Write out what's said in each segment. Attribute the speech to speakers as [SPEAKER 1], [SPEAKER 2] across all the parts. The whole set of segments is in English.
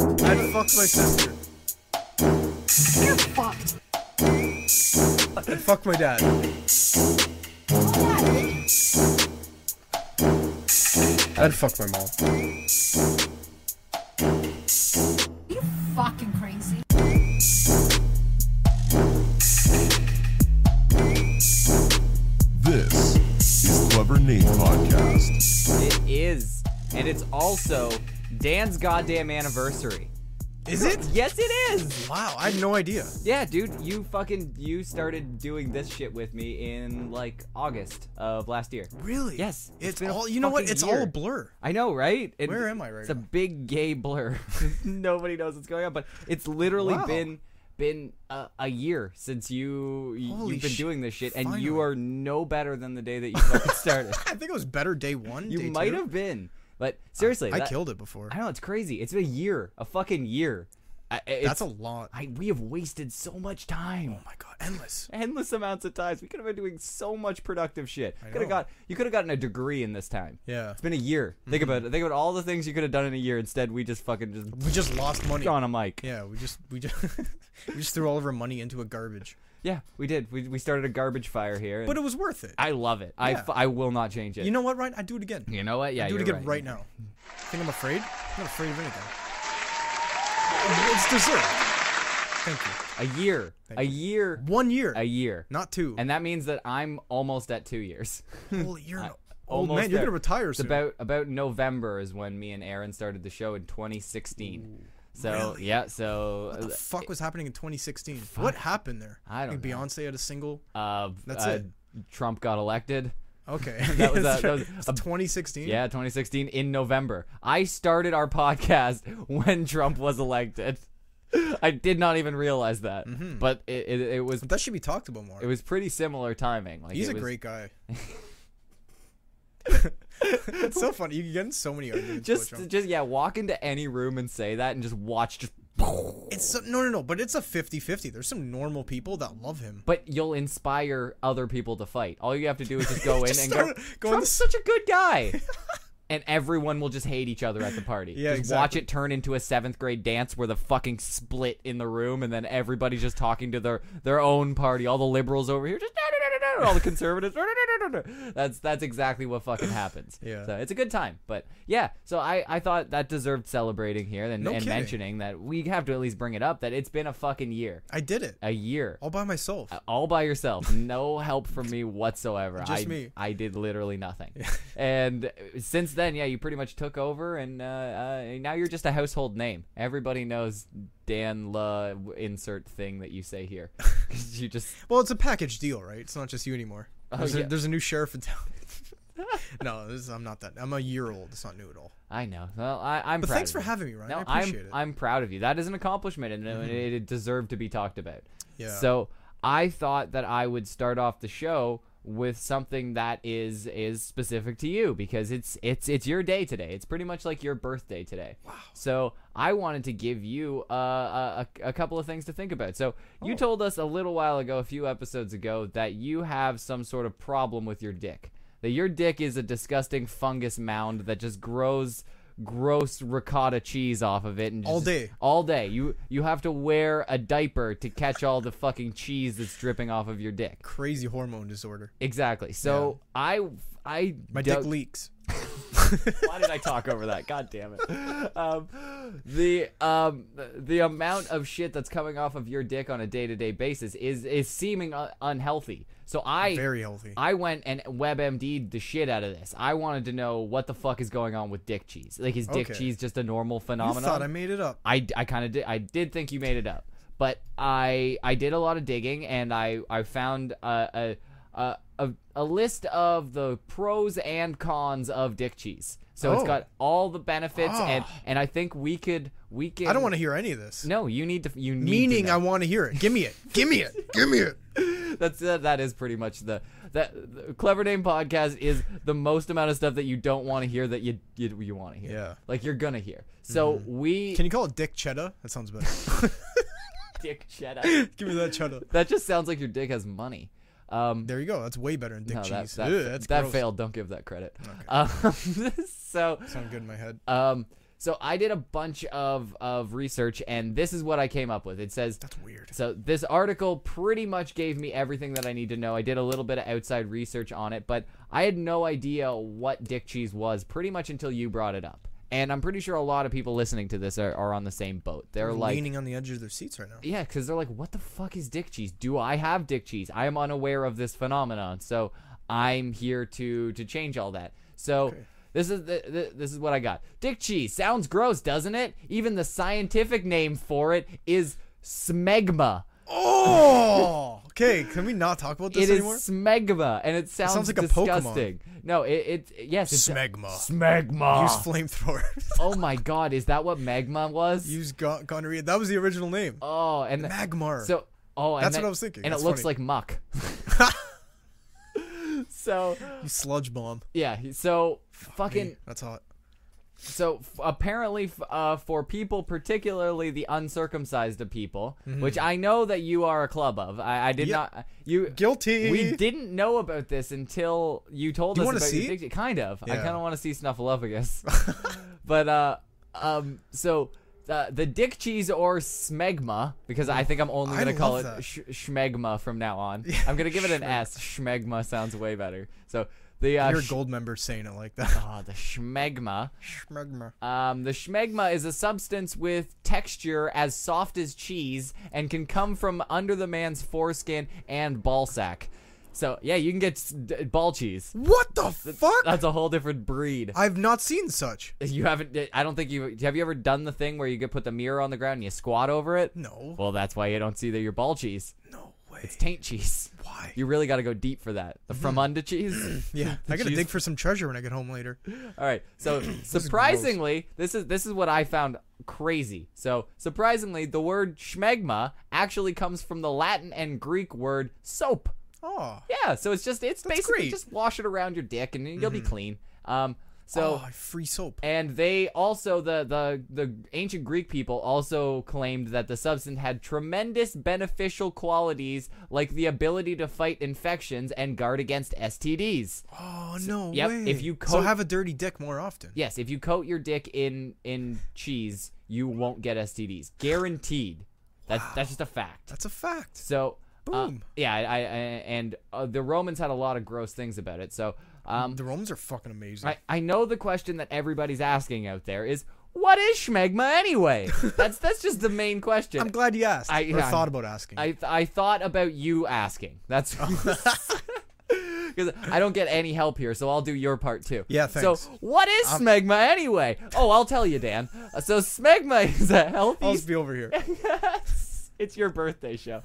[SPEAKER 1] fucked my sister.
[SPEAKER 2] You're fucked.
[SPEAKER 1] And fuck my dad. I'd fuck my mom.
[SPEAKER 2] You fucking crazy.
[SPEAKER 3] This is Clever Name Podcast.
[SPEAKER 4] It is. And it's also Dan's goddamn anniversary.
[SPEAKER 1] Is it?
[SPEAKER 4] Yes, it is.
[SPEAKER 1] Wow, I had no idea.
[SPEAKER 4] Yeah, dude, you fucking you started doing this shit with me in like August of last year.
[SPEAKER 1] Really?
[SPEAKER 4] Yes, it's
[SPEAKER 1] It's,
[SPEAKER 4] been a
[SPEAKER 1] all. You know what?
[SPEAKER 4] fucking
[SPEAKER 1] It's
[SPEAKER 4] year.
[SPEAKER 1] all a blur.
[SPEAKER 4] I know, right? And
[SPEAKER 1] Where am I right
[SPEAKER 4] It's a
[SPEAKER 1] now?
[SPEAKER 4] big gay blur. Nobody knows what's going on, but it's literally
[SPEAKER 1] Wow.
[SPEAKER 4] been been a, a year since you y-
[SPEAKER 1] Holy
[SPEAKER 4] you've been
[SPEAKER 1] shit,
[SPEAKER 4] doing this shit, and you
[SPEAKER 1] finally.
[SPEAKER 4] are no better than the day that you fucking started.
[SPEAKER 1] I think it was better day one.
[SPEAKER 4] you
[SPEAKER 1] day
[SPEAKER 4] might
[SPEAKER 1] two.
[SPEAKER 4] have been, but seriously,
[SPEAKER 1] I
[SPEAKER 4] that-
[SPEAKER 1] killed it before.
[SPEAKER 4] I know it's crazy. It's been a year, a fucking year. I,
[SPEAKER 1] That's a lot.
[SPEAKER 4] I, we have wasted so much time,
[SPEAKER 1] oh my god, endless.
[SPEAKER 4] endless amounts of times. We could have been doing so much productive shit. Could
[SPEAKER 1] know.
[SPEAKER 4] have got you could have gotten a degree in this time.
[SPEAKER 1] Yeah. Mm-hmm.
[SPEAKER 4] it's been a year. Think about it. Think about all the things you could have done in a year. Instead, we just fucking just
[SPEAKER 1] We just lost money.
[SPEAKER 4] on a mic. Yeah,
[SPEAKER 1] Yeah, we just we just we just threw all of our money into a garbage.
[SPEAKER 4] we did. We, we started a garbage fire here. and
[SPEAKER 1] But it was worth it.
[SPEAKER 4] I love it. I
[SPEAKER 1] Yeah.
[SPEAKER 4] f- I will not change it.
[SPEAKER 1] you know what, Ryan? I'd do it again.
[SPEAKER 4] You know what? Yeah,
[SPEAKER 1] do it
[SPEAKER 4] you're
[SPEAKER 1] again right, now. Think I'm afraid? I'm not afraid of anything. It's deserved. Thank you.
[SPEAKER 4] A year, a year,
[SPEAKER 1] One year,
[SPEAKER 4] a year,
[SPEAKER 1] not two.
[SPEAKER 4] and that means that I'm almost at two years.
[SPEAKER 1] Holy, you're an old
[SPEAKER 4] Almost
[SPEAKER 1] Oh, man. You're
[SPEAKER 4] there.
[SPEAKER 1] gonna retire
[SPEAKER 4] It's
[SPEAKER 1] soon.
[SPEAKER 4] About about November is when me and Aaron started the show in 2016. so
[SPEAKER 1] really?
[SPEAKER 4] yeah, so
[SPEAKER 1] what the
[SPEAKER 4] uh,
[SPEAKER 1] fuck was happening in 2016? What happened there?
[SPEAKER 4] I don't
[SPEAKER 1] Like
[SPEAKER 4] know.
[SPEAKER 1] Beyonce had a single.
[SPEAKER 4] uh,
[SPEAKER 1] That's
[SPEAKER 4] uh, Trump got elected.
[SPEAKER 1] Okay,
[SPEAKER 4] That was a-
[SPEAKER 1] That's
[SPEAKER 4] that
[SPEAKER 1] right.
[SPEAKER 4] was
[SPEAKER 1] It's
[SPEAKER 4] a-
[SPEAKER 1] 2016.
[SPEAKER 4] Yeah, 2016 in November. I started our podcast when Trump was elected. I did not even realize that,
[SPEAKER 1] Mm-hmm.
[SPEAKER 4] but it, it, it was
[SPEAKER 1] that should be talked about more.
[SPEAKER 4] it was pretty similar timing. Like
[SPEAKER 1] He's
[SPEAKER 4] it
[SPEAKER 1] a
[SPEAKER 4] was-
[SPEAKER 1] great guy. it's so funny. You can get in so many arguments. about
[SPEAKER 4] Just
[SPEAKER 1] Trump.
[SPEAKER 4] just yeah, walk into any room and say that, and just watch just.
[SPEAKER 1] it's so, no, no, no. But it's a 50-50. There's some normal people that love him.
[SPEAKER 4] But you'll inspire other people to fight. All you have to do is just go in
[SPEAKER 1] Just
[SPEAKER 4] and
[SPEAKER 1] start
[SPEAKER 4] go.
[SPEAKER 1] going
[SPEAKER 4] Trump's
[SPEAKER 1] to-
[SPEAKER 4] such a good guy. And everyone will just hate each other at the party.
[SPEAKER 1] Yeah,
[SPEAKER 4] just watch
[SPEAKER 1] exactly.
[SPEAKER 4] it turn into a seventh grade dance where the fucking split in the room, and then everybody's just talking to their their own party. All the liberals over here, just no, no, no, no, no. All the conservatives, no, no, no, no, no. That's that's exactly what fucking happens.
[SPEAKER 1] Yeah.
[SPEAKER 4] So it's a good time, but yeah. So I I thought that deserved celebrating here and,
[SPEAKER 1] No
[SPEAKER 4] and
[SPEAKER 1] kidding.
[SPEAKER 4] mentioning that we have to at least bring it up that it's been a fucking year,
[SPEAKER 1] I did it
[SPEAKER 4] a year
[SPEAKER 1] all by myself.
[SPEAKER 4] all by yourself, no help from me whatsoever.
[SPEAKER 1] Just
[SPEAKER 4] I,
[SPEAKER 1] me.
[SPEAKER 4] I did literally nothing. and since then, yeah, you pretty much took over, and uh, uh, now you're just a household name. Everybody knows Dan La insert thing that you say here. 'Cause you just
[SPEAKER 1] Well, it's a package deal, right? It's not just you anymore. There's,
[SPEAKER 4] Oh, yeah.
[SPEAKER 1] a, there's a new sheriff in town. no, this, I'm not that. I'm a year old. It's not new at all.
[SPEAKER 4] I know. Well, I, I'm.
[SPEAKER 1] But
[SPEAKER 4] proud
[SPEAKER 1] thanks
[SPEAKER 4] of
[SPEAKER 1] for
[SPEAKER 4] you.
[SPEAKER 1] having me, Ryan.
[SPEAKER 4] No,
[SPEAKER 1] I
[SPEAKER 4] I'm.
[SPEAKER 1] appreciate it.
[SPEAKER 4] I'm proud of you. That is an accomplishment, and and it, it deserved to be talked about.
[SPEAKER 1] Yeah.
[SPEAKER 4] So I thought that I would start off the show with something that is is specific to you because it's it's it's your day today. It's pretty much like your birthday today. Wow. So I wanted to give you uh, a a, a couple of things to think about. So you told us a little while ago, a few episodes ago, that you have some sort of problem with your dick. That your dick is a disgusting fungus mound that just grows gross ricotta cheese off of it and just
[SPEAKER 1] All day.
[SPEAKER 4] all day. You you have to wear a diaper to catch all the fucking cheese that's dripping off of your dick.
[SPEAKER 1] Crazy hormone disorder.
[SPEAKER 4] Exactly. So I I
[SPEAKER 1] My
[SPEAKER 4] dug-
[SPEAKER 1] dick leaks.
[SPEAKER 4] Why did I talk over that? God damn it. Um, the um the amount of shit that's coming off of your dick on a day to day basis is is seeming un- unhealthy. So I
[SPEAKER 1] Very healthy.
[SPEAKER 4] I went and WebMD'd the shit out of this. I wanted to know what the fuck is going on with dick cheese. Like is dick
[SPEAKER 1] Okay.
[SPEAKER 4] cheese just a normal
[SPEAKER 1] I
[SPEAKER 4] phenomenon?
[SPEAKER 1] thought I made it up.
[SPEAKER 4] I, I kind of did I did think you made it up, but I I did a lot of digging and I I found uh, a a a, a list of the pros and cons of dick cheese. So it's
[SPEAKER 1] Oh. Ah.
[SPEAKER 4] got all the benefits and and I think we could we can
[SPEAKER 1] I don't want to hear any of this.
[SPEAKER 4] No, you need to you need
[SPEAKER 1] Meaning,
[SPEAKER 4] to
[SPEAKER 1] I
[SPEAKER 4] know.
[SPEAKER 1] want to hear it. Give me it. Give me it. Give me it.
[SPEAKER 4] that's uh, that is pretty much the that the clever name podcast is the most amount of stuff that you don't want to hear that you you, you want to hear.
[SPEAKER 1] Yeah. Mm-hmm.
[SPEAKER 4] Like you're going to hear. So we
[SPEAKER 1] Can you call it dick cheddar? That sounds better.
[SPEAKER 4] dick shut up.
[SPEAKER 1] Give me that cheddar.
[SPEAKER 4] That just sounds like your dick has money. Um,
[SPEAKER 1] There you go. That's way better than dick
[SPEAKER 4] no, that,
[SPEAKER 1] cheese.
[SPEAKER 4] that,
[SPEAKER 1] Ew, that's
[SPEAKER 4] that
[SPEAKER 1] gross.
[SPEAKER 4] failed. Don't give that credit. Um, so,
[SPEAKER 1] Sound good in my head.
[SPEAKER 4] um, So I did a bunch of of research, and this is what I came up with. It says
[SPEAKER 1] That's weird.
[SPEAKER 4] so this article pretty much gave me everything that I need to know. I did a little bit of outside research on it, but I had no idea what dick cheese was pretty much until you brought it up. And I'm pretty sure a lot of people listening to this are, are on the same boat. They're like,
[SPEAKER 1] leaning on the edge of their seats right now.
[SPEAKER 4] yeah, because they're like, what the fuck is dick cheese? Do I have dick cheese? I am unaware of this phenomenon, so I'm here to to change all that. So this is the, the, this is what I got. Dick cheese sounds gross, doesn't it? Even the scientific name for it is smegma.
[SPEAKER 1] Oh, okay. Can we not talk about this
[SPEAKER 4] It is
[SPEAKER 1] anymore?
[SPEAKER 4] smegma, and it sounds,
[SPEAKER 1] sounds like a Pokemon.
[SPEAKER 4] disgusting. No, it, it yes, it's
[SPEAKER 1] Smegma.
[SPEAKER 4] Smegma.
[SPEAKER 1] Use flamethrower.
[SPEAKER 4] oh my god, is that what magma was?
[SPEAKER 1] Use go- gonorrhea. That was the original name.
[SPEAKER 4] oh, and the-
[SPEAKER 1] Magmar.
[SPEAKER 4] So, oh, and
[SPEAKER 1] That's what
[SPEAKER 4] that-
[SPEAKER 1] I was thinking.
[SPEAKER 4] And
[SPEAKER 1] That's
[SPEAKER 4] it looks
[SPEAKER 1] funny.
[SPEAKER 4] like muck. so
[SPEAKER 1] you sludge bomb.
[SPEAKER 4] yeah, he- so fucking
[SPEAKER 1] Me. That's hot.
[SPEAKER 4] so f- apparently f- uh, for people, particularly the uncircumcised of people,
[SPEAKER 1] Mm-hmm.
[SPEAKER 4] which I know that you are a club of. I, I did
[SPEAKER 1] Yep.
[SPEAKER 4] not uh, you
[SPEAKER 1] Guilty.
[SPEAKER 4] We didn't know about this until you told
[SPEAKER 1] You
[SPEAKER 4] us
[SPEAKER 1] wanna
[SPEAKER 4] about your
[SPEAKER 1] see it?
[SPEAKER 4] dick- Kind of. I
[SPEAKER 1] Yeah.
[SPEAKER 4] kind of want to see Snuffleupagus. but uh, um, so. Uh, the dick cheese or smegma because I think I'm only
[SPEAKER 1] I
[SPEAKER 4] gonna call
[SPEAKER 1] love
[SPEAKER 4] it
[SPEAKER 1] that.
[SPEAKER 4] sh- schmegma from now on. I'm gonna give it an S. Schmegma sounds way better. So the uh,
[SPEAKER 1] You're a
[SPEAKER 4] sh-
[SPEAKER 1] gold member saying it like that.
[SPEAKER 4] oh, the schmegma.
[SPEAKER 1] Schmegma.
[SPEAKER 4] Um, the schmegma is a substance with texture as soft as cheese and can come from under the man's foreskin and ball sack. So yeah, you can get s- d- ball cheese.
[SPEAKER 1] What the fuck?
[SPEAKER 4] That's a whole different breed.
[SPEAKER 1] I've not seen such.
[SPEAKER 4] You haven't. I don't think you have. You ever done the thing where you could put the mirror on the ground and you squat over it?
[SPEAKER 1] No.
[SPEAKER 4] Well, that's why you don't see that your ball cheese.
[SPEAKER 1] no way.
[SPEAKER 4] It's taint cheese.
[SPEAKER 1] Why?
[SPEAKER 4] You really got to go deep for that. The from under cheese.
[SPEAKER 1] Mm-hmm. yeah. I gotta
[SPEAKER 4] cheese-
[SPEAKER 1] dig for some treasure when I get home later.
[SPEAKER 4] All right. So surprisingly, this is this is what I found crazy. So surprisingly, the word schmegma actually comes from the Latin and Greek word soap.
[SPEAKER 1] Oh.
[SPEAKER 4] Yeah. So it's just it's basically
[SPEAKER 1] great. Mm-hmm.
[SPEAKER 4] just wash it around your dick and you'll be clean. Um. So.
[SPEAKER 1] Oh, free soap.
[SPEAKER 4] And they also the, the the ancient Greek people also claimed that the substance had tremendous beneficial qualities like the ability to fight infections and guard against STDs.
[SPEAKER 1] Oh no
[SPEAKER 4] yep,
[SPEAKER 1] way.
[SPEAKER 4] if you
[SPEAKER 1] so
[SPEAKER 4] coat-
[SPEAKER 1] have a dirty dick more often.
[SPEAKER 4] Yes, if you coat your dick in in cheese, you won't get STDs. Guaranteed. That's that's just a fact.
[SPEAKER 1] That's a fact.
[SPEAKER 4] So, uh,
[SPEAKER 1] Boom.
[SPEAKER 4] yeah, I, I and uh, the Romans had a lot of gross things about it. So, um,
[SPEAKER 1] The Romans are fucking amazing.
[SPEAKER 4] I I know the question that everybody's asking out there is what is schmegma anyway? that's that's just the main question.
[SPEAKER 1] I'm glad you asked.
[SPEAKER 4] I-
[SPEAKER 1] I,
[SPEAKER 4] yeah,
[SPEAKER 1] thought about asking.
[SPEAKER 4] I, I thought about you asking. That's because I don't get any help here, so I'll do your part too.
[SPEAKER 1] Yeah, thanks. Um,
[SPEAKER 4] So what is smegma anyway? Oh, I'll tell you, Dan. Uh, So smegma is a healthy.
[SPEAKER 1] I'll just be over here.
[SPEAKER 4] it's your birthday show.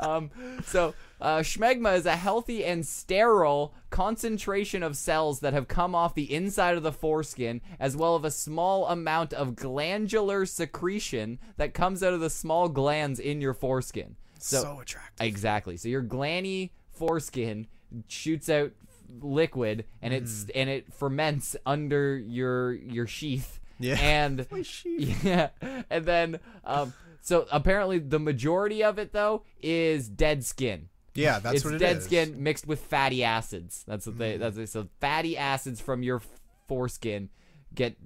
[SPEAKER 4] Um, so uh, smegma is a healthy and sterile concentration of cells that have come off the inside of the foreskin, as well as a small amount of glandular secretion that comes out of the small glands in your foreskin.
[SPEAKER 1] So, attractive.
[SPEAKER 4] Exactly. So your glanny foreskin shoots out liquid and
[SPEAKER 1] Mm-hmm.
[SPEAKER 4] it's and it ferments under your your sheath.
[SPEAKER 1] Yeah.
[SPEAKER 4] And
[SPEAKER 1] sheath.
[SPEAKER 4] Yeah. And then um so apparently the majority of it though is dead skin.
[SPEAKER 1] yeah, that's
[SPEAKER 4] it's
[SPEAKER 1] what it is. Mm.
[SPEAKER 4] dead skin mixed with fatty acids. That's what they that's what, so fatty acids from your foreskin get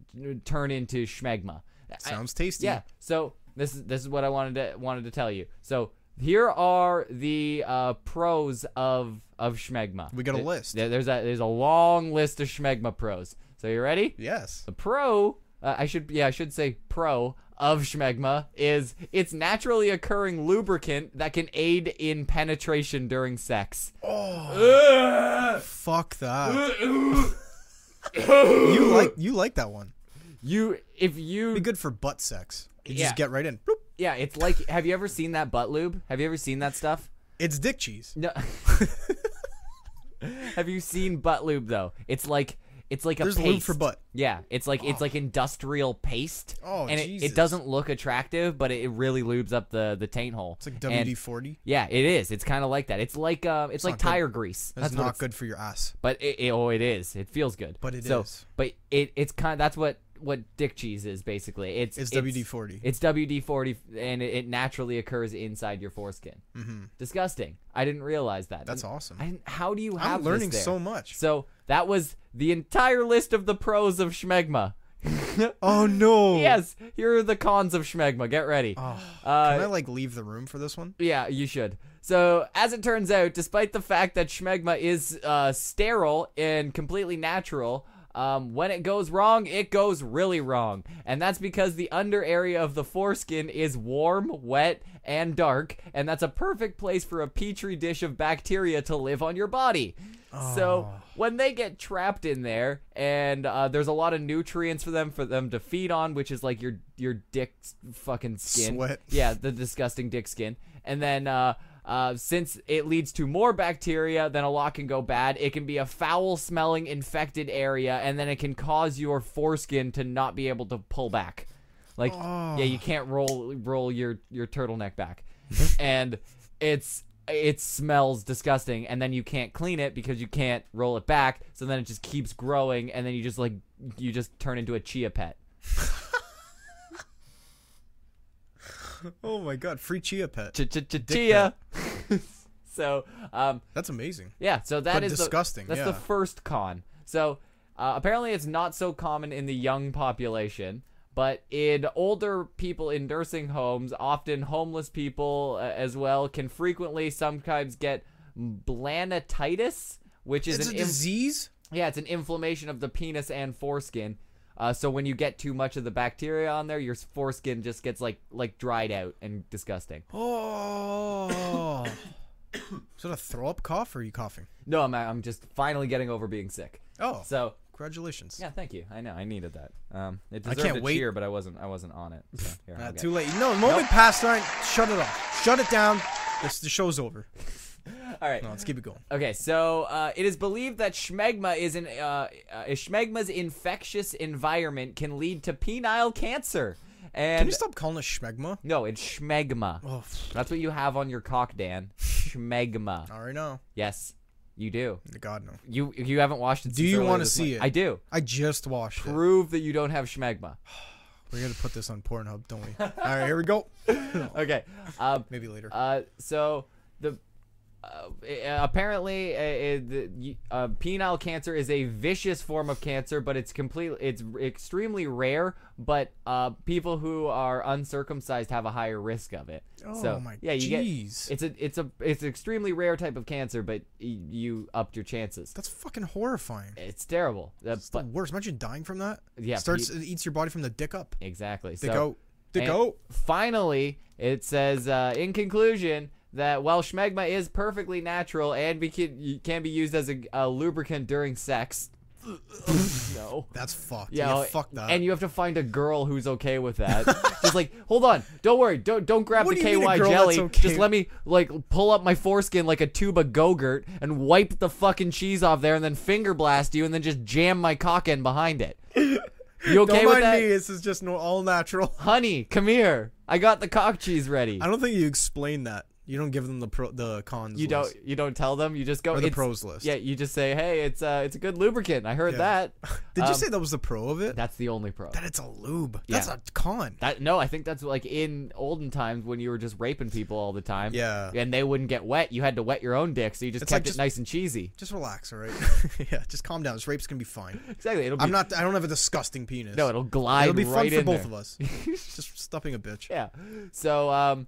[SPEAKER 4] turn into schmegma. I-
[SPEAKER 1] Sounds tasty.
[SPEAKER 4] yeah. So this is this is what I wanted to wanted to tell you. So here are the uh, pros of of schmegma.
[SPEAKER 1] We got a
[SPEAKER 4] Th-
[SPEAKER 1] list.
[SPEAKER 4] there- There's a there's a long list of schmegma pros. So you ready?
[SPEAKER 1] Yes.
[SPEAKER 4] The pro, uh, I should yeah I should say pro of schmegma is it's naturally occurring lubricant that can aid in penetration during sex.
[SPEAKER 1] Fuck that. you like you like that one.
[SPEAKER 4] You if you
[SPEAKER 1] Be good for butt sex. You
[SPEAKER 4] Yeah.
[SPEAKER 1] just get right in. Bloop.
[SPEAKER 4] yeah it's like have you ever seen that butt lube? Have you ever seen that stuff?
[SPEAKER 1] It's dick cheese.
[SPEAKER 4] No. Have you seen butt lube though? It's like it's like a
[SPEAKER 1] There's
[SPEAKER 4] paste.
[SPEAKER 1] lube for butt.
[SPEAKER 4] Yeah, it's like it's like industrial paste.
[SPEAKER 1] Oh,
[SPEAKER 4] and it,
[SPEAKER 1] Jesus.
[SPEAKER 4] it doesn't look attractive, but it, it really lubes up the the taint hole.
[SPEAKER 1] It's like
[SPEAKER 4] And-
[SPEAKER 1] WD forty.
[SPEAKER 4] yeah, it is. It's kind of like that. It's like uh, it's, like
[SPEAKER 1] not good.
[SPEAKER 4] tire grease.
[SPEAKER 1] That's,
[SPEAKER 4] what
[SPEAKER 1] not good for your ass.
[SPEAKER 4] But it, it- oh, it is. It feels good.
[SPEAKER 1] But it
[SPEAKER 4] so,
[SPEAKER 1] is.
[SPEAKER 4] But it it's kind. Of, that's what what dick cheese is basically. It's
[SPEAKER 1] It's WD-40.
[SPEAKER 4] It's WD forty, and it, it naturally occurs inside your foreskin. Mm-hmm. Disgusting. I didn't realize that.
[SPEAKER 1] That's
[SPEAKER 4] And-
[SPEAKER 1] awesome.
[SPEAKER 4] I didn't, how do you have?
[SPEAKER 1] I'm
[SPEAKER 4] this
[SPEAKER 1] learning
[SPEAKER 4] there?
[SPEAKER 1] so much.
[SPEAKER 4] So that was the entire list of the pros of schmegma.
[SPEAKER 1] Oh Oh. no.
[SPEAKER 4] yes, here are the cons of schmegma. Get ready. uh,
[SPEAKER 1] Can I like leave the room for this one?
[SPEAKER 4] Yeah, you should. So, as it turns out, despite the fact that schmegma is uh, sterile and completely natural, um, when it goes wrong, it goes really wrong. And that's because the under area of the foreskin is warm, wet, and dark, and that's a perfect place for a petri dish of bacteria to live on your body. So, when they get trapped in there, and uh, there's a lot of nutrients for them for them to feed on, which is like your your dick's fucking skin.
[SPEAKER 1] Sweat.
[SPEAKER 4] Yeah, the disgusting dick skin. And then uh, uh, since it leads to more bacteria, then a lot can go bad. It can be a foul smelling infected area, and then it can cause your foreskin to not be able to pull back. Like yeah, you can't roll roll your your turtleneck back, and it's it smells disgusting, and then you can't clean it because you can't roll it back. So then it just keeps growing, and then you just like you just turn into a chia pet.
[SPEAKER 1] Oh my god, free chia pet.
[SPEAKER 4] Ch- ch- ch- Chia. so um,
[SPEAKER 1] That's amazing.
[SPEAKER 4] Yeah, so that
[SPEAKER 1] But
[SPEAKER 4] is the-
[SPEAKER 1] disgusting,
[SPEAKER 4] that's the
[SPEAKER 1] yeah.
[SPEAKER 4] first con. So uh, apparently, it's not so common in the young population, but in older people in nursing homes, often homeless people uh, as well, can frequently sometimes get blanetitis, which is
[SPEAKER 1] It's a
[SPEAKER 4] an im-
[SPEAKER 1] disease?
[SPEAKER 4] yeah, it's an inflammation of the penis and foreskin. Uh, so when you get too much of the bacteria on there, your foreskin just gets like like dried out and disgusting.
[SPEAKER 1] Oh. Is that a throw up cough or are you coughing?
[SPEAKER 4] No, I'm I'm just finally getting over being sick.
[SPEAKER 1] Oh.
[SPEAKER 4] So
[SPEAKER 1] Congratulations.
[SPEAKER 4] Yeah, thank you. I know I needed that. Um, it
[SPEAKER 1] I
[SPEAKER 4] deserved
[SPEAKER 1] can't
[SPEAKER 4] a
[SPEAKER 1] wait.
[SPEAKER 4] cheer, but I wasn't. I wasn't on it. So here,
[SPEAKER 1] Uh,
[SPEAKER 4] I'll get
[SPEAKER 1] Too
[SPEAKER 4] it.
[SPEAKER 1] late. No, the moment passed. All right, shut it off. Shut it down. This the show's over.
[SPEAKER 4] All right.
[SPEAKER 1] No, let's keep it going.
[SPEAKER 4] Okay. So uh, it is believed that schmegma is an uh, uh, schmegma's infectious environment can lead to penile cancer. And
[SPEAKER 1] Can you stop calling it schmegma?
[SPEAKER 4] no, it's schmegma.
[SPEAKER 1] Oh, pff,
[SPEAKER 4] That's what you have on your cock, Dan. Schmegma.
[SPEAKER 1] I already know.
[SPEAKER 4] Yes, you do.
[SPEAKER 1] God no.
[SPEAKER 4] You you haven't washed it.
[SPEAKER 1] Do
[SPEAKER 4] since
[SPEAKER 1] you
[SPEAKER 4] earlier
[SPEAKER 1] wanna
[SPEAKER 4] this
[SPEAKER 1] see
[SPEAKER 4] morning.
[SPEAKER 1] it?
[SPEAKER 4] I do.
[SPEAKER 1] I just washed it.
[SPEAKER 4] Prove that you don't have schmegma.
[SPEAKER 1] We're gonna put this on Pornhub, don't we? All right, here we go.
[SPEAKER 4] Okay. Um,
[SPEAKER 1] Oh. Maybe later.
[SPEAKER 4] Uh, so the uh, uh, apparently uh, uh, the you- uh, penile cancer is a vicious form of cancer, but it's complete. It's extremely rare, but uh, people who are uncircumcised have a higher risk of it. so
[SPEAKER 1] Oh my
[SPEAKER 4] yeah, you
[SPEAKER 1] jeez.
[SPEAKER 4] get it's a it's a it's an extremely rare type of cancer, but y- you upped your chances.
[SPEAKER 1] That's fucking horrifying.
[SPEAKER 4] It's terrible. Uh,
[SPEAKER 1] The
[SPEAKER 4] but
[SPEAKER 1] worst. Imagine dying from that.
[SPEAKER 4] Yeah,
[SPEAKER 1] Starts
[SPEAKER 4] pe-
[SPEAKER 1] it eats your body from the dick up.
[SPEAKER 4] exactly.
[SPEAKER 1] Dick
[SPEAKER 4] so
[SPEAKER 1] out. Dick
[SPEAKER 4] And
[SPEAKER 1] out.
[SPEAKER 4] Finally, it says uh, in conclusion that while schmegma is perfectly natural and be, can, can be used as a, a lubricant during sex, no.
[SPEAKER 1] That's fucked.
[SPEAKER 4] Yeah,
[SPEAKER 1] Yeah,
[SPEAKER 4] oh,
[SPEAKER 1] fuck that.
[SPEAKER 4] And you have to find a girl who's okay with that. just like, hold on, don't worry, don't don't grab
[SPEAKER 1] What
[SPEAKER 4] the
[SPEAKER 1] do you
[SPEAKER 4] KY
[SPEAKER 1] mean a girl
[SPEAKER 4] jelly.
[SPEAKER 1] that's okay
[SPEAKER 4] Just let me like pull up my foreskin like a tube of Go-Gurt and wipe the fucking cheese off there, and then finger blast you, and then just jam my cock end behind it. You okay
[SPEAKER 1] don't
[SPEAKER 4] with
[SPEAKER 1] mind
[SPEAKER 4] that?
[SPEAKER 1] me. This is just no, all natural.
[SPEAKER 4] Honey, come here. I got the cock cheese ready.
[SPEAKER 1] I don't think you explain that. You don't give them the pro, the cons.
[SPEAKER 4] You
[SPEAKER 1] list.
[SPEAKER 4] don't you don't tell them. You just go
[SPEAKER 1] the
[SPEAKER 4] it's-
[SPEAKER 1] pros list.
[SPEAKER 4] Yeah, you just say, "Hey, it's uh it's a good lubricant. I heard
[SPEAKER 1] Yeah.
[SPEAKER 4] that."
[SPEAKER 1] Did
[SPEAKER 4] Um,
[SPEAKER 1] you say that was the pro of it?
[SPEAKER 4] that's the only pro?
[SPEAKER 1] that it's a lube. That's
[SPEAKER 4] Yeah.
[SPEAKER 1] a con.
[SPEAKER 4] That no, I think that's like in olden times when you were just raping people all the time.
[SPEAKER 1] Yeah.
[SPEAKER 4] and they wouldn't get wet. You had to wet your own dick, so you just
[SPEAKER 1] It's like
[SPEAKER 4] kept it
[SPEAKER 1] just-
[SPEAKER 4] nice and cheesy.
[SPEAKER 1] just relax, all right? yeah, just calm down. This rape's gonna be fine.
[SPEAKER 4] Exactly. It'll be,
[SPEAKER 1] I'm not. I don't have a disgusting penis.
[SPEAKER 4] No, it'll glide
[SPEAKER 1] It'll be
[SPEAKER 4] right
[SPEAKER 1] fun for both
[SPEAKER 4] in there.
[SPEAKER 1] of us. just stuffing a bitch.
[SPEAKER 4] Yeah. So um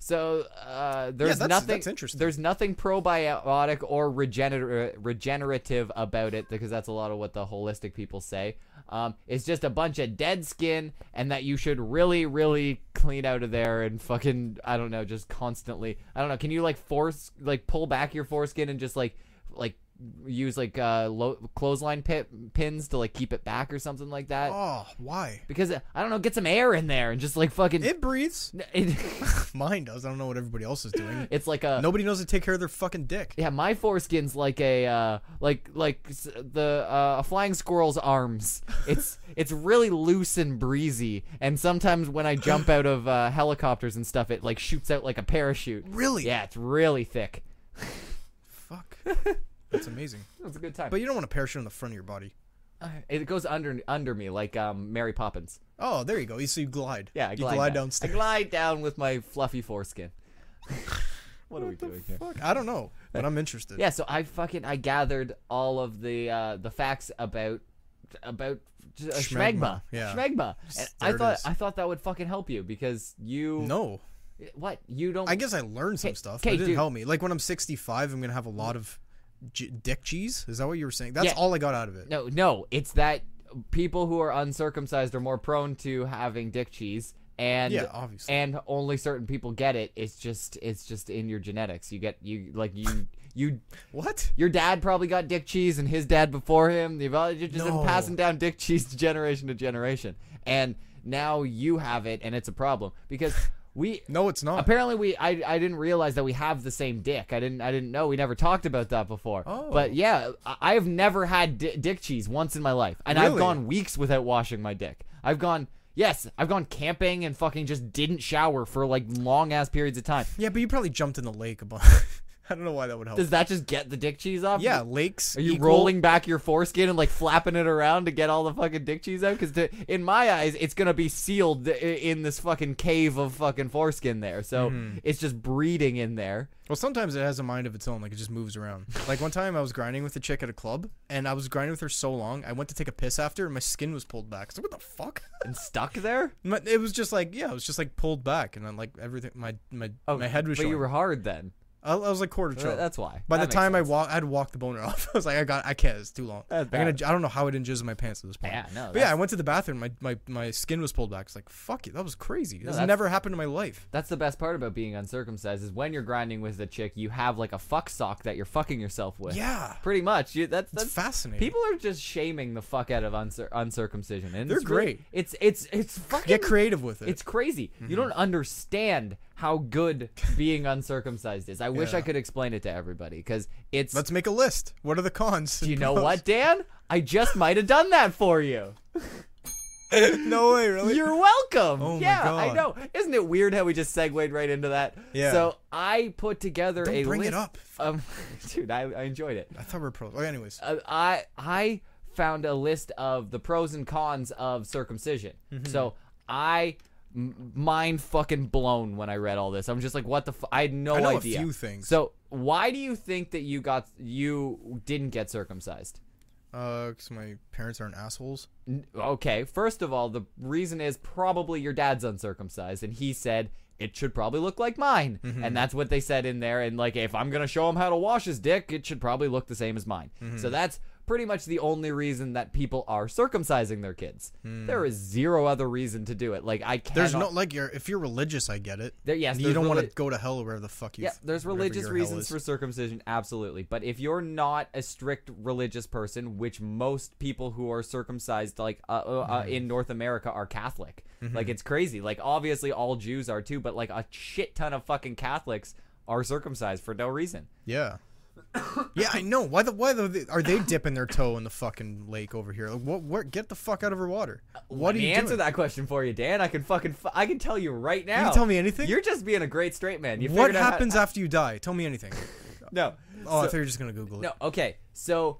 [SPEAKER 4] so uh there's
[SPEAKER 1] that's-
[SPEAKER 4] nothing
[SPEAKER 1] that's interesting.
[SPEAKER 4] there's nothing probiotic or regener- regenerative about it because that's a lot of what the holistic people say. Um it's just a bunch of dead skin and that you should really really clean out of there and fucking I don't know just constantly. I don't know, can you like force like pull back your foreskin and just like like use like uh lo- clothesline pit- pins to like keep it back or something like that?
[SPEAKER 1] Oh, why?
[SPEAKER 4] Because uh, I don't know, get some air in there and just like fucking
[SPEAKER 1] It breathes.
[SPEAKER 4] it,
[SPEAKER 1] Mine does. I don't know what everybody else is doing.
[SPEAKER 4] it's like a
[SPEAKER 1] Nobody knows to take care of their fucking dick.
[SPEAKER 4] yeah. My foreskin's like a uh, like like s- the uh, a flying squirrel's arms. It's it's really loose and breezy. And sometimes when I jump out of uh, helicopters and stuff, it like shoots out like a parachute.
[SPEAKER 1] Really?
[SPEAKER 4] Yeah, it's really thick.
[SPEAKER 1] Fuck. That's amazing.
[SPEAKER 4] It was a good time. Uh,
[SPEAKER 1] But you don't want a parachute on the front of your body.
[SPEAKER 4] it goes under under me like um Mary Poppins.
[SPEAKER 1] Oh, there you go. You so you glide.
[SPEAKER 4] Yeah, I
[SPEAKER 1] you
[SPEAKER 4] glide
[SPEAKER 1] glide
[SPEAKER 4] down.
[SPEAKER 1] downstairs.
[SPEAKER 4] I glide down with my fluffy foreskin. what are we doing here?
[SPEAKER 1] Fuck, I don't know, but I'm interested.
[SPEAKER 4] Yeah, so I fucking I gathered all of the uh, the facts about about j- uh,
[SPEAKER 1] Schmegma,
[SPEAKER 4] schmegma.
[SPEAKER 1] yeah.
[SPEAKER 4] Schmegma. And
[SPEAKER 1] Just-
[SPEAKER 4] I
[SPEAKER 1] there it
[SPEAKER 4] thought
[SPEAKER 1] is.
[SPEAKER 4] I thought that would fucking help you because you
[SPEAKER 1] No,
[SPEAKER 4] what you don't.
[SPEAKER 1] I guess I learned some
[SPEAKER 4] Okay,
[SPEAKER 1] stuff. But it
[SPEAKER 4] okay,
[SPEAKER 1] didn't
[SPEAKER 4] dude.
[SPEAKER 1] help me. Like when I'm 65, I'm gonna have a lot of j- dick cheese. Is that what you were saying? That's
[SPEAKER 4] Yeah.
[SPEAKER 1] all I got out of it.
[SPEAKER 4] No, no, it's that people who are uncircumcised are more prone to having dick cheese and
[SPEAKER 1] Yeah, obviously.
[SPEAKER 4] and only certain people get it. It's just it's just in your genetics. You get you like you you
[SPEAKER 1] What?
[SPEAKER 4] your dad probably got dick cheese and his dad before him. You've all- You're just
[SPEAKER 1] No.
[SPEAKER 4] passing down dick cheese generation to generation. And now you have it and it's a problem because we
[SPEAKER 1] No, it's not.
[SPEAKER 4] Apparently we I, I didn't realize that we have the same dick. I didn't I didn't know we never talked about that before.
[SPEAKER 1] Oh.
[SPEAKER 4] But yeah, I- I have never had di- dick cheese once in my life. And I've
[SPEAKER 1] Really?
[SPEAKER 4] gone weeks without washing my dick. I've gone yes, I've gone camping and fucking just didn't shower for like long ass periods of time.
[SPEAKER 1] yeah, but you probably jumped in the lake a bunch. I don't know why that would help.
[SPEAKER 4] Does that just get the dick cheese off?
[SPEAKER 1] yeah, lakes.
[SPEAKER 4] Are you
[SPEAKER 1] equal-
[SPEAKER 4] rolling back your foreskin and like flapping it around to get all the fucking dick cheese out? Because in my eyes, it's gonna be sealed i- in this fucking cave of fucking foreskin there. So
[SPEAKER 1] Mm-hmm.
[SPEAKER 4] it's just breeding in there.
[SPEAKER 1] Well, sometimes it has a mind of its own. Like it just moves around. like one time I was grinding with a chick at a club, and I was grinding with her so long, I went to take a piss after, and my skin was pulled back. So what the fuck?
[SPEAKER 4] and stuck there.
[SPEAKER 1] My- it was just like yeah, it was just like pulled back, and I'm like everything. My my my head was.
[SPEAKER 4] Oh, But you
[SPEAKER 1] showing.
[SPEAKER 4] were hard then.
[SPEAKER 1] I, I was like quarter
[SPEAKER 4] Th-
[SPEAKER 1] choked.
[SPEAKER 4] That's why.
[SPEAKER 1] By
[SPEAKER 4] That
[SPEAKER 1] the
[SPEAKER 4] makes
[SPEAKER 1] time
[SPEAKER 4] sense.
[SPEAKER 1] I walk, I'd walk the boner off. I was like, I got, I can't. It's too long. I'm gonna,
[SPEAKER 4] bad.
[SPEAKER 1] I don't know how it didn't jizz in my pants at this point.
[SPEAKER 4] Yeah, no,
[SPEAKER 1] But yeah, I
[SPEAKER 4] that's-
[SPEAKER 1] went to the bathroom. My, my, my skin was pulled back. It's like, fuck it, that was crazy. That's
[SPEAKER 4] that's-
[SPEAKER 1] never happened in my life.
[SPEAKER 4] That's the best part about being uncircumcised is when you're grinding with a chick, you have like a fuck sock that you're fucking yourself with.
[SPEAKER 1] Yeah.
[SPEAKER 4] Pretty much. You, that's that's
[SPEAKER 1] fascinating.
[SPEAKER 4] People are just shaming the fuck out of uncir- uncircumcision, and
[SPEAKER 1] They're
[SPEAKER 4] it's really-
[SPEAKER 1] great.
[SPEAKER 4] It's it's it's fucking.
[SPEAKER 1] Get creative with it. Mm-hmm.
[SPEAKER 4] It's crazy. You don't understand how good being uncircumcised is. I wish I
[SPEAKER 1] Yeah.
[SPEAKER 4] could explain it to everybody because it's.
[SPEAKER 1] Let's make a list. What are the cons?
[SPEAKER 4] do you know what, Dan? I just might have done that for you.
[SPEAKER 1] no way, really.
[SPEAKER 4] You're welcome.
[SPEAKER 1] Oh my
[SPEAKER 4] yeah, I
[SPEAKER 1] God.
[SPEAKER 4] know. Isn't it weird how we just segued right into that?
[SPEAKER 1] Yeah.
[SPEAKER 4] So I put together
[SPEAKER 1] Don't
[SPEAKER 4] a
[SPEAKER 1] bring it
[SPEAKER 4] list.
[SPEAKER 1] up.
[SPEAKER 4] Um, dude, I, I enjoyed it.
[SPEAKER 1] I thought we were pros. Okay, anyways,
[SPEAKER 4] Uh, I I found a list of the pros and cons of circumcision.
[SPEAKER 1] Mm-hmm.
[SPEAKER 4] So I m- mind fucking blown when I read all this. I'm just like, what the? F-? I had no
[SPEAKER 1] I know a
[SPEAKER 4] idea.
[SPEAKER 1] few things.
[SPEAKER 4] So why do you think that you got you didn't get circumcised?
[SPEAKER 1] uh, 'cause my parents aren't assholes.
[SPEAKER 4] N- Okay, first of all, the reason is probably your dad's uncircumcised, and he said it should probably look like mine,
[SPEAKER 1] Mm-hmm.
[SPEAKER 4] and that's what they said in there. And like, if I'm gonna show him how to wash his dick, it should probably look the same as mine.
[SPEAKER 1] Mm-hmm.
[SPEAKER 4] So that's pretty much the only reason that people are circumcising their kids. There is zero other reason to do it. Like, I cannot.
[SPEAKER 1] Hmm. There's no like you're if you're religious, I get it.
[SPEAKER 4] There- yes,
[SPEAKER 1] you
[SPEAKER 4] there's
[SPEAKER 1] don't want to
[SPEAKER 4] reli-
[SPEAKER 1] go to hell or wherever the fuck you.
[SPEAKER 4] yeah,
[SPEAKER 1] th-
[SPEAKER 4] there's
[SPEAKER 1] wherever
[SPEAKER 4] religious
[SPEAKER 1] your hell
[SPEAKER 4] reasons
[SPEAKER 1] is.
[SPEAKER 4] for circumcision, absolutely. But if you're not a strict religious person, which most people who are circumcised, like uh, uh, uh, in North America, are Catholic,
[SPEAKER 1] Mm-hmm.
[SPEAKER 4] like it's crazy. Like obviously all Jews are too, but like a shit ton of fucking Catholics are circumcised for no reason.
[SPEAKER 1] Yeah. yeah, I know. Why the why the are they dipping their toe in the fucking lake over here? Like, what? Where? Get the fuck out of her water. What
[SPEAKER 4] Uh, Let
[SPEAKER 1] do
[SPEAKER 4] me
[SPEAKER 1] you
[SPEAKER 4] answer
[SPEAKER 1] doing?
[SPEAKER 4] that question for you, Dan. I can fucking fu- I can tell you right now.
[SPEAKER 1] tell me anything?
[SPEAKER 4] You're just being a great straight man. You
[SPEAKER 1] What
[SPEAKER 4] figured out how-
[SPEAKER 1] happens after you die? Tell me anything.
[SPEAKER 4] no.
[SPEAKER 1] Oh, I
[SPEAKER 4] So-
[SPEAKER 1] thought you were just gonna Google it.
[SPEAKER 4] No, okay. So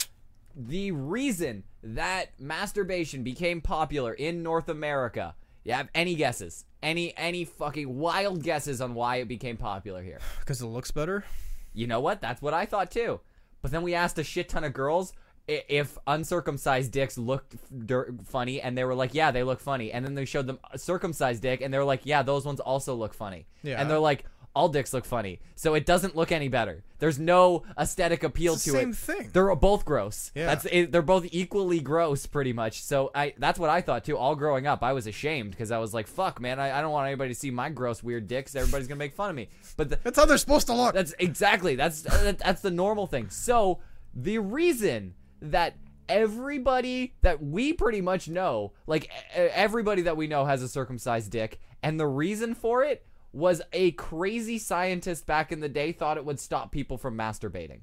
[SPEAKER 4] the reason that masturbation became popular in North America. You have any guesses? Any any fucking wild guesses on why it became popular here?
[SPEAKER 1] because it looks better.
[SPEAKER 4] You know what? That's what I thought too. But then we asked a shit ton of girls i- if uncircumcised dicks looked f- dir- funny and they were like, "Yeah, they look funny." And then they showed them a circumcised dick and they were like, "Yeah, those ones also look funny."
[SPEAKER 1] Yeah.
[SPEAKER 4] And they're like, "All dicks look funny." So it doesn't look any better. There's no aesthetic appeal
[SPEAKER 1] It's
[SPEAKER 4] to
[SPEAKER 1] the
[SPEAKER 4] it.
[SPEAKER 1] same thing.
[SPEAKER 4] They're both gross.
[SPEAKER 1] Yeah.
[SPEAKER 4] That's it, they're both equally gross pretty much. So I that's what I thought too all growing up. I was ashamed because I was like, "Fuck, man, I, I don't want anybody to see my gross weird dicks. Everybody's going to make fun of me." But the,
[SPEAKER 1] That's how they're supposed to look.
[SPEAKER 4] that's exactly that's that, that's the normal thing. So the reason that everybody that we pretty much know, like e- everybody that we know, has a circumcised dick, and the reason for it was a crazy scientist back in the day thought it would stop people from masturbating.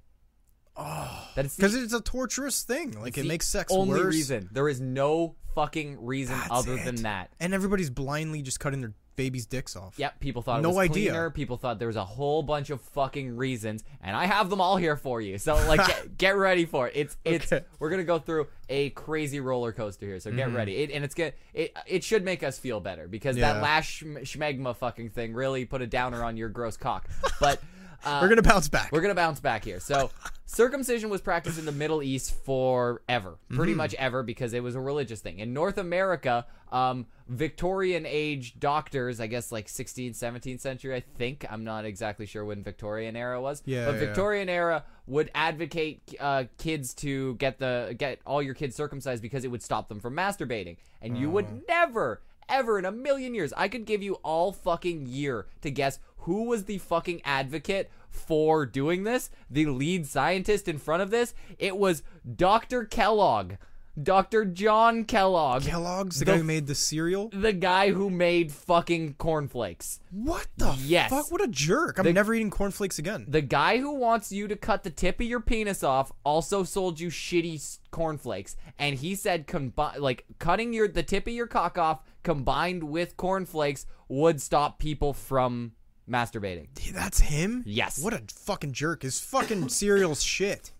[SPEAKER 4] Oh, that it's the
[SPEAKER 1] Because it's a torturous thing. Like it
[SPEAKER 4] the
[SPEAKER 1] makes sex
[SPEAKER 4] only
[SPEAKER 1] worse.
[SPEAKER 4] reason. There is no fucking reason
[SPEAKER 1] That's
[SPEAKER 4] other
[SPEAKER 1] it.
[SPEAKER 4] than that.
[SPEAKER 1] and everybody's blindly just cutting their babies' dicks off.
[SPEAKER 4] Yep, people thought it
[SPEAKER 1] No
[SPEAKER 4] was
[SPEAKER 1] idea.
[SPEAKER 4] cleaner. People thought there was a whole bunch of fucking reasons, and I have them all here for you. So like, get, get ready for it. It's it's
[SPEAKER 1] Okay. Mm-hmm.
[SPEAKER 4] we're gonna go through a crazy roller coaster here. So get ready. It, and it's gonna it it should make us feel better because
[SPEAKER 1] Yeah.
[SPEAKER 4] that last schm- schmegma fucking thing really put a downer on your gross cock. But uh,
[SPEAKER 1] We're gonna bounce back.
[SPEAKER 4] We're gonna bounce back here. So, circumcision was practiced in the Middle East forever,
[SPEAKER 1] Mm-hmm.
[SPEAKER 4] pretty much ever, because it was a religious thing. In North America, um, Victorian age doctors, I guess like 16th, 17th century, I think. I'm not exactly sure when Victorian era was,
[SPEAKER 1] Yeah,
[SPEAKER 4] but
[SPEAKER 1] yeah, yeah.
[SPEAKER 4] Victorian era would advocate uh, kids to get the get all your kids circumcised because it would stop them from masturbating, and you would never. Ever in a million years, I could give you all fucking year to guess who was the fucking advocate for doing this, the lead scientist in front of this. It was Dr. Kellogg. Dr. John Kellogg.
[SPEAKER 1] Kellogg's, the, guy who made the cereal.
[SPEAKER 4] The guy who made fucking cornflakes.
[SPEAKER 1] What the
[SPEAKER 4] Yes.
[SPEAKER 1] fuck? What a jerk! I'm never eating cornflakes again.
[SPEAKER 4] The guy who wants you to cut the tip of your penis off also sold you shitty s- cornflakes. And he said combi- like cutting your the tip of your cock off combined with cornflakes would stop people from masturbating.
[SPEAKER 1] That's him.
[SPEAKER 4] Yes.
[SPEAKER 1] What a fucking jerk! His fucking cereal's shit.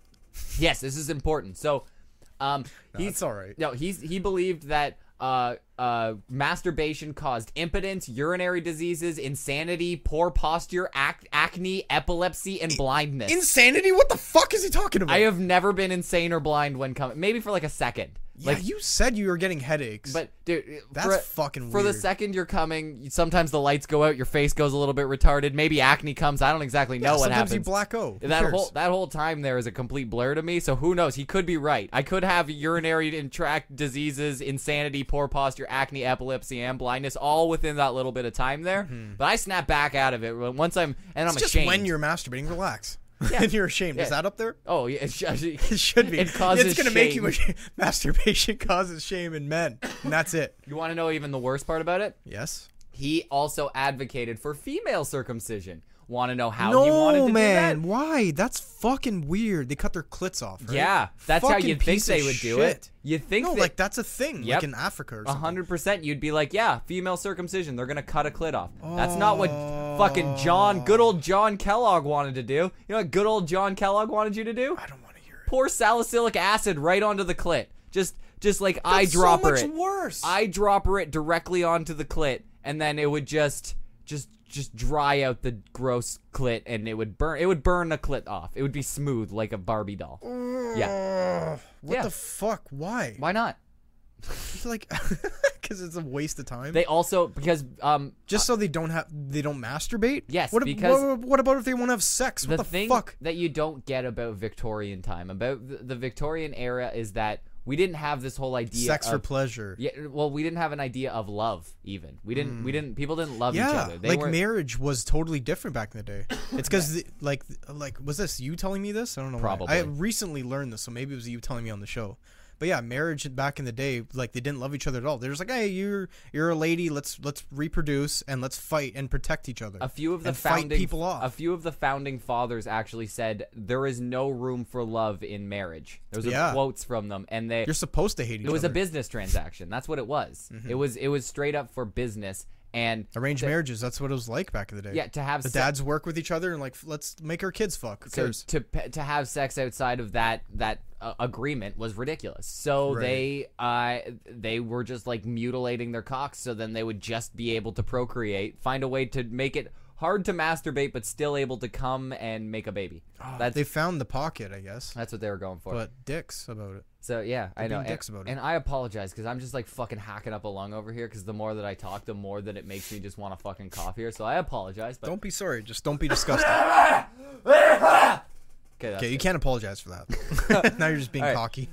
[SPEAKER 4] Yes, this is important. So, um, he's
[SPEAKER 1] it's all right.
[SPEAKER 4] No, he's he believed that uh, uh, masturbation caused impotence, urinary diseases, insanity, poor posture, ac- acne, epilepsy, and blindness.
[SPEAKER 1] Insanity? What the fuck is he talking about?
[SPEAKER 4] I have never been insane or blind when coming. Maybe for like a second.
[SPEAKER 1] yeah,
[SPEAKER 4] like
[SPEAKER 1] you said you were getting headaches.
[SPEAKER 4] but dude,
[SPEAKER 1] That's
[SPEAKER 4] for,
[SPEAKER 1] fucking
[SPEAKER 4] For the
[SPEAKER 1] weird.
[SPEAKER 4] second you're coming, you- sometimes the lights go out, your face goes a little bit retarded. Maybe acne comes. I don't exactly know
[SPEAKER 1] Yeah,
[SPEAKER 4] what
[SPEAKER 1] sometimes
[SPEAKER 4] happens.
[SPEAKER 1] you black out. Who
[SPEAKER 4] That
[SPEAKER 1] cares?
[SPEAKER 4] whole that whole time there is a complete blur to me. So who knows? He could be right. I could have urinary and tract diseases, insanity, poor posture, acne, epilepsy, and blindness all within that little bit of time there. But I snap back out of it once I'm
[SPEAKER 1] Mm-hmm.
[SPEAKER 4] and I'm
[SPEAKER 1] it's just
[SPEAKER 4] ashamed.
[SPEAKER 1] when you're masturbating, relax.
[SPEAKER 4] Yeah.
[SPEAKER 1] and you're ashamed. Is
[SPEAKER 4] Yeah.
[SPEAKER 1] that up there?
[SPEAKER 4] oh yeah, it should,
[SPEAKER 1] It should be.
[SPEAKER 4] It causes
[SPEAKER 1] it's gonna make you
[SPEAKER 4] shame.
[SPEAKER 1] ashamed. masturbation causes shame in men, and that's it.
[SPEAKER 4] You want to know even the worst part about it?
[SPEAKER 1] Yes.
[SPEAKER 4] He also advocated for female circumcision. Want to know how he wanted
[SPEAKER 1] no,
[SPEAKER 4] to
[SPEAKER 1] man.
[SPEAKER 4] do that?
[SPEAKER 1] Why? That's fucking weird. They cut their clits off. Right?
[SPEAKER 4] Yeah, that's how
[SPEAKER 1] fucking
[SPEAKER 4] you think
[SPEAKER 1] piece
[SPEAKER 4] they
[SPEAKER 1] of
[SPEAKER 4] would do
[SPEAKER 1] shit.
[SPEAKER 4] it. You think
[SPEAKER 1] No,
[SPEAKER 4] that-
[SPEAKER 1] like that's a thing,
[SPEAKER 4] Yep.
[SPEAKER 1] like in Africa or
[SPEAKER 4] A
[SPEAKER 1] something.
[SPEAKER 4] hundred percent, you'd be like, yeah, female circumcision. They're gonna cut a clit off. That's not what
[SPEAKER 1] Oh.
[SPEAKER 4] fucking John, good old John Kellogg wanted to do. You know what good old John Kellogg wanted you to do?
[SPEAKER 1] I don't want to hear it.
[SPEAKER 4] Pour salicylic acid right onto the clit. Just, just like
[SPEAKER 1] That's so
[SPEAKER 4] eyedropper
[SPEAKER 1] much
[SPEAKER 4] it.
[SPEAKER 1] worse.
[SPEAKER 4] Eyedropper it directly onto the clit, and then it would just, just, just dry out the gross clit, and it would burn. It would burn the clit off. It would be smooth like a Barbie doll. Yeah.
[SPEAKER 1] Ugh, what
[SPEAKER 4] Yeah.
[SPEAKER 1] the fuck? Why?
[SPEAKER 4] Why not?
[SPEAKER 1] It's like, because it's a waste of time.
[SPEAKER 4] They also because um
[SPEAKER 1] just so they don't have, they don't masturbate.
[SPEAKER 4] Yes,
[SPEAKER 1] What, if-
[SPEAKER 4] because-
[SPEAKER 1] what, what about if they want to have sex?
[SPEAKER 4] the,
[SPEAKER 1] what the
[SPEAKER 4] thing
[SPEAKER 1] fuck?
[SPEAKER 4] that you don't get about Victorian time, about the, the Victorian era, is that we didn't have this whole idea
[SPEAKER 1] Sex for
[SPEAKER 4] of-
[SPEAKER 1] pleasure.
[SPEAKER 4] Yeah, well, we didn't have an idea of love. Even we didn't. We didn't. People didn't love each
[SPEAKER 1] Mm. Yeah,
[SPEAKER 4] other. They
[SPEAKER 1] like
[SPEAKER 4] were
[SPEAKER 1] marriage was totally different back in the day. It's because like like was this you telling me this? I don't know. why. I
[SPEAKER 4] Probably.
[SPEAKER 1] recently learned this, so maybe it was you telling me on the show. But yeah, marriage back in the day, like they didn't love each other at all. They're just like, hey, you're you're a lady. Let's let's reproduce and let's fight and protect each other.
[SPEAKER 4] a few of the
[SPEAKER 1] and
[SPEAKER 4] founding
[SPEAKER 1] fight people off.
[SPEAKER 4] A few of the founding fathers actually said there is no room for love in marriage. Those are
[SPEAKER 1] Yeah.
[SPEAKER 4] quotes from them, and they
[SPEAKER 1] you're Mm-hmm. supposed to hate each
[SPEAKER 4] it was a
[SPEAKER 1] other.
[SPEAKER 4] business transaction. That's what it was. It was it was straight up for business and
[SPEAKER 1] Arranged
[SPEAKER 4] the-
[SPEAKER 1] marriages. That's what it was like back in the day.
[SPEAKER 4] Yeah, to have
[SPEAKER 1] the
[SPEAKER 4] se-
[SPEAKER 1] dads work with each other and like f- let's make our kids fuck. Who
[SPEAKER 4] so
[SPEAKER 1] cares?
[SPEAKER 4] to pe- to have sex outside of that that uh, agreement was ridiculous. So they uh they were just like mutilating their cocks so then they would just be able to procreate, find a way to make it hard to masturbate but still able to come and make a baby.
[SPEAKER 1] Oh,
[SPEAKER 4] that's
[SPEAKER 1] they found the pocket, I guess.
[SPEAKER 4] that's what they were going for.
[SPEAKER 1] But dicks about it.
[SPEAKER 4] so yeah, I know.
[SPEAKER 1] being
[SPEAKER 4] And,
[SPEAKER 1] dicks about it.
[SPEAKER 4] and I apologize cuz I'm just like fucking hacking up a lung over here cuz the more that I talk the more that it makes me just want to fucking cough here. So I apologize, but
[SPEAKER 1] Don't be sorry. Just don't be disgusted.
[SPEAKER 4] okay, that's
[SPEAKER 1] Okay, you can't apologize for that. now you're just being
[SPEAKER 4] All right.
[SPEAKER 1] cocky.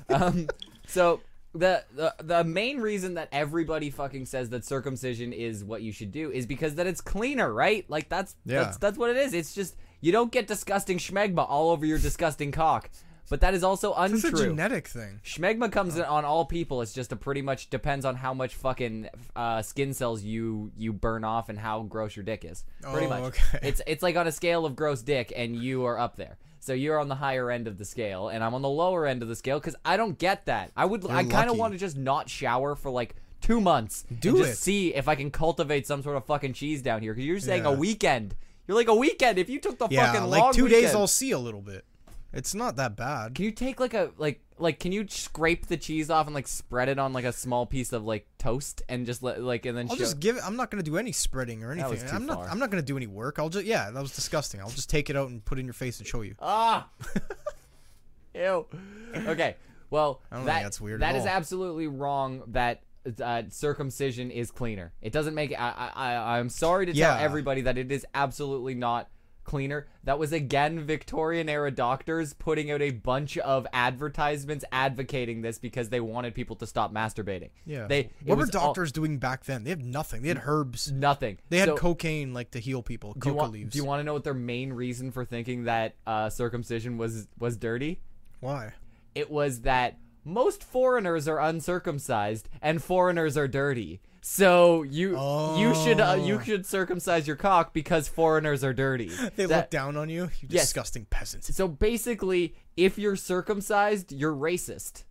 [SPEAKER 4] So the, the the main reason that everybody fucking says that circumcision is what you should do is because that it's cleaner, right? Like that's
[SPEAKER 1] Yeah.
[SPEAKER 4] that's that's what it is. It's just you don't get disgusting schmegma all over your disgusting cock. But that is also
[SPEAKER 1] It's a
[SPEAKER 4] untrue.
[SPEAKER 1] genetic thing.
[SPEAKER 4] Schmegma comes in on all people. It's just a pretty much depends on how much fucking uh, skin cells you you burn off and how gross your dick is. Pretty
[SPEAKER 1] Oh,
[SPEAKER 4] much.
[SPEAKER 1] okay.
[SPEAKER 4] It's it's like on a scale of gross dick, and you are up there. So you're on the higher end of the scale, and I'm on the lower end of the scale because I don't get that. I would I kind of
[SPEAKER 1] lucky.
[SPEAKER 4] want to just not shower for like two months.
[SPEAKER 1] Do
[SPEAKER 4] and just
[SPEAKER 1] it.
[SPEAKER 4] See if I can cultivate some sort of fucking cheese down here because you're saying
[SPEAKER 1] Yeah.
[SPEAKER 4] a weekend. You're like a weekend. If you took the
[SPEAKER 1] Yeah,
[SPEAKER 4] fucking
[SPEAKER 1] like
[SPEAKER 4] long
[SPEAKER 1] two days
[SPEAKER 4] weekend-
[SPEAKER 1] I'll see a little bit. It's not that bad.
[SPEAKER 4] Can you take like a like like can you scrape the cheese off and like spread it on like a small piece of like toast and just let like and then
[SPEAKER 1] I'll
[SPEAKER 4] show-
[SPEAKER 1] just give it. I'm not gonna do any spreading or anything.
[SPEAKER 4] was too
[SPEAKER 1] I'm not.
[SPEAKER 4] far.
[SPEAKER 1] I'm not gonna do any work. I'll just. Yeah, that was disgusting. I'll just take it out and put it in your face and show you.
[SPEAKER 4] Ah. Ew. Okay. Well,
[SPEAKER 1] don't think
[SPEAKER 4] that,
[SPEAKER 1] that's weird
[SPEAKER 4] That
[SPEAKER 1] at
[SPEAKER 4] is
[SPEAKER 1] all.
[SPEAKER 4] absolutely wrong. That uh, circumcision is cleaner. It doesn't make. I. I. I- I'm sorry to
[SPEAKER 1] Yeah.
[SPEAKER 4] tell everybody that it is absolutely not cleaner. That was again Victorian era doctors putting out a bunch of advertisements advocating this because they wanted people to stop masturbating.
[SPEAKER 1] Yeah.
[SPEAKER 4] They. it
[SPEAKER 1] what were
[SPEAKER 4] was all-
[SPEAKER 1] doctors doing back then? They had nothing. They had herbs.
[SPEAKER 4] nothing.
[SPEAKER 1] They had
[SPEAKER 4] So-
[SPEAKER 1] cocaine like to heal people.
[SPEAKER 4] do you,
[SPEAKER 1] Coca
[SPEAKER 4] want,
[SPEAKER 1] leaves.
[SPEAKER 4] do you want to know what their main reason for thinking that uh, circumcision was was dirty?
[SPEAKER 1] Why?
[SPEAKER 4] it was that most foreigners are uncircumcised and foreigners are dirty. So you you should
[SPEAKER 1] Oh.
[SPEAKER 4] uh, you should circumcise your cock because foreigners are dirty.
[SPEAKER 1] They
[SPEAKER 4] That-
[SPEAKER 1] look down on you. You
[SPEAKER 4] Yes.
[SPEAKER 1] disgusting peasant.
[SPEAKER 4] So basically, if you're circumcised, you're racist.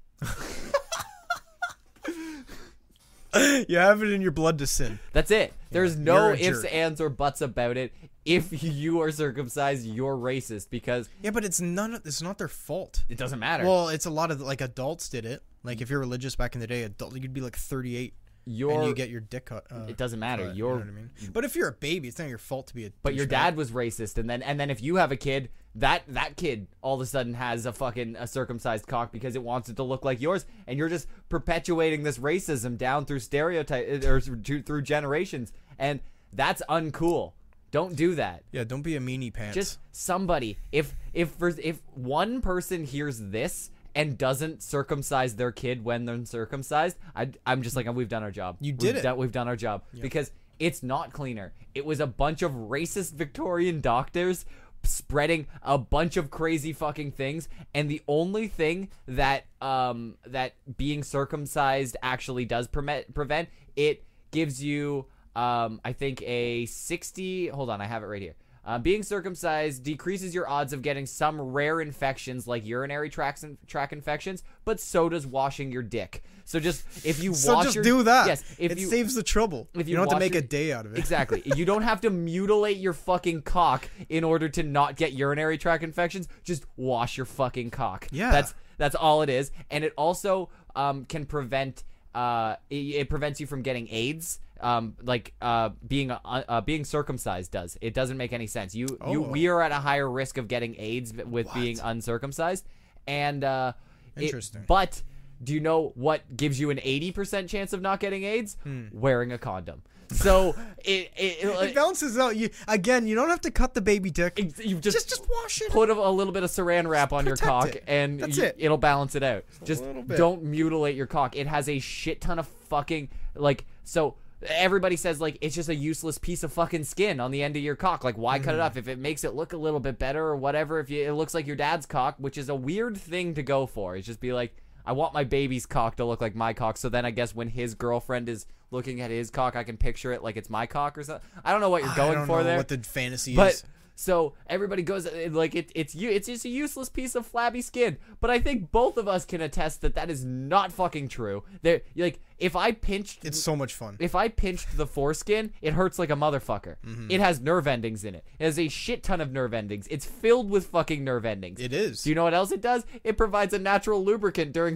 [SPEAKER 1] You have it in your blood to sin.
[SPEAKER 4] That's it. There's no
[SPEAKER 1] you're a
[SPEAKER 4] ifs,
[SPEAKER 1] jerk.
[SPEAKER 4] ands, or buts about it. If you are circumcised, you're racist because
[SPEAKER 1] Yeah, but it's none. Of, it's not their fault.
[SPEAKER 4] it doesn't matter.
[SPEAKER 1] Well, it's a lot of like adults did it. Like if you're religious back in the day, adult you'd be like 38
[SPEAKER 4] you're,
[SPEAKER 1] and you get your dick cut. Uh,
[SPEAKER 4] it doesn't matter.
[SPEAKER 1] cut, you
[SPEAKER 4] you're
[SPEAKER 1] know what I mean? But if you're a baby, it's not your fault to be a.
[SPEAKER 4] but your
[SPEAKER 1] douchebag.
[SPEAKER 4] dad was racist and then and then if you have a kid that that kid all of a sudden has a fucking a circumcised cock because it wants it to look like yours and you're just perpetuating this racism down through stereotype or through through generations and that's uncool don't do that
[SPEAKER 1] Yeah, don't be a meanie pants.
[SPEAKER 4] just somebody if if for, if one person hears this and doesn't circumcise their kid when they're circumcised I, i'm just like "Oh, we've done our job you
[SPEAKER 1] did
[SPEAKER 4] we've
[SPEAKER 1] it.
[SPEAKER 4] done, we've done our job because it's not cleaner it was a bunch of racist victorian doctors spreading a bunch of crazy fucking things and the only thing that um that being circumcised actually does prevent prevent it gives you um i think a 60 hold on i have it right here uh, being circumcised decreases your odds of getting some rare infections like urinary tracts and tract infections, but so does washing your dick. So just if you
[SPEAKER 1] so
[SPEAKER 4] wash
[SPEAKER 1] just
[SPEAKER 4] your,
[SPEAKER 1] do that.
[SPEAKER 4] Yes, if
[SPEAKER 1] it
[SPEAKER 4] you
[SPEAKER 1] saves the trouble.
[SPEAKER 4] if
[SPEAKER 1] you, don't have to
[SPEAKER 4] wash
[SPEAKER 1] make
[SPEAKER 4] your-
[SPEAKER 1] a day out of it.
[SPEAKER 4] Exactly. you don't have to mutilate your fucking cock in order to not get urinary tract infections. Just wash your fucking cock.
[SPEAKER 1] Yeah.
[SPEAKER 4] That's that's all it is, and it also um, can prevent uh, it, it prevents you from getting AIDS. Um, like uh, being uh, uh, being circumcised does. It doesn't make any sense. You you
[SPEAKER 1] Oh.
[SPEAKER 4] we are at a higher risk of getting AIDS with being uncircumcised, and uh, it-
[SPEAKER 1] Interesting.
[SPEAKER 4] but do you know what gives you an 80% chance of not getting AIDS? Wearing a condom. So it, it,
[SPEAKER 1] It balances out. You again. You don't have to cut the baby dick.
[SPEAKER 4] it- you just,
[SPEAKER 1] just wash it.
[SPEAKER 4] put a, a little bit of saran wrap on your
[SPEAKER 1] protect
[SPEAKER 4] cock
[SPEAKER 1] it.
[SPEAKER 4] and
[SPEAKER 1] That's
[SPEAKER 4] you-
[SPEAKER 1] it.
[SPEAKER 4] it'll balance it out. just
[SPEAKER 1] little bit.
[SPEAKER 4] don't mutilate your cock. It has a shit ton of fucking like so everybody says like it's just a useless piece of fucking skin on the end of your cock. Like why cut it
[SPEAKER 1] Mm-hmm.
[SPEAKER 4] off if it makes it look a little bit better or whatever if you, it looks like your dad's cock, which is a weird thing to go for. It's just be like I want my baby's cock to look like my cock, so then I guess when his girlfriend is looking at his cock, I can picture it like it's my cock or something. I don't know what you're going
[SPEAKER 1] I don't
[SPEAKER 4] for
[SPEAKER 1] know
[SPEAKER 4] there.
[SPEAKER 1] what the fantasy
[SPEAKER 4] But
[SPEAKER 1] is.
[SPEAKER 4] so everybody goes uh, like it, it's you. It's just a useless piece of flabby skin. But I think both of us can attest that that is not fucking true. There, like if I pinched,
[SPEAKER 1] It's so much fun.
[SPEAKER 4] if I pinched the foreskin, it hurts like a motherfucker.
[SPEAKER 1] Mm-hmm.
[SPEAKER 4] It has nerve endings in it. It has a shit ton of nerve endings. It's filled with fucking nerve endings.
[SPEAKER 1] It is.
[SPEAKER 4] Do you know what else it does? It provides a natural lubricant during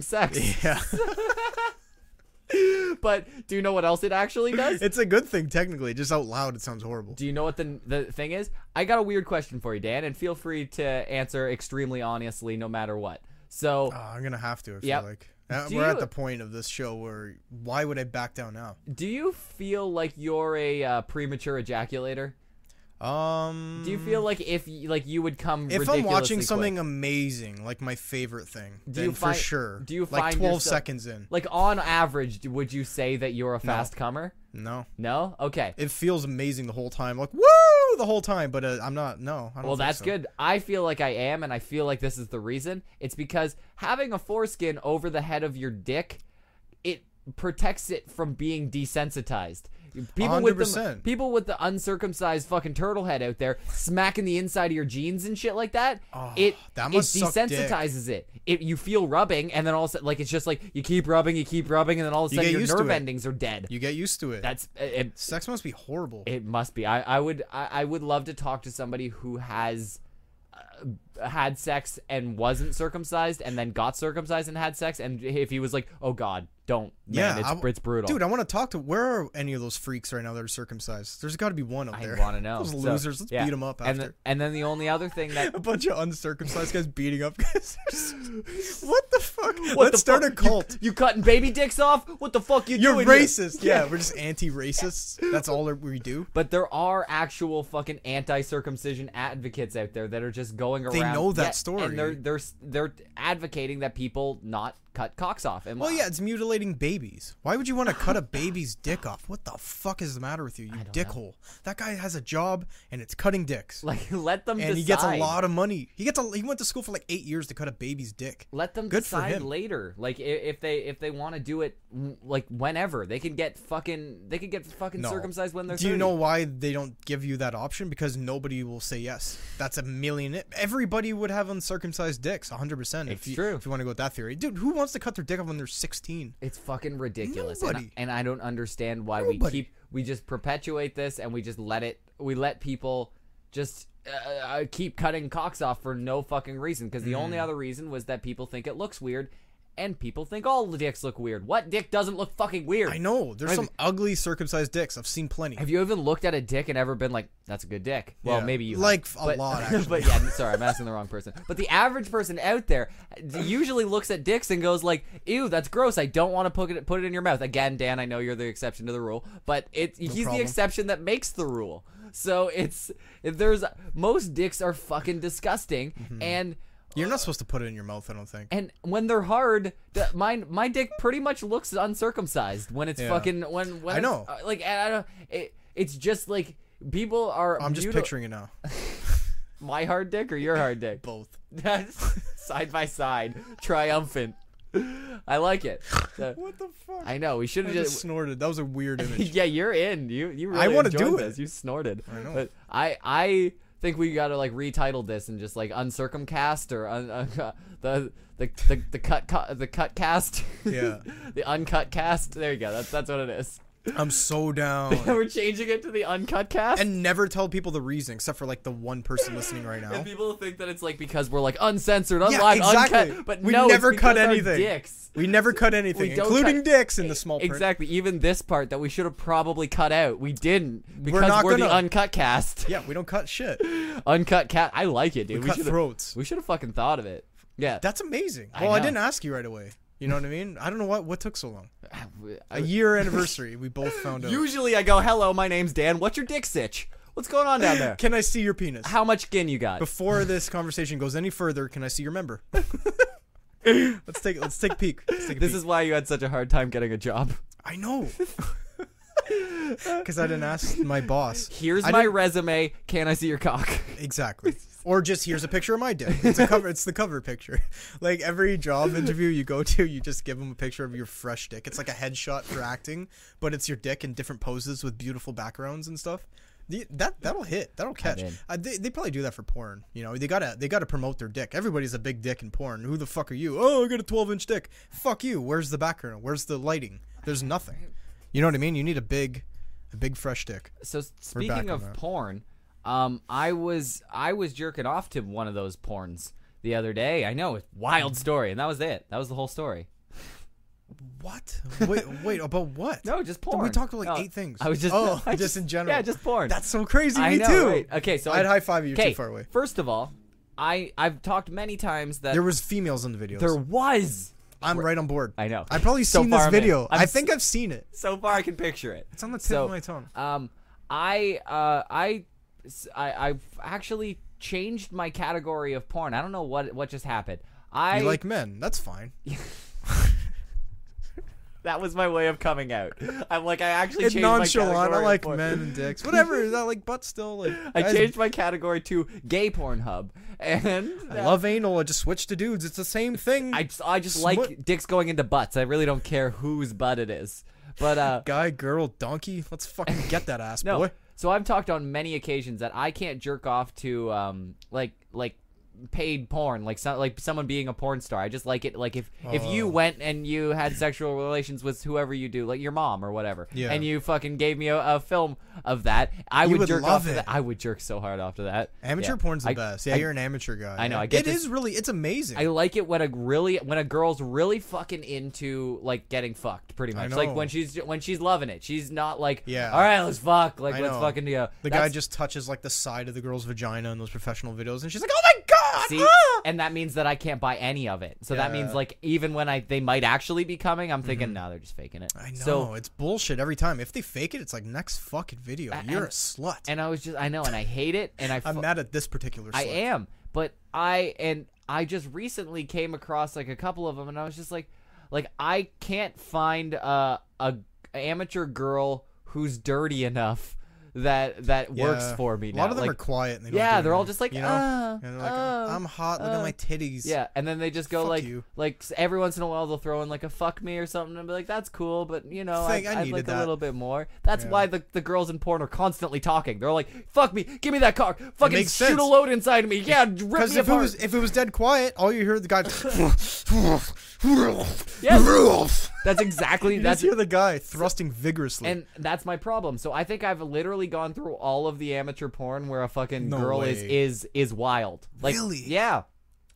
[SPEAKER 4] sex.
[SPEAKER 1] yeah,
[SPEAKER 4] but do you know what else it actually does?
[SPEAKER 1] it's a good thing technically. Just out loud, it sounds horrible.
[SPEAKER 4] Do you know what the the thing is? I got a weird question for you, Dan, and feel free to answer extremely honestly, no matter what. So,
[SPEAKER 1] Oh, I'm gonna have to. I feel
[SPEAKER 4] Yep.
[SPEAKER 1] like Uh,
[SPEAKER 4] Do
[SPEAKER 1] we're at
[SPEAKER 4] you-
[SPEAKER 1] the point of this show where why would I back down now?
[SPEAKER 4] do you feel like you're a uh, premature ejaculator?
[SPEAKER 1] Um,
[SPEAKER 4] Do you feel like if y- like you would come
[SPEAKER 1] if
[SPEAKER 4] ridiculously
[SPEAKER 1] I'm watching
[SPEAKER 4] quick?
[SPEAKER 1] something amazing, like my favorite thing,
[SPEAKER 4] Do
[SPEAKER 1] then
[SPEAKER 4] you
[SPEAKER 1] for
[SPEAKER 4] find-
[SPEAKER 1] sure.
[SPEAKER 4] do you
[SPEAKER 1] like
[SPEAKER 4] find
[SPEAKER 1] 12
[SPEAKER 4] yourself-
[SPEAKER 1] seconds in?
[SPEAKER 4] like on average, d- would you say that you're a fast comer?
[SPEAKER 1] No,
[SPEAKER 4] No. Okay.
[SPEAKER 1] it feels amazing the whole time. Like woo the whole time, but uh, I'm not. No, I don't
[SPEAKER 4] Well,
[SPEAKER 1] think
[SPEAKER 4] that's
[SPEAKER 1] so.
[SPEAKER 4] good. I feel like I am, and I feel like this is the reason. It's because having a foreskin over the head of your dick, it protects it from being desensitized. People with the
[SPEAKER 1] 100%.
[SPEAKER 4] people with the uncircumcised fucking turtle head out there smacking the inside of your jeans and shit like that. it
[SPEAKER 1] Ah, that
[SPEAKER 4] it
[SPEAKER 1] must suck dick.
[SPEAKER 4] desensitizes it. It you feel rubbing, and then all of a sudden, like it's just like you keep rubbing, you keep rubbing, and then all of a
[SPEAKER 1] You
[SPEAKER 4] sudden
[SPEAKER 1] get
[SPEAKER 4] your
[SPEAKER 1] used to
[SPEAKER 4] nerve
[SPEAKER 1] it.
[SPEAKER 4] endings are dead.
[SPEAKER 1] You get used to it.
[SPEAKER 4] That's it,
[SPEAKER 1] Sex must be horrible.
[SPEAKER 4] it must be. I, I would I, I would love to talk to somebody who has uh, had sex and wasn't circumcised and then got circumcised and had sex and if he was like oh god don't man
[SPEAKER 1] Yeah,
[SPEAKER 4] it's,
[SPEAKER 1] I w-
[SPEAKER 4] it's brutal
[SPEAKER 1] Dude, I want to talk to where are any of those freaks right now that are circumcised? There's got to be one up
[SPEAKER 4] I
[SPEAKER 1] there.
[SPEAKER 4] want to know.
[SPEAKER 1] those
[SPEAKER 4] So,
[SPEAKER 1] losers. Let's beat 'em
[SPEAKER 4] yeah.
[SPEAKER 1] beat them up
[SPEAKER 4] And,
[SPEAKER 1] after.
[SPEAKER 4] the- and then the only other thing that
[SPEAKER 1] a bunch of uncircumcised guys beating up guys. what the fuck?
[SPEAKER 4] the
[SPEAKER 1] Let's start
[SPEAKER 4] fuck?
[SPEAKER 1] a cult.
[SPEAKER 4] you cutting baby dicks off? What the fuck you
[SPEAKER 1] You're
[SPEAKER 4] doing? here?
[SPEAKER 1] racist. Yeah, we're just anti-racists. That's all that we do.
[SPEAKER 4] But there are actual fucking anti-circumcision advocates out there that are just going around.
[SPEAKER 1] They know that
[SPEAKER 4] yeah,
[SPEAKER 1] story.
[SPEAKER 4] and they're they're they're advocating that people not cut cocks off. And
[SPEAKER 1] Well, yeah, it's mutilating babies. Why would you want to cut a baby's dick off? What the fuck is the matter with you, you dickhole? That guy has a job and it's cutting dicks,
[SPEAKER 4] like let them
[SPEAKER 1] and
[SPEAKER 4] decide.
[SPEAKER 1] he gets a lot of money. He gets a, he went to school for like eight years to cut a baby's dick.
[SPEAKER 4] Let them
[SPEAKER 1] Good for
[SPEAKER 4] decide
[SPEAKER 1] him.
[SPEAKER 4] later. Like i- if they if they want to do it, mm, like whenever they can get fucking they can get fucking
[SPEAKER 1] No.
[SPEAKER 4] circumcised when they're.
[SPEAKER 1] Do you
[SPEAKER 4] 30.
[SPEAKER 1] know why they don't give you that option? Because nobody will say yes. That's a million. Everybody would have uncircumcised dicks, 100%.
[SPEAKER 4] It's
[SPEAKER 1] if you,
[SPEAKER 4] true.
[SPEAKER 1] If you want to go with that theory. Dude, who wants to cut their dick off when they're 16?
[SPEAKER 4] It's fucking ridiculous, and I,
[SPEAKER 1] Nobody.
[SPEAKER 4] and I don't understand why we
[SPEAKER 1] Nobody.
[SPEAKER 4] keep we just perpetuate this and we just let it we let people just uh, uh, keep cutting cocks off for no fucking reason because the
[SPEAKER 1] Mm.
[SPEAKER 4] only other reason was that people think it looks weird and people think all the dicks look weird. What dick doesn't look fucking weird?
[SPEAKER 1] I know. There's
[SPEAKER 4] Right.
[SPEAKER 1] some ugly circumcised dicks. I've seen plenty.
[SPEAKER 4] Have you even looked at a dick and ever been like, "That's a good dick"? Well,
[SPEAKER 1] Yeah.
[SPEAKER 4] maybe you have,
[SPEAKER 1] Like, a
[SPEAKER 4] but-
[SPEAKER 1] lot, actually.
[SPEAKER 4] but yeah, I'm sorry, I'm asking the wrong person. But the average person out there usually looks at dicks and goes like, "Ew, that's gross. I don't want to put it put it in your mouth." Again, Dan, I know you're the exception to the rule, but it he's
[SPEAKER 1] problem.
[SPEAKER 4] the exception that makes the rule. So it's if there's most dicks are fucking disgusting
[SPEAKER 1] Mm-hmm.
[SPEAKER 4] and.
[SPEAKER 1] You're not supposed to put it in your mouth, I don't think.
[SPEAKER 4] And when they're hard, the, mine my dick pretty much looks uncircumcised when it's
[SPEAKER 1] Yeah.
[SPEAKER 4] fucking when when
[SPEAKER 1] I
[SPEAKER 4] it's-
[SPEAKER 1] know.
[SPEAKER 4] uh, like and I don't it, it's just like people are.
[SPEAKER 1] I'm just
[SPEAKER 4] mutil-
[SPEAKER 1] picturing it now.
[SPEAKER 4] my hard dick or your hard dick,
[SPEAKER 1] Both.
[SPEAKER 4] side by side, triumphant. I like it. So-
[SPEAKER 1] What the fuck? I,
[SPEAKER 4] I know we should have
[SPEAKER 1] just,
[SPEAKER 4] just
[SPEAKER 1] snorted. That was a weird image.
[SPEAKER 4] yeah, you're in. You you really
[SPEAKER 1] I wanna
[SPEAKER 4] enjoyed
[SPEAKER 1] do
[SPEAKER 4] this.
[SPEAKER 1] it.
[SPEAKER 4] You snorted. I
[SPEAKER 1] know.
[SPEAKER 4] But I I think we got to like retitle this and just like uncircumcast or un, uh, the, the the the cut cut the cut cast.
[SPEAKER 1] Yeah.
[SPEAKER 4] the uncut cast. There you go. That's that's what it is.
[SPEAKER 1] I'm so down.
[SPEAKER 4] We're changing it to the uncut cast.
[SPEAKER 1] and never tell people the reason, except for like the one person listening right now.
[SPEAKER 4] And people think that it's like because we're like uncensored, unlive,
[SPEAKER 1] exactly.
[SPEAKER 4] uncut. But
[SPEAKER 1] We
[SPEAKER 4] no,
[SPEAKER 1] never
[SPEAKER 4] it's
[SPEAKER 1] cut
[SPEAKER 4] because our
[SPEAKER 1] anything.
[SPEAKER 4] Dicks.
[SPEAKER 1] We never cut anything,
[SPEAKER 4] don't
[SPEAKER 1] including
[SPEAKER 4] cut-
[SPEAKER 1] dicks in the small print.
[SPEAKER 4] Exactly. Even this part that we should have probably cut out, we didn't because
[SPEAKER 1] not
[SPEAKER 4] we're the
[SPEAKER 1] gonna.
[SPEAKER 4] uncut cast.
[SPEAKER 1] Yeah, we don't cut shit.
[SPEAKER 4] Uncut cat. I like it, dude.
[SPEAKER 1] We
[SPEAKER 4] We,
[SPEAKER 1] cut
[SPEAKER 4] should have.
[SPEAKER 1] throats.
[SPEAKER 4] We should have fucking thought of it. Yeah.
[SPEAKER 1] That's amazing. Well, I,
[SPEAKER 4] know.
[SPEAKER 1] didn't ask you right away. You know what I mean? I don't know what what took so long.
[SPEAKER 4] Ah, I-
[SPEAKER 1] A year anniversary, we both found out.
[SPEAKER 4] usually I go, "Hello, my name's Dan. What's your dick sitch? What's going on down there?
[SPEAKER 1] Can I see your penis?
[SPEAKER 4] How much skin you got?"
[SPEAKER 1] Before this conversation goes any further, can I see your member? let's take let's take a peek. Let's take a
[SPEAKER 4] This
[SPEAKER 1] peek.
[SPEAKER 4] is why you had such a hard time getting a job.
[SPEAKER 1] I know. Because I didn't ask my boss.
[SPEAKER 4] Here's
[SPEAKER 1] I
[SPEAKER 4] my
[SPEAKER 1] didn't-
[SPEAKER 4] resume. Can I see your cock?
[SPEAKER 1] exactly. Or just here's a picture of my dick. It's a cover. It's the cover picture. Like every job interview you go to, you just give them a picture of your fresh dick. It's like a headshot for acting, but it's your dick in different poses with beautiful backgrounds and stuff. The- That that'll hit. That'll catch.
[SPEAKER 4] in.
[SPEAKER 1] Uh, they, they probably do that for porn. You know, they gotta they gotta promote their dick. Everybody's a big dick in porn. Who the fuck are you? Oh, I got a 12 inch dick. Fuck you. Where's the background? Where's the lighting? There's nothing. You know what I mean? You need a big, a big fresh dick.
[SPEAKER 4] So s-
[SPEAKER 1] back
[SPEAKER 4] speaking
[SPEAKER 1] on
[SPEAKER 4] of
[SPEAKER 1] that.
[SPEAKER 4] porn, um, I was I was jerking off to one of those porns the other day. I know it's wild story, and that was it. That was the whole story.
[SPEAKER 1] What? Wait, wait. About what?
[SPEAKER 4] No, just porn.
[SPEAKER 1] We talked about like
[SPEAKER 4] No,
[SPEAKER 1] eight things.
[SPEAKER 4] I was just
[SPEAKER 1] oh,
[SPEAKER 4] I
[SPEAKER 1] just, in general.
[SPEAKER 4] Yeah, just porn.
[SPEAKER 1] That's so crazy.
[SPEAKER 4] I
[SPEAKER 1] Me
[SPEAKER 4] know,
[SPEAKER 1] too.
[SPEAKER 4] right. Okay, so
[SPEAKER 1] I'd
[SPEAKER 4] I-
[SPEAKER 1] high five you. You're
[SPEAKER 4] Okay,
[SPEAKER 1] Too far away.
[SPEAKER 4] First of all, I I've talked many times that
[SPEAKER 1] There was females in the videos.
[SPEAKER 4] there was.
[SPEAKER 1] I'm right on board.
[SPEAKER 4] I know.
[SPEAKER 1] I've probably
[SPEAKER 4] So
[SPEAKER 1] seen
[SPEAKER 4] far
[SPEAKER 1] this
[SPEAKER 4] I'm in.
[SPEAKER 1] video.
[SPEAKER 4] I'm
[SPEAKER 1] I
[SPEAKER 4] s-
[SPEAKER 1] think I've seen it.
[SPEAKER 4] So far, I can picture it. It's
[SPEAKER 1] on the tip
[SPEAKER 4] so,
[SPEAKER 1] of my tongue.
[SPEAKER 4] Um, I uh I s- I have actually changed my category of porn. I don't know what what just happened. I
[SPEAKER 1] You like men? That's fine.
[SPEAKER 4] That was my way of coming out. I'm like, I actually
[SPEAKER 1] It's
[SPEAKER 4] changed my
[SPEAKER 1] nonchalant. I
[SPEAKER 4] category
[SPEAKER 1] like
[SPEAKER 4] for-
[SPEAKER 1] men and dicks. Whatever. Is that like butt still? Like
[SPEAKER 4] I
[SPEAKER 1] guys-
[SPEAKER 4] changed my category to gay Pornhub, and
[SPEAKER 1] I love anal. I just switched to dudes. It's the same thing.
[SPEAKER 4] I just, I just like
[SPEAKER 1] Smut-
[SPEAKER 4] dicks going into butts. I really don't care whose butt it is, but uh,
[SPEAKER 1] guy, girl, donkey. Let's fucking get that ass,
[SPEAKER 4] no.
[SPEAKER 1] boy.
[SPEAKER 4] So I've talked on many occasions that I can't jerk off to um like like paid porn, like so, like someone being a porn star. I just like it like if if
[SPEAKER 1] Oh.
[SPEAKER 4] you went and you had sexual relations with whoever you do, like your mom or whatever,
[SPEAKER 1] Yeah.
[SPEAKER 4] and you fucking gave me a, a film of that, I
[SPEAKER 1] You
[SPEAKER 4] would,
[SPEAKER 1] would
[SPEAKER 4] jerk
[SPEAKER 1] love
[SPEAKER 4] off to
[SPEAKER 1] it.
[SPEAKER 4] that. I would jerk so hard off to that.
[SPEAKER 1] Amateur
[SPEAKER 4] Yeah.
[SPEAKER 1] porn's the
[SPEAKER 4] I-
[SPEAKER 1] best. Yeah,
[SPEAKER 4] I-
[SPEAKER 1] you're an amateur guy.
[SPEAKER 4] I know,
[SPEAKER 1] yeah.
[SPEAKER 4] I get
[SPEAKER 1] It
[SPEAKER 4] this-
[SPEAKER 1] is really. It's amazing.
[SPEAKER 4] I like it when a really when a girl's really fucking into like getting fucked pretty
[SPEAKER 1] I
[SPEAKER 4] much. Like
[SPEAKER 1] know.
[SPEAKER 4] when she's when she's loving it. She's not like
[SPEAKER 1] Yeah.
[SPEAKER 4] all right, let's fuck. Like
[SPEAKER 1] I
[SPEAKER 4] let's
[SPEAKER 1] know.
[SPEAKER 4] fucking go.
[SPEAKER 1] the guy
[SPEAKER 4] That's-
[SPEAKER 1] just touches like the side of the girl's vagina in those professional videos, and she's like, "Oh my god!"
[SPEAKER 4] See,
[SPEAKER 1] ah!"
[SPEAKER 4] and that means that I can't buy any of it. So that means
[SPEAKER 1] Yeah. Mm-hmm.
[SPEAKER 4] like even when I they might actually be coming, I'm thinking no, they're just faking it.
[SPEAKER 1] I know
[SPEAKER 4] So
[SPEAKER 1] it's bullshit every time. If they fake it, it's like next fucking video.
[SPEAKER 4] A-
[SPEAKER 1] You're
[SPEAKER 4] and-
[SPEAKER 1] a slut.
[SPEAKER 4] and I was just I know and I hate it and I fu-
[SPEAKER 1] I'm mad at this particular. Slut.
[SPEAKER 4] I am, but I and I just recently came across like a couple of them, and I was just like, like I can't find a a amateur girl who's dirty enough that that works
[SPEAKER 1] Yeah.
[SPEAKER 4] for
[SPEAKER 1] A
[SPEAKER 4] me.
[SPEAKER 1] lot
[SPEAKER 4] now.
[SPEAKER 1] of them
[SPEAKER 4] like,
[SPEAKER 1] are quiet. And they don't
[SPEAKER 4] yeah,
[SPEAKER 1] do
[SPEAKER 4] they're all
[SPEAKER 1] anything,
[SPEAKER 4] just like,
[SPEAKER 1] you know?
[SPEAKER 4] "Uh,
[SPEAKER 1] And they're like, "Ah,
[SPEAKER 4] uh,
[SPEAKER 1] I'm hot. Look at
[SPEAKER 4] uh."
[SPEAKER 1] my titties.
[SPEAKER 4] Yeah, and then they just go
[SPEAKER 1] Fuck
[SPEAKER 4] like,
[SPEAKER 1] you.
[SPEAKER 4] like s- every once in a while they'll throw in like a fuck me or something, and be like, that's cool, but you know,
[SPEAKER 1] Thank-
[SPEAKER 4] I'd,
[SPEAKER 1] I
[SPEAKER 4] I'd like
[SPEAKER 1] needed
[SPEAKER 4] a
[SPEAKER 1] that.
[SPEAKER 4] little bit more. That's
[SPEAKER 1] Yeah.
[SPEAKER 4] why the, the girls in porn are constantly talking. They're like, fuck me, give me that cock, fucking shoot
[SPEAKER 1] makes
[SPEAKER 4] a
[SPEAKER 1] sense.
[SPEAKER 4] load inside of me, yeah, rip me
[SPEAKER 1] Because if it
[SPEAKER 4] apart."
[SPEAKER 1] was if it was dead quiet, all you hear the guy.
[SPEAKER 4] Yes. That's exactly
[SPEAKER 1] You
[SPEAKER 4] that's
[SPEAKER 1] just hear the guy thrusting vigorously.
[SPEAKER 4] and that's my problem. So I think I've literally gone through all of the amateur porn where a fucking
[SPEAKER 1] No
[SPEAKER 4] girl is
[SPEAKER 1] way.
[SPEAKER 4] is is wild. Like
[SPEAKER 1] Really?
[SPEAKER 4] yeah.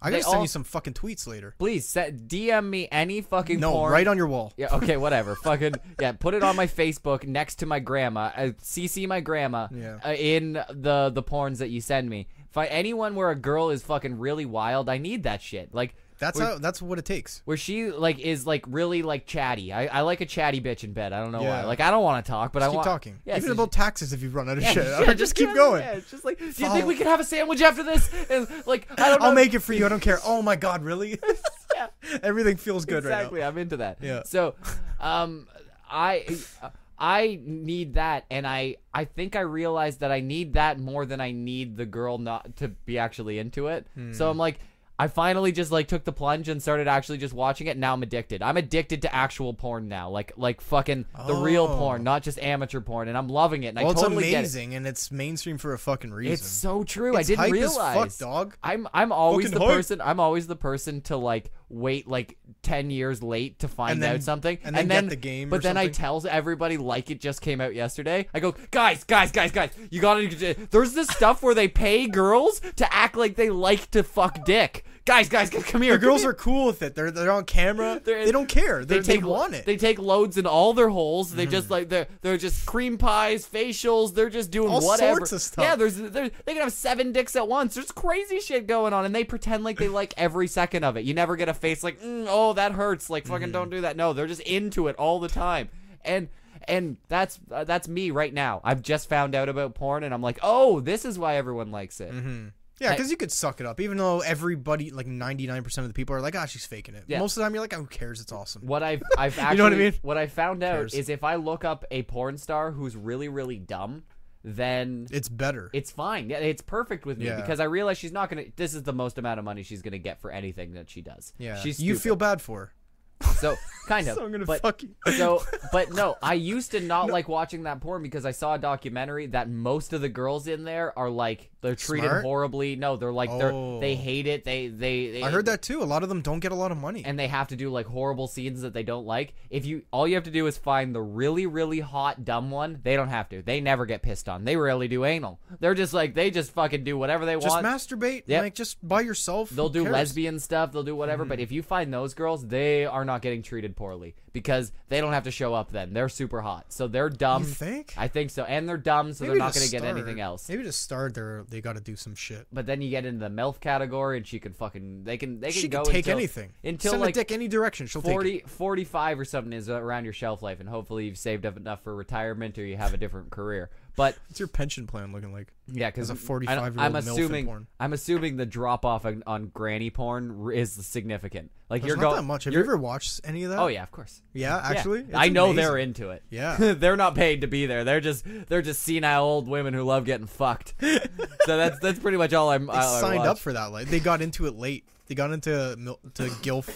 [SPEAKER 1] I gotta
[SPEAKER 4] they
[SPEAKER 1] send
[SPEAKER 4] all-
[SPEAKER 1] you some fucking tweets later.
[SPEAKER 4] Please set, DM me any fucking
[SPEAKER 1] No,
[SPEAKER 4] porn.
[SPEAKER 1] right on your wall.
[SPEAKER 4] Yeah, okay, whatever. Fucking yeah, put it on my Facebook next to my grandma. Uh, CC my grandma
[SPEAKER 1] Yeah.
[SPEAKER 4] uh, in the the porns that you send me. Find anyone where a girl is fucking really wild. I need that shit. Like
[SPEAKER 1] That's
[SPEAKER 4] where-
[SPEAKER 1] how. That's what it takes.
[SPEAKER 4] where she like is like really like chatty. I, I like a chatty bitch in bed. I don't know why.
[SPEAKER 1] Yeah.
[SPEAKER 4] Like I don't want to talk, but I
[SPEAKER 1] keep
[SPEAKER 4] want
[SPEAKER 1] talking.
[SPEAKER 4] Yeah,
[SPEAKER 1] Even
[SPEAKER 4] so
[SPEAKER 1] about
[SPEAKER 4] she-
[SPEAKER 1] taxes if you run out of
[SPEAKER 4] yeah,
[SPEAKER 1] shit.
[SPEAKER 4] yeah,
[SPEAKER 1] just keep
[SPEAKER 4] yeah,
[SPEAKER 1] going.
[SPEAKER 4] yeah, it's just like, do you
[SPEAKER 1] Follow-
[SPEAKER 4] think we could have a sandwich after this? And like I don't. Know.
[SPEAKER 1] I'll make it for you. I don't care. Oh my god, really?
[SPEAKER 4] Yeah,
[SPEAKER 1] Everything feels good
[SPEAKER 4] exactly.
[SPEAKER 1] right
[SPEAKER 4] I'm into that.
[SPEAKER 1] Yeah.
[SPEAKER 4] So, um, I. I need that, and I I think I realized that I need that more than I need the girl not to be actually into it.
[SPEAKER 1] Hmm.
[SPEAKER 4] So I'm like, I finally just like took the plunge and started actually just watching it. Now I'm addicted. I'm addicted to actual porn now, like like fucking the real
[SPEAKER 1] Oh.
[SPEAKER 4] porn, not just amateur porn, and I'm loving it. And
[SPEAKER 1] now. Well,
[SPEAKER 4] I
[SPEAKER 1] it's
[SPEAKER 4] totally get it.
[SPEAKER 1] amazing and it's mainstream for a fucking reason.
[SPEAKER 4] It's so true.
[SPEAKER 1] It's
[SPEAKER 4] I didn't
[SPEAKER 1] hype as fuck,
[SPEAKER 4] realize.
[SPEAKER 1] dog.
[SPEAKER 4] I'm I'm always
[SPEAKER 1] Fucking
[SPEAKER 4] the
[SPEAKER 1] hype.
[SPEAKER 4] person. I'm always the person to like wait like ten years late to find
[SPEAKER 1] And then-
[SPEAKER 4] out something,
[SPEAKER 1] and then get the game
[SPEAKER 4] But
[SPEAKER 1] or
[SPEAKER 4] then I
[SPEAKER 1] something.
[SPEAKER 4] tell everybody like it just came out yesterday. I go, guys, guys, guys, guys. You gotta. There's this stuff where they pay girls to act like they like to fuck dick. Guys, guys, guys come here.
[SPEAKER 1] the girls are cool with it. They're they're on camera.
[SPEAKER 4] They're-
[SPEAKER 1] they don't care. They,
[SPEAKER 4] They
[SPEAKER 1] they
[SPEAKER 4] take
[SPEAKER 1] want it. Mm.
[SPEAKER 4] They take loads in all their holes. They just like they're they're just cream pies, facials. They're just doing
[SPEAKER 1] All
[SPEAKER 4] whatever.
[SPEAKER 1] sorts of stuff.
[SPEAKER 4] Yeah, there's, there's they can have seven dicks at once. There's crazy shit going on, and they pretend like they like every second of it. You never get a face like, mm, oh, that hurts. Like
[SPEAKER 1] Mm-hmm.
[SPEAKER 4] fucking don't do that. No, they're just into it all the time, and. And that's uh, that's me right now. I've just found out about porn, and I'm like, oh, this is why everyone likes
[SPEAKER 1] Mm-hmm.
[SPEAKER 4] it.
[SPEAKER 1] yeah, because you could suck it up, even though everybody, like ninety nine percent of the people, are like, "Ah, she's faking it."
[SPEAKER 4] Yeah.
[SPEAKER 1] Most of the time, you're like, "Who cares? It's awesome."
[SPEAKER 4] What I've I've actually
[SPEAKER 1] You know what I mean?
[SPEAKER 4] what I found out
[SPEAKER 1] Cares.
[SPEAKER 4] is if I look up a porn star who's really really dumb, then
[SPEAKER 1] It's better.
[SPEAKER 4] it's fine. Yeah, It's perfect with me
[SPEAKER 1] Yeah.
[SPEAKER 4] because I realize she's not gonna. This is the most amount of money she's gonna get for anything that she does.
[SPEAKER 1] yeah,
[SPEAKER 4] she's
[SPEAKER 1] you feel
[SPEAKER 4] stupid.
[SPEAKER 1] bad for. her.
[SPEAKER 4] so kind of.
[SPEAKER 1] So I'm gonna
[SPEAKER 4] but,
[SPEAKER 1] fuck you.
[SPEAKER 4] so, but no, I used to not like watching that porn because I saw a documentary that most of the girls in there are like they're treated
[SPEAKER 1] Smart?
[SPEAKER 4] horribly. No, they're like
[SPEAKER 1] Oh.
[SPEAKER 4] they're they hate it. They they, they
[SPEAKER 1] I heard that too. A lot of them don't get a lot of money.
[SPEAKER 4] and they have to do like horrible scenes that they don't like. If you all you have to do is find the really really hot dumb one, they don't have to. They never get pissed on. They rarely do anal. They're just like they just fucking do whatever they
[SPEAKER 1] just
[SPEAKER 4] want.
[SPEAKER 1] masturbate,
[SPEAKER 4] Yep.
[SPEAKER 1] like just by yourself.
[SPEAKER 4] they'll
[SPEAKER 1] Who
[SPEAKER 4] do
[SPEAKER 1] cares? Mm-hmm.
[SPEAKER 4] lesbian stuff. They'll do whatever. But if you find those girls, they are not getting treated poorly because they don't have to show up. Then they're super hot, so they're dumb.
[SPEAKER 1] think?
[SPEAKER 4] I think so, and they're dumb, so
[SPEAKER 1] Maybe
[SPEAKER 4] they're not
[SPEAKER 1] to
[SPEAKER 4] going to get
[SPEAKER 1] start-
[SPEAKER 4] anything else.
[SPEAKER 1] Maybe to start, they're they got to do some shit.
[SPEAKER 4] But then you get into the MILF category, and she can fucking they can they can
[SPEAKER 1] She
[SPEAKER 4] go
[SPEAKER 1] can take
[SPEAKER 4] until,
[SPEAKER 1] anything.
[SPEAKER 4] until
[SPEAKER 1] Send
[SPEAKER 4] like
[SPEAKER 1] a dick any direction. She'll take it.
[SPEAKER 4] 40, 45 or something is around your shelf life, and hopefully you've saved up enough for retirement or you have a different career. But
[SPEAKER 1] What's your pension plan looking like?
[SPEAKER 4] yeah, because
[SPEAKER 1] As a 45-year-old
[SPEAKER 4] I'm
[SPEAKER 1] MILF in
[SPEAKER 4] assuming
[SPEAKER 1] porn.
[SPEAKER 4] I'm assuming the drop off on, on granny porn r- is significant. Like
[SPEAKER 1] There's
[SPEAKER 4] you're
[SPEAKER 1] not
[SPEAKER 4] going
[SPEAKER 1] that much. Have you
[SPEAKER 4] you're-
[SPEAKER 1] ever watched any of that?
[SPEAKER 4] Oh yeah, of course.
[SPEAKER 1] Yeah,
[SPEAKER 4] Yeah.
[SPEAKER 1] actually, It's
[SPEAKER 4] I know they're
[SPEAKER 1] amazing.
[SPEAKER 4] into it.
[SPEAKER 1] Yeah.
[SPEAKER 4] they're not paid to be there. They're just they're just senile old women who love getting fucked. so that's that's pretty much all I'm.
[SPEAKER 1] They signed up for that. Like they got into it late. They got into mil- to gilf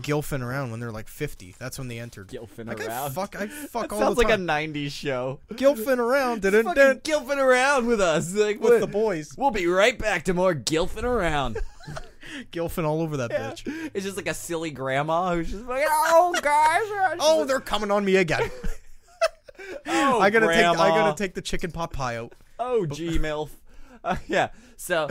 [SPEAKER 1] gilfing around when they're like 50. That's when they entered.
[SPEAKER 4] Gilfing
[SPEAKER 1] like, I
[SPEAKER 4] around.
[SPEAKER 1] fuck, I fuck all
[SPEAKER 4] Sounds
[SPEAKER 1] the
[SPEAKER 4] like a
[SPEAKER 1] time.
[SPEAKER 4] '90s show.
[SPEAKER 1] gilfing around. Dun, dun,
[SPEAKER 4] Fucking
[SPEAKER 1] dun,
[SPEAKER 4] gilfing around with us, like
[SPEAKER 1] with
[SPEAKER 4] what-
[SPEAKER 1] the boys.
[SPEAKER 4] We'll be right back to more gilfing around.
[SPEAKER 1] Gilfing all over that bitch.
[SPEAKER 4] It's just like a silly grandma who's just like, "Oh guys, we're-
[SPEAKER 1] Oh, they're coming on me again.
[SPEAKER 4] oh,
[SPEAKER 1] I gotta
[SPEAKER 4] grandma.
[SPEAKER 1] take I gotta take the chicken pot pie out.
[SPEAKER 4] Oh, G milf. Uh, yeah. So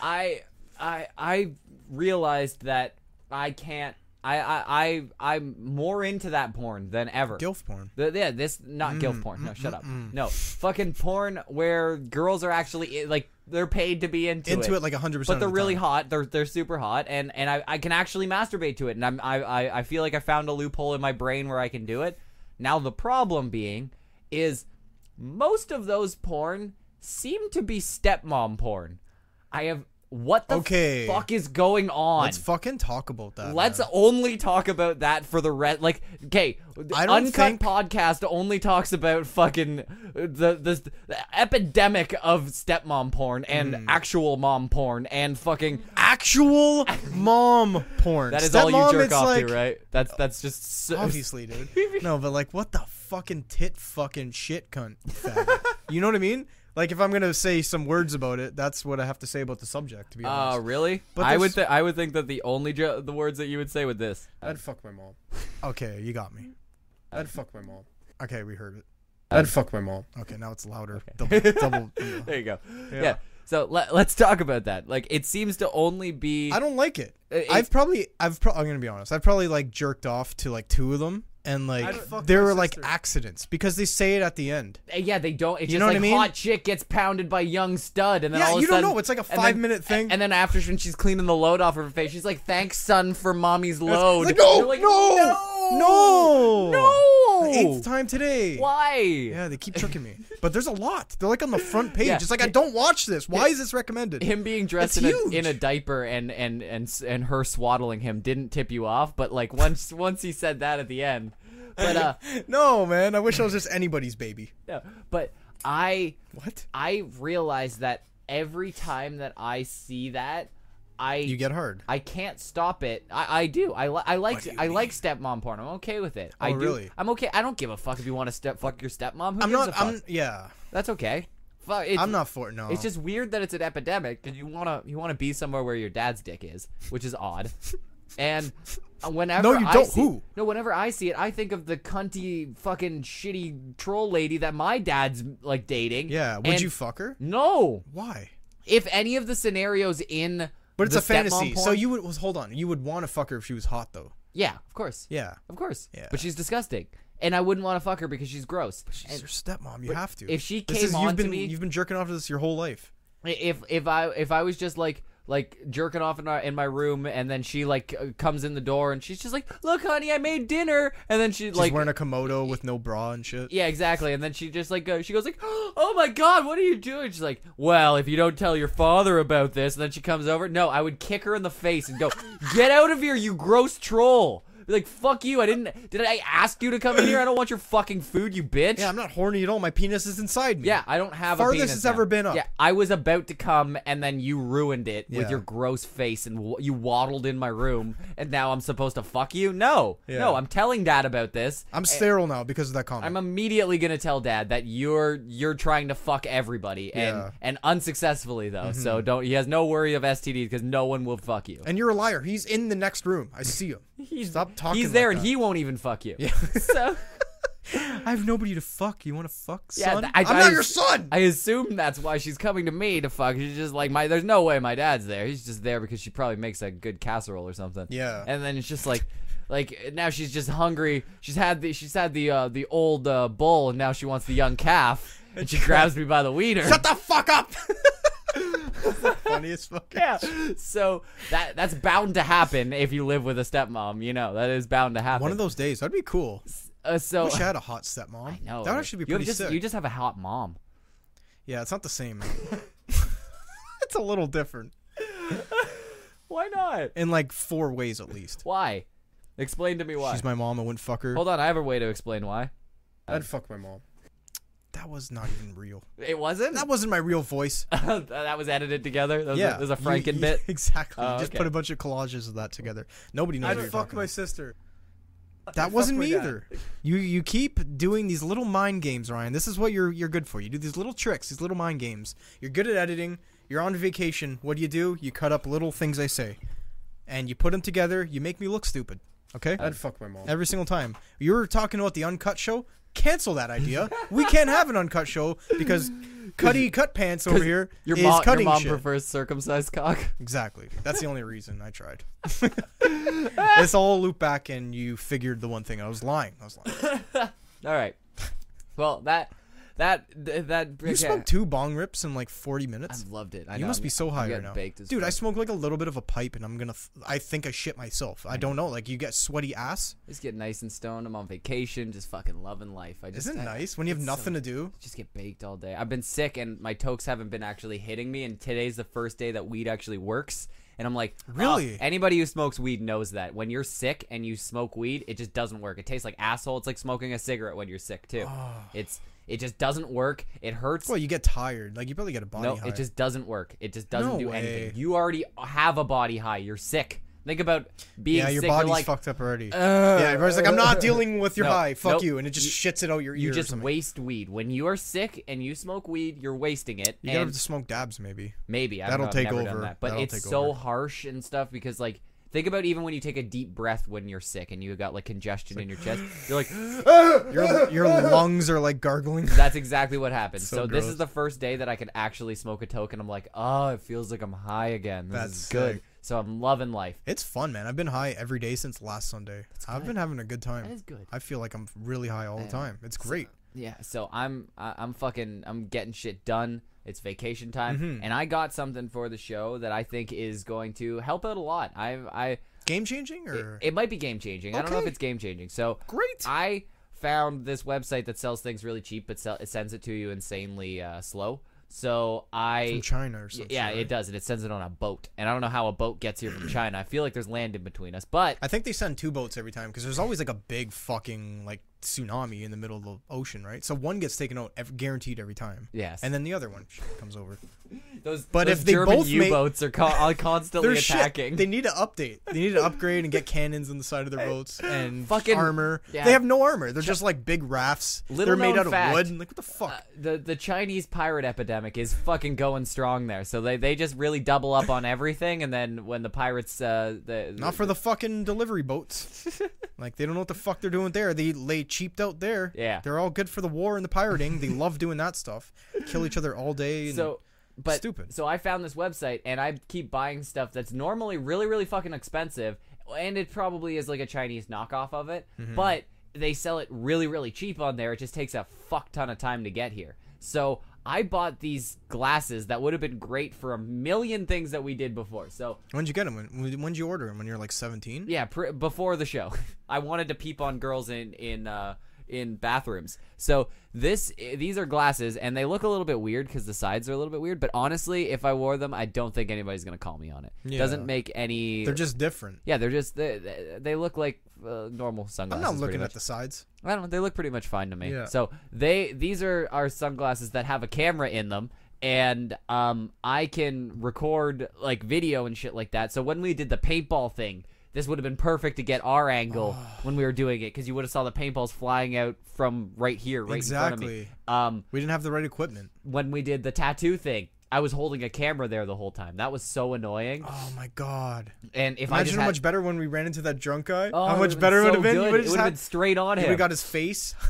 [SPEAKER 4] I I I realized that I can't. I I I I'm more into that porn than ever.
[SPEAKER 1] Gilf porn. Mm,
[SPEAKER 4] The- yeah, this not gilf porn. No, shut up. No, fucking porn where girls are actually eh, like they're paid to be into,
[SPEAKER 1] Into it like 100%.
[SPEAKER 4] but they're
[SPEAKER 1] of the
[SPEAKER 4] really
[SPEAKER 1] time.
[SPEAKER 4] hot. They're they're super hot, and and I, I can actually masturbate to it, and I'm I, I I feel like I found a loophole in my brain where I can do it. Now the problem being is most of those porn seem to be stepmom porn. I have what the
[SPEAKER 1] Okay.
[SPEAKER 4] fuck is going on?
[SPEAKER 1] Let's fucking talk about that.
[SPEAKER 4] Let's
[SPEAKER 1] man.
[SPEAKER 4] only talk about that for the rest. Like, okay,
[SPEAKER 1] I don't
[SPEAKER 4] Uncut
[SPEAKER 1] think-
[SPEAKER 4] Podcast only talks about fucking uh, the, the the epidemic of stepmom porn and
[SPEAKER 1] Hmm.
[SPEAKER 4] actual mom porn and fucking.
[SPEAKER 1] actual mom porn.
[SPEAKER 4] That is
[SPEAKER 1] Stepmom,
[SPEAKER 4] all you jerk
[SPEAKER 1] it's
[SPEAKER 4] off
[SPEAKER 1] like,
[SPEAKER 4] to, right? That's that's just. So,
[SPEAKER 1] Obviously, dude. No, but like, what the fucking tit fucking shit cunt. faggot. you know what I mean? Like, if I'm gonna say some words about it, that's what I have to say about the subject. To be
[SPEAKER 4] Uh,
[SPEAKER 1] honest,
[SPEAKER 4] really?
[SPEAKER 1] But
[SPEAKER 4] I would
[SPEAKER 1] there's-
[SPEAKER 4] th- I would think that the only jo- the words that you would say with this.
[SPEAKER 1] I'd fuck my mom. Okay, you got me. I'd fuck my mom. Okay, we heard it. I'd fuck my mom. Okay, now it's louder. Double, double.
[SPEAKER 4] There you go. Yeah. So let, let's talk about that. Like, it seems to only be.
[SPEAKER 1] I don't like it.
[SPEAKER 4] Uh, It-
[SPEAKER 1] I've probably, I've pro- I'm gonna be honest. I've probably like jerked off to like two of them, and
[SPEAKER 5] I'd fuck
[SPEAKER 1] like there
[SPEAKER 5] my
[SPEAKER 1] were like
[SPEAKER 5] sister.
[SPEAKER 1] accidents because they say it at the end.
[SPEAKER 4] Uh, Yeah, they don't. It's
[SPEAKER 1] You
[SPEAKER 4] just
[SPEAKER 1] know what I
[SPEAKER 4] like
[SPEAKER 1] mean?
[SPEAKER 4] hot chick gets pounded by young stud, and then
[SPEAKER 1] Yeah,
[SPEAKER 4] all of a
[SPEAKER 1] you don't
[SPEAKER 4] sudden-
[SPEAKER 1] know. It's like a
[SPEAKER 4] and then-
[SPEAKER 1] five-minute thing.
[SPEAKER 4] And then after when she's cleaning the load off her face, she's like, "Thanks, son, for mommy's load."
[SPEAKER 1] Like, no,
[SPEAKER 4] You're like,
[SPEAKER 1] no,
[SPEAKER 4] no,
[SPEAKER 1] The eighth time today.
[SPEAKER 4] Why?
[SPEAKER 1] Yeah, they keep tricking me. But there's a lot. They're like on the front page.
[SPEAKER 4] Yeah.
[SPEAKER 1] It's like I don't watch this. Why is this recommended?
[SPEAKER 4] Him being dressed
[SPEAKER 1] It's
[SPEAKER 4] in a,
[SPEAKER 1] huge.
[SPEAKER 4] in a diaper and and and s- and her swaddling him didn't tip you off, but like once once he said that at the end, but uh,
[SPEAKER 1] no, man. I wish I was just anybody's baby.
[SPEAKER 4] no, but I
[SPEAKER 1] What?
[SPEAKER 4] I realize that every time that I see that, I
[SPEAKER 1] You get hard.
[SPEAKER 4] I can't stop it. I, I do. I, li- I like I like stepmom porn. I'm okay with it. I do.
[SPEAKER 1] Oh, really?
[SPEAKER 4] I'm okay. I don't give a fuck if you want to step fuck your stepmom. Who
[SPEAKER 1] I'm
[SPEAKER 4] gives
[SPEAKER 1] not.
[SPEAKER 4] a fuck?
[SPEAKER 1] I'm. Yeah.
[SPEAKER 4] That's okay. Fuck. It's,
[SPEAKER 1] I'm not for no.
[SPEAKER 4] It's just weird that it's an epidemic, and you wanna you wanna be somewhere where your dad's dick is, which is odd. and uh, whenever
[SPEAKER 1] No, you
[SPEAKER 4] I
[SPEAKER 1] don't.
[SPEAKER 4] see-
[SPEAKER 1] Who?
[SPEAKER 4] No, whenever I see it, I think of the cunty fucking shitty troll lady that my dad's like dating.
[SPEAKER 1] Yeah. Would
[SPEAKER 4] and-
[SPEAKER 1] you fuck her?
[SPEAKER 4] No.
[SPEAKER 1] Why?
[SPEAKER 4] If any of the scenarios in
[SPEAKER 1] But it's
[SPEAKER 4] the
[SPEAKER 1] a fantasy.
[SPEAKER 4] stepmom
[SPEAKER 1] So
[SPEAKER 4] porn-
[SPEAKER 1] you would. well, Hold on. You would want to fuck her if she was hot, though.
[SPEAKER 4] yeah, of course.
[SPEAKER 1] Yeah.
[SPEAKER 4] Of course.
[SPEAKER 1] Yeah.
[SPEAKER 4] But she's disgusting. And I wouldn't want to fuck her because she's gross.
[SPEAKER 1] She's your stepmom. You have to.
[SPEAKER 4] if she
[SPEAKER 1] This
[SPEAKER 4] came
[SPEAKER 1] is,
[SPEAKER 4] on
[SPEAKER 1] you've
[SPEAKER 4] to
[SPEAKER 1] been
[SPEAKER 4] me-
[SPEAKER 1] you've been jerking off to this your whole life.
[SPEAKER 4] And if if I if I was just like like jerking off in our, in my room and then she like uh, comes in the door and she's just like, "Look, honey, I made dinner." And then she
[SPEAKER 1] She's
[SPEAKER 4] like
[SPEAKER 1] wearing a komodo with no bra and shit.
[SPEAKER 4] yeah, exactly. And then she just like goes, she goes like, "Oh my god, what are you doing?" She's like, "Well, if you don't tell your father about this," and then she comes over. No, I would kick her in the face and go, "Get out of here, you gross troll!" Be like, "Fuck you! I didn't. Did I ask you to come in here? I don't want your fucking food, you bitch."
[SPEAKER 1] Yeah, I'm not horny at all. My penis is inside me.
[SPEAKER 4] Yeah, I don't have
[SPEAKER 1] Farthest
[SPEAKER 4] a penis
[SPEAKER 1] it's
[SPEAKER 4] now.
[SPEAKER 1] ever been up.
[SPEAKER 4] Yeah, I was about to come, and then you ruined it with
[SPEAKER 1] Yeah.
[SPEAKER 4] your gross face, and w- you waddled in my room, and now I'm supposed to fuck you? No,
[SPEAKER 1] Yeah.
[SPEAKER 4] no, I'm telling Dad about this.
[SPEAKER 1] I'm sterile now because of that comment.
[SPEAKER 4] I'm immediately gonna tell Dad that you're you're trying to fuck everybody, and
[SPEAKER 1] Yeah. Mm-hmm.
[SPEAKER 4] and unsuccessfully though. So don't. He has no worry of STDs because no one will fuck you.
[SPEAKER 1] and you're a liar. He's in the next room. I see him.
[SPEAKER 4] He's,
[SPEAKER 1] Stop talking.
[SPEAKER 4] He's
[SPEAKER 1] like
[SPEAKER 4] there,
[SPEAKER 1] that.
[SPEAKER 4] and he won't even fuck you. so.
[SPEAKER 1] I have nobody to fuck. You want to fuck,
[SPEAKER 4] Yeah,
[SPEAKER 1] son?
[SPEAKER 4] th- I-
[SPEAKER 1] am
[SPEAKER 4] I-
[SPEAKER 1] not your son.
[SPEAKER 4] I assume that's why she's coming to me to fuck. She's just like my. There's no way my dad's there. He's just there because she probably makes a good casserole or something.
[SPEAKER 1] Yeah.
[SPEAKER 4] And then it's just like, like now she's just hungry. She's had the she's had the uh, the old uh, bull, and now she wants the young calf. And she grabs me by the wiener.
[SPEAKER 1] Shut the fuck up. Funniest fucking.
[SPEAKER 4] yeah. So that that's bound to happen if you live with a stepmom. You know that is bound to happen.
[SPEAKER 1] One of those days. That'd be cool.
[SPEAKER 4] Uh, so
[SPEAKER 1] I wish I had a hot stepmom. I
[SPEAKER 4] no,
[SPEAKER 1] That would actually be
[SPEAKER 4] you
[SPEAKER 1] pretty
[SPEAKER 4] just,
[SPEAKER 1] sick.
[SPEAKER 4] You just have a hot mom.
[SPEAKER 1] Yeah, it's not the same. man. it's a little different
[SPEAKER 4] Why not?
[SPEAKER 1] in like four ways at least.
[SPEAKER 4] Why? Explain to me why.
[SPEAKER 1] She's my mom. I wouldn't fuck her.
[SPEAKER 4] Hold on, I have a way to explain why.
[SPEAKER 1] I'd fuck my mom. that was not even real.
[SPEAKER 4] It wasn't.
[SPEAKER 1] That wasn't my real voice.
[SPEAKER 4] that was edited together. That was
[SPEAKER 1] yeah,
[SPEAKER 4] a, there's a
[SPEAKER 1] You-
[SPEAKER 4] Franken
[SPEAKER 1] you-
[SPEAKER 4] bit.
[SPEAKER 1] Exactly.
[SPEAKER 4] Oh,
[SPEAKER 1] you just
[SPEAKER 4] okay.
[SPEAKER 1] put a bunch of collages of that together. Nobody knows.
[SPEAKER 5] I
[SPEAKER 1] what you're
[SPEAKER 5] fuck
[SPEAKER 1] talking
[SPEAKER 5] my
[SPEAKER 1] about.
[SPEAKER 5] sister.
[SPEAKER 1] That wasn't
[SPEAKER 5] my
[SPEAKER 1] me
[SPEAKER 5] dad.
[SPEAKER 1] either. You you keep doing these little mind games, Ryan. This is what you're you're good for. You do these little tricks, these little mind games. You're good at editing. You're on vacation. What do you do? You cut up little things I say, and you put them together. You make me look stupid. Okay.
[SPEAKER 5] I'd fuck my mom.
[SPEAKER 1] Every single time. You were talking about the uncut show. Cancel that idea. we can't have an uncut show because Cuddy Cut Pants over here is
[SPEAKER 4] Your mom, your
[SPEAKER 1] cutting
[SPEAKER 4] mom
[SPEAKER 1] shit.
[SPEAKER 4] prefers circumcised cock.
[SPEAKER 1] Exactly. That's the only reason I tried. this all loop back, and you figured the one thing I was lying. I was lying.
[SPEAKER 4] All right. Well, that that th- that
[SPEAKER 1] You smoked two bong rips in like 40 minutes.
[SPEAKER 4] loved it. I
[SPEAKER 1] you
[SPEAKER 4] know,
[SPEAKER 1] must
[SPEAKER 4] I'm-
[SPEAKER 1] be so
[SPEAKER 4] I'm
[SPEAKER 1] high right
[SPEAKER 4] getting
[SPEAKER 1] now,
[SPEAKER 4] baked as
[SPEAKER 1] dude. I
[SPEAKER 4] fuck.
[SPEAKER 1] smoked like a little bit of a pipe, and I'm gonna. F- I think I shit myself. I don't know. Like you get sweaty ass.
[SPEAKER 4] just get nice and stoned. I'm on vacation, just fucking loving life. I just
[SPEAKER 1] Isn't it
[SPEAKER 4] I-
[SPEAKER 1] nice when you have
[SPEAKER 4] it's so-
[SPEAKER 1] nothing to do?
[SPEAKER 4] Just get baked all day. I've been sick, and my tokes haven't been actually hitting me. And today's the first day that weed actually works. And I'm like, oh,
[SPEAKER 1] Really?
[SPEAKER 4] anybody who smokes weed knows that when you're sick and you smoke weed, it just doesn't work. It tastes like asshole. It's like smoking a cigarette when you're sick too. It's it just doesn't work. It hurts.
[SPEAKER 1] Oh. Well, you get tired. Like you probably get a body
[SPEAKER 4] No,
[SPEAKER 1] high.
[SPEAKER 4] it just doesn't work. It just doesn't
[SPEAKER 1] No
[SPEAKER 4] do
[SPEAKER 1] way.
[SPEAKER 4] anything. You already have a body high. You're sick. Think about being
[SPEAKER 1] yeah, your
[SPEAKER 4] sick.
[SPEAKER 1] body's
[SPEAKER 4] you're like, uh,
[SPEAKER 1] fucked up already. yeah, everybody's like, I'm not dealing with your
[SPEAKER 4] No,
[SPEAKER 1] high. Fuck
[SPEAKER 4] nope.
[SPEAKER 1] you, and it just shits it out your ear.
[SPEAKER 4] you
[SPEAKER 1] or
[SPEAKER 4] just
[SPEAKER 1] something.
[SPEAKER 4] waste weed. When you are sick and you smoke weed, you're wasting it.
[SPEAKER 1] You gotta
[SPEAKER 4] and
[SPEAKER 1] have to smoke dabs, maybe.
[SPEAKER 4] maybe I
[SPEAKER 1] that'll
[SPEAKER 4] don't know,
[SPEAKER 1] take
[SPEAKER 4] I've never
[SPEAKER 1] over.
[SPEAKER 4] Done that. But
[SPEAKER 1] That'll
[SPEAKER 4] it's
[SPEAKER 1] take
[SPEAKER 4] so
[SPEAKER 1] over.
[SPEAKER 4] harsh and stuff because like. Think about even when you take a deep breath when you're sick and you got like congestion in your chest. You're like,
[SPEAKER 1] Your your lungs are like gargling.
[SPEAKER 4] that's exactly what happens.
[SPEAKER 1] So
[SPEAKER 4] So, this
[SPEAKER 1] gross.
[SPEAKER 4] is the first day that I could actually smoke a toke, and I'm like, oh, it feels like I'm high again. This
[SPEAKER 1] That's
[SPEAKER 4] is good.
[SPEAKER 1] sick.
[SPEAKER 4] So I'm loving life.
[SPEAKER 1] It's fun, man. I've been high every day since last Sunday. I've been having a good time.
[SPEAKER 4] That is good.
[SPEAKER 1] I feel like I'm really high all the time. It's great.
[SPEAKER 4] Yeah, so I'm I- I'm fucking I'm getting shit done. It's vacation time,
[SPEAKER 1] Mm-hmm.
[SPEAKER 4] and I got something for the show that I think is going to help out a lot. I I
[SPEAKER 1] Game changing or
[SPEAKER 4] it might be game changing. I don't know if
[SPEAKER 1] Okay.
[SPEAKER 4] it's game changing. So
[SPEAKER 1] Great.
[SPEAKER 4] I found this website that sells things really cheap, but sell, it sends it to you insanely uh, slow. So I
[SPEAKER 1] from China or something?
[SPEAKER 4] yeah, it does it. It sends it on a boat, and I don't know how a boat gets here from China. I feel like there's land in between us, but
[SPEAKER 1] I think they send two boats every time because there's always like a big fucking like tsunami in the middle of the ocean, right? So one gets taken out, ev- guaranteed every time.
[SPEAKER 4] Yes.
[SPEAKER 1] And then the other one comes over.
[SPEAKER 4] those
[SPEAKER 1] But
[SPEAKER 4] those
[SPEAKER 1] if they
[SPEAKER 4] German
[SPEAKER 1] both make-
[SPEAKER 4] U-boats are, co- are constantly
[SPEAKER 1] They're
[SPEAKER 4] attacking.
[SPEAKER 1] shit. They need to update. They need to upgrade and get cannons on the side of their boats and
[SPEAKER 4] Fucking-
[SPEAKER 1] armor.
[SPEAKER 4] yeah.
[SPEAKER 1] They have no armor. They're just like big rafts.
[SPEAKER 4] Little
[SPEAKER 1] They're made
[SPEAKER 4] known
[SPEAKER 1] out
[SPEAKER 4] fact. Uh,
[SPEAKER 1] of wood. Like what the fuck?
[SPEAKER 4] the the Chinese pirate epidemic is fucking going strong there. So they, they just really double up on everything, and then when the pirates uh the
[SPEAKER 1] Not for the fucking delivery boats. like they don't know what the fuck they're doing there. They lay cheaped out there.
[SPEAKER 4] Yeah.
[SPEAKER 1] They're all good for the war and the pirating. they love doing that stuff. Kill each other all day. And
[SPEAKER 4] so but
[SPEAKER 1] Stupid.
[SPEAKER 4] So I found this website, and I keep buying stuff that's normally really really fucking expensive, and it probably is like a Chinese knockoff of it, but they sell it really really cheap on there. It just takes a fuck ton of time to get here. So. I bought these glasses that would have been great for a million things that we did before. So
[SPEAKER 1] when'd you get them? When, when'd you order them? When you're like 17?
[SPEAKER 4] Yeah, pr- before the show, I wanted to peep on girls in in uh, in bathrooms. So this eh, these are glasses, and they look a little bit weird because the sides are a little bit weird. But honestly, if I wore them, I don't think anybody's gonna call me on it.
[SPEAKER 1] Yeah.
[SPEAKER 4] Doesn't make any.
[SPEAKER 1] They're just different.
[SPEAKER 4] yeah, they're just they, they- they look like uh, normal
[SPEAKER 1] I'm
[SPEAKER 4] sunglasses.
[SPEAKER 1] not
[SPEAKER 4] pretty
[SPEAKER 1] looking
[SPEAKER 4] much.
[SPEAKER 1] at the sides.
[SPEAKER 4] I don't know. They look pretty much fine to me.
[SPEAKER 1] Yeah.
[SPEAKER 4] So they these are are sunglasses that have a camera in them, and um I can record like video and shit like that. So when we did the paintball thing, this would have been perfect to get our angle when we were doing it because you would have saw the paintballs flying out from right here, right in
[SPEAKER 1] Exactly.
[SPEAKER 4] front of me. Um,
[SPEAKER 1] We didn't have the right equipment.
[SPEAKER 4] when we did the tattoo thing. I was holding a camera there the whole time. That was so annoying.
[SPEAKER 1] Oh my god.
[SPEAKER 4] And if I
[SPEAKER 1] Imagine
[SPEAKER 4] just
[SPEAKER 1] how
[SPEAKER 4] had-
[SPEAKER 1] much better when we ran into that drunk guy.
[SPEAKER 4] Oh,
[SPEAKER 1] how
[SPEAKER 4] it
[SPEAKER 1] much
[SPEAKER 4] would've
[SPEAKER 1] better it
[SPEAKER 4] been
[SPEAKER 1] would have
[SPEAKER 4] so
[SPEAKER 1] been.
[SPEAKER 4] good.
[SPEAKER 1] You
[SPEAKER 4] It
[SPEAKER 1] would've just
[SPEAKER 4] would've
[SPEAKER 1] had-
[SPEAKER 4] been straight on
[SPEAKER 1] You
[SPEAKER 4] him.
[SPEAKER 1] would've got his face.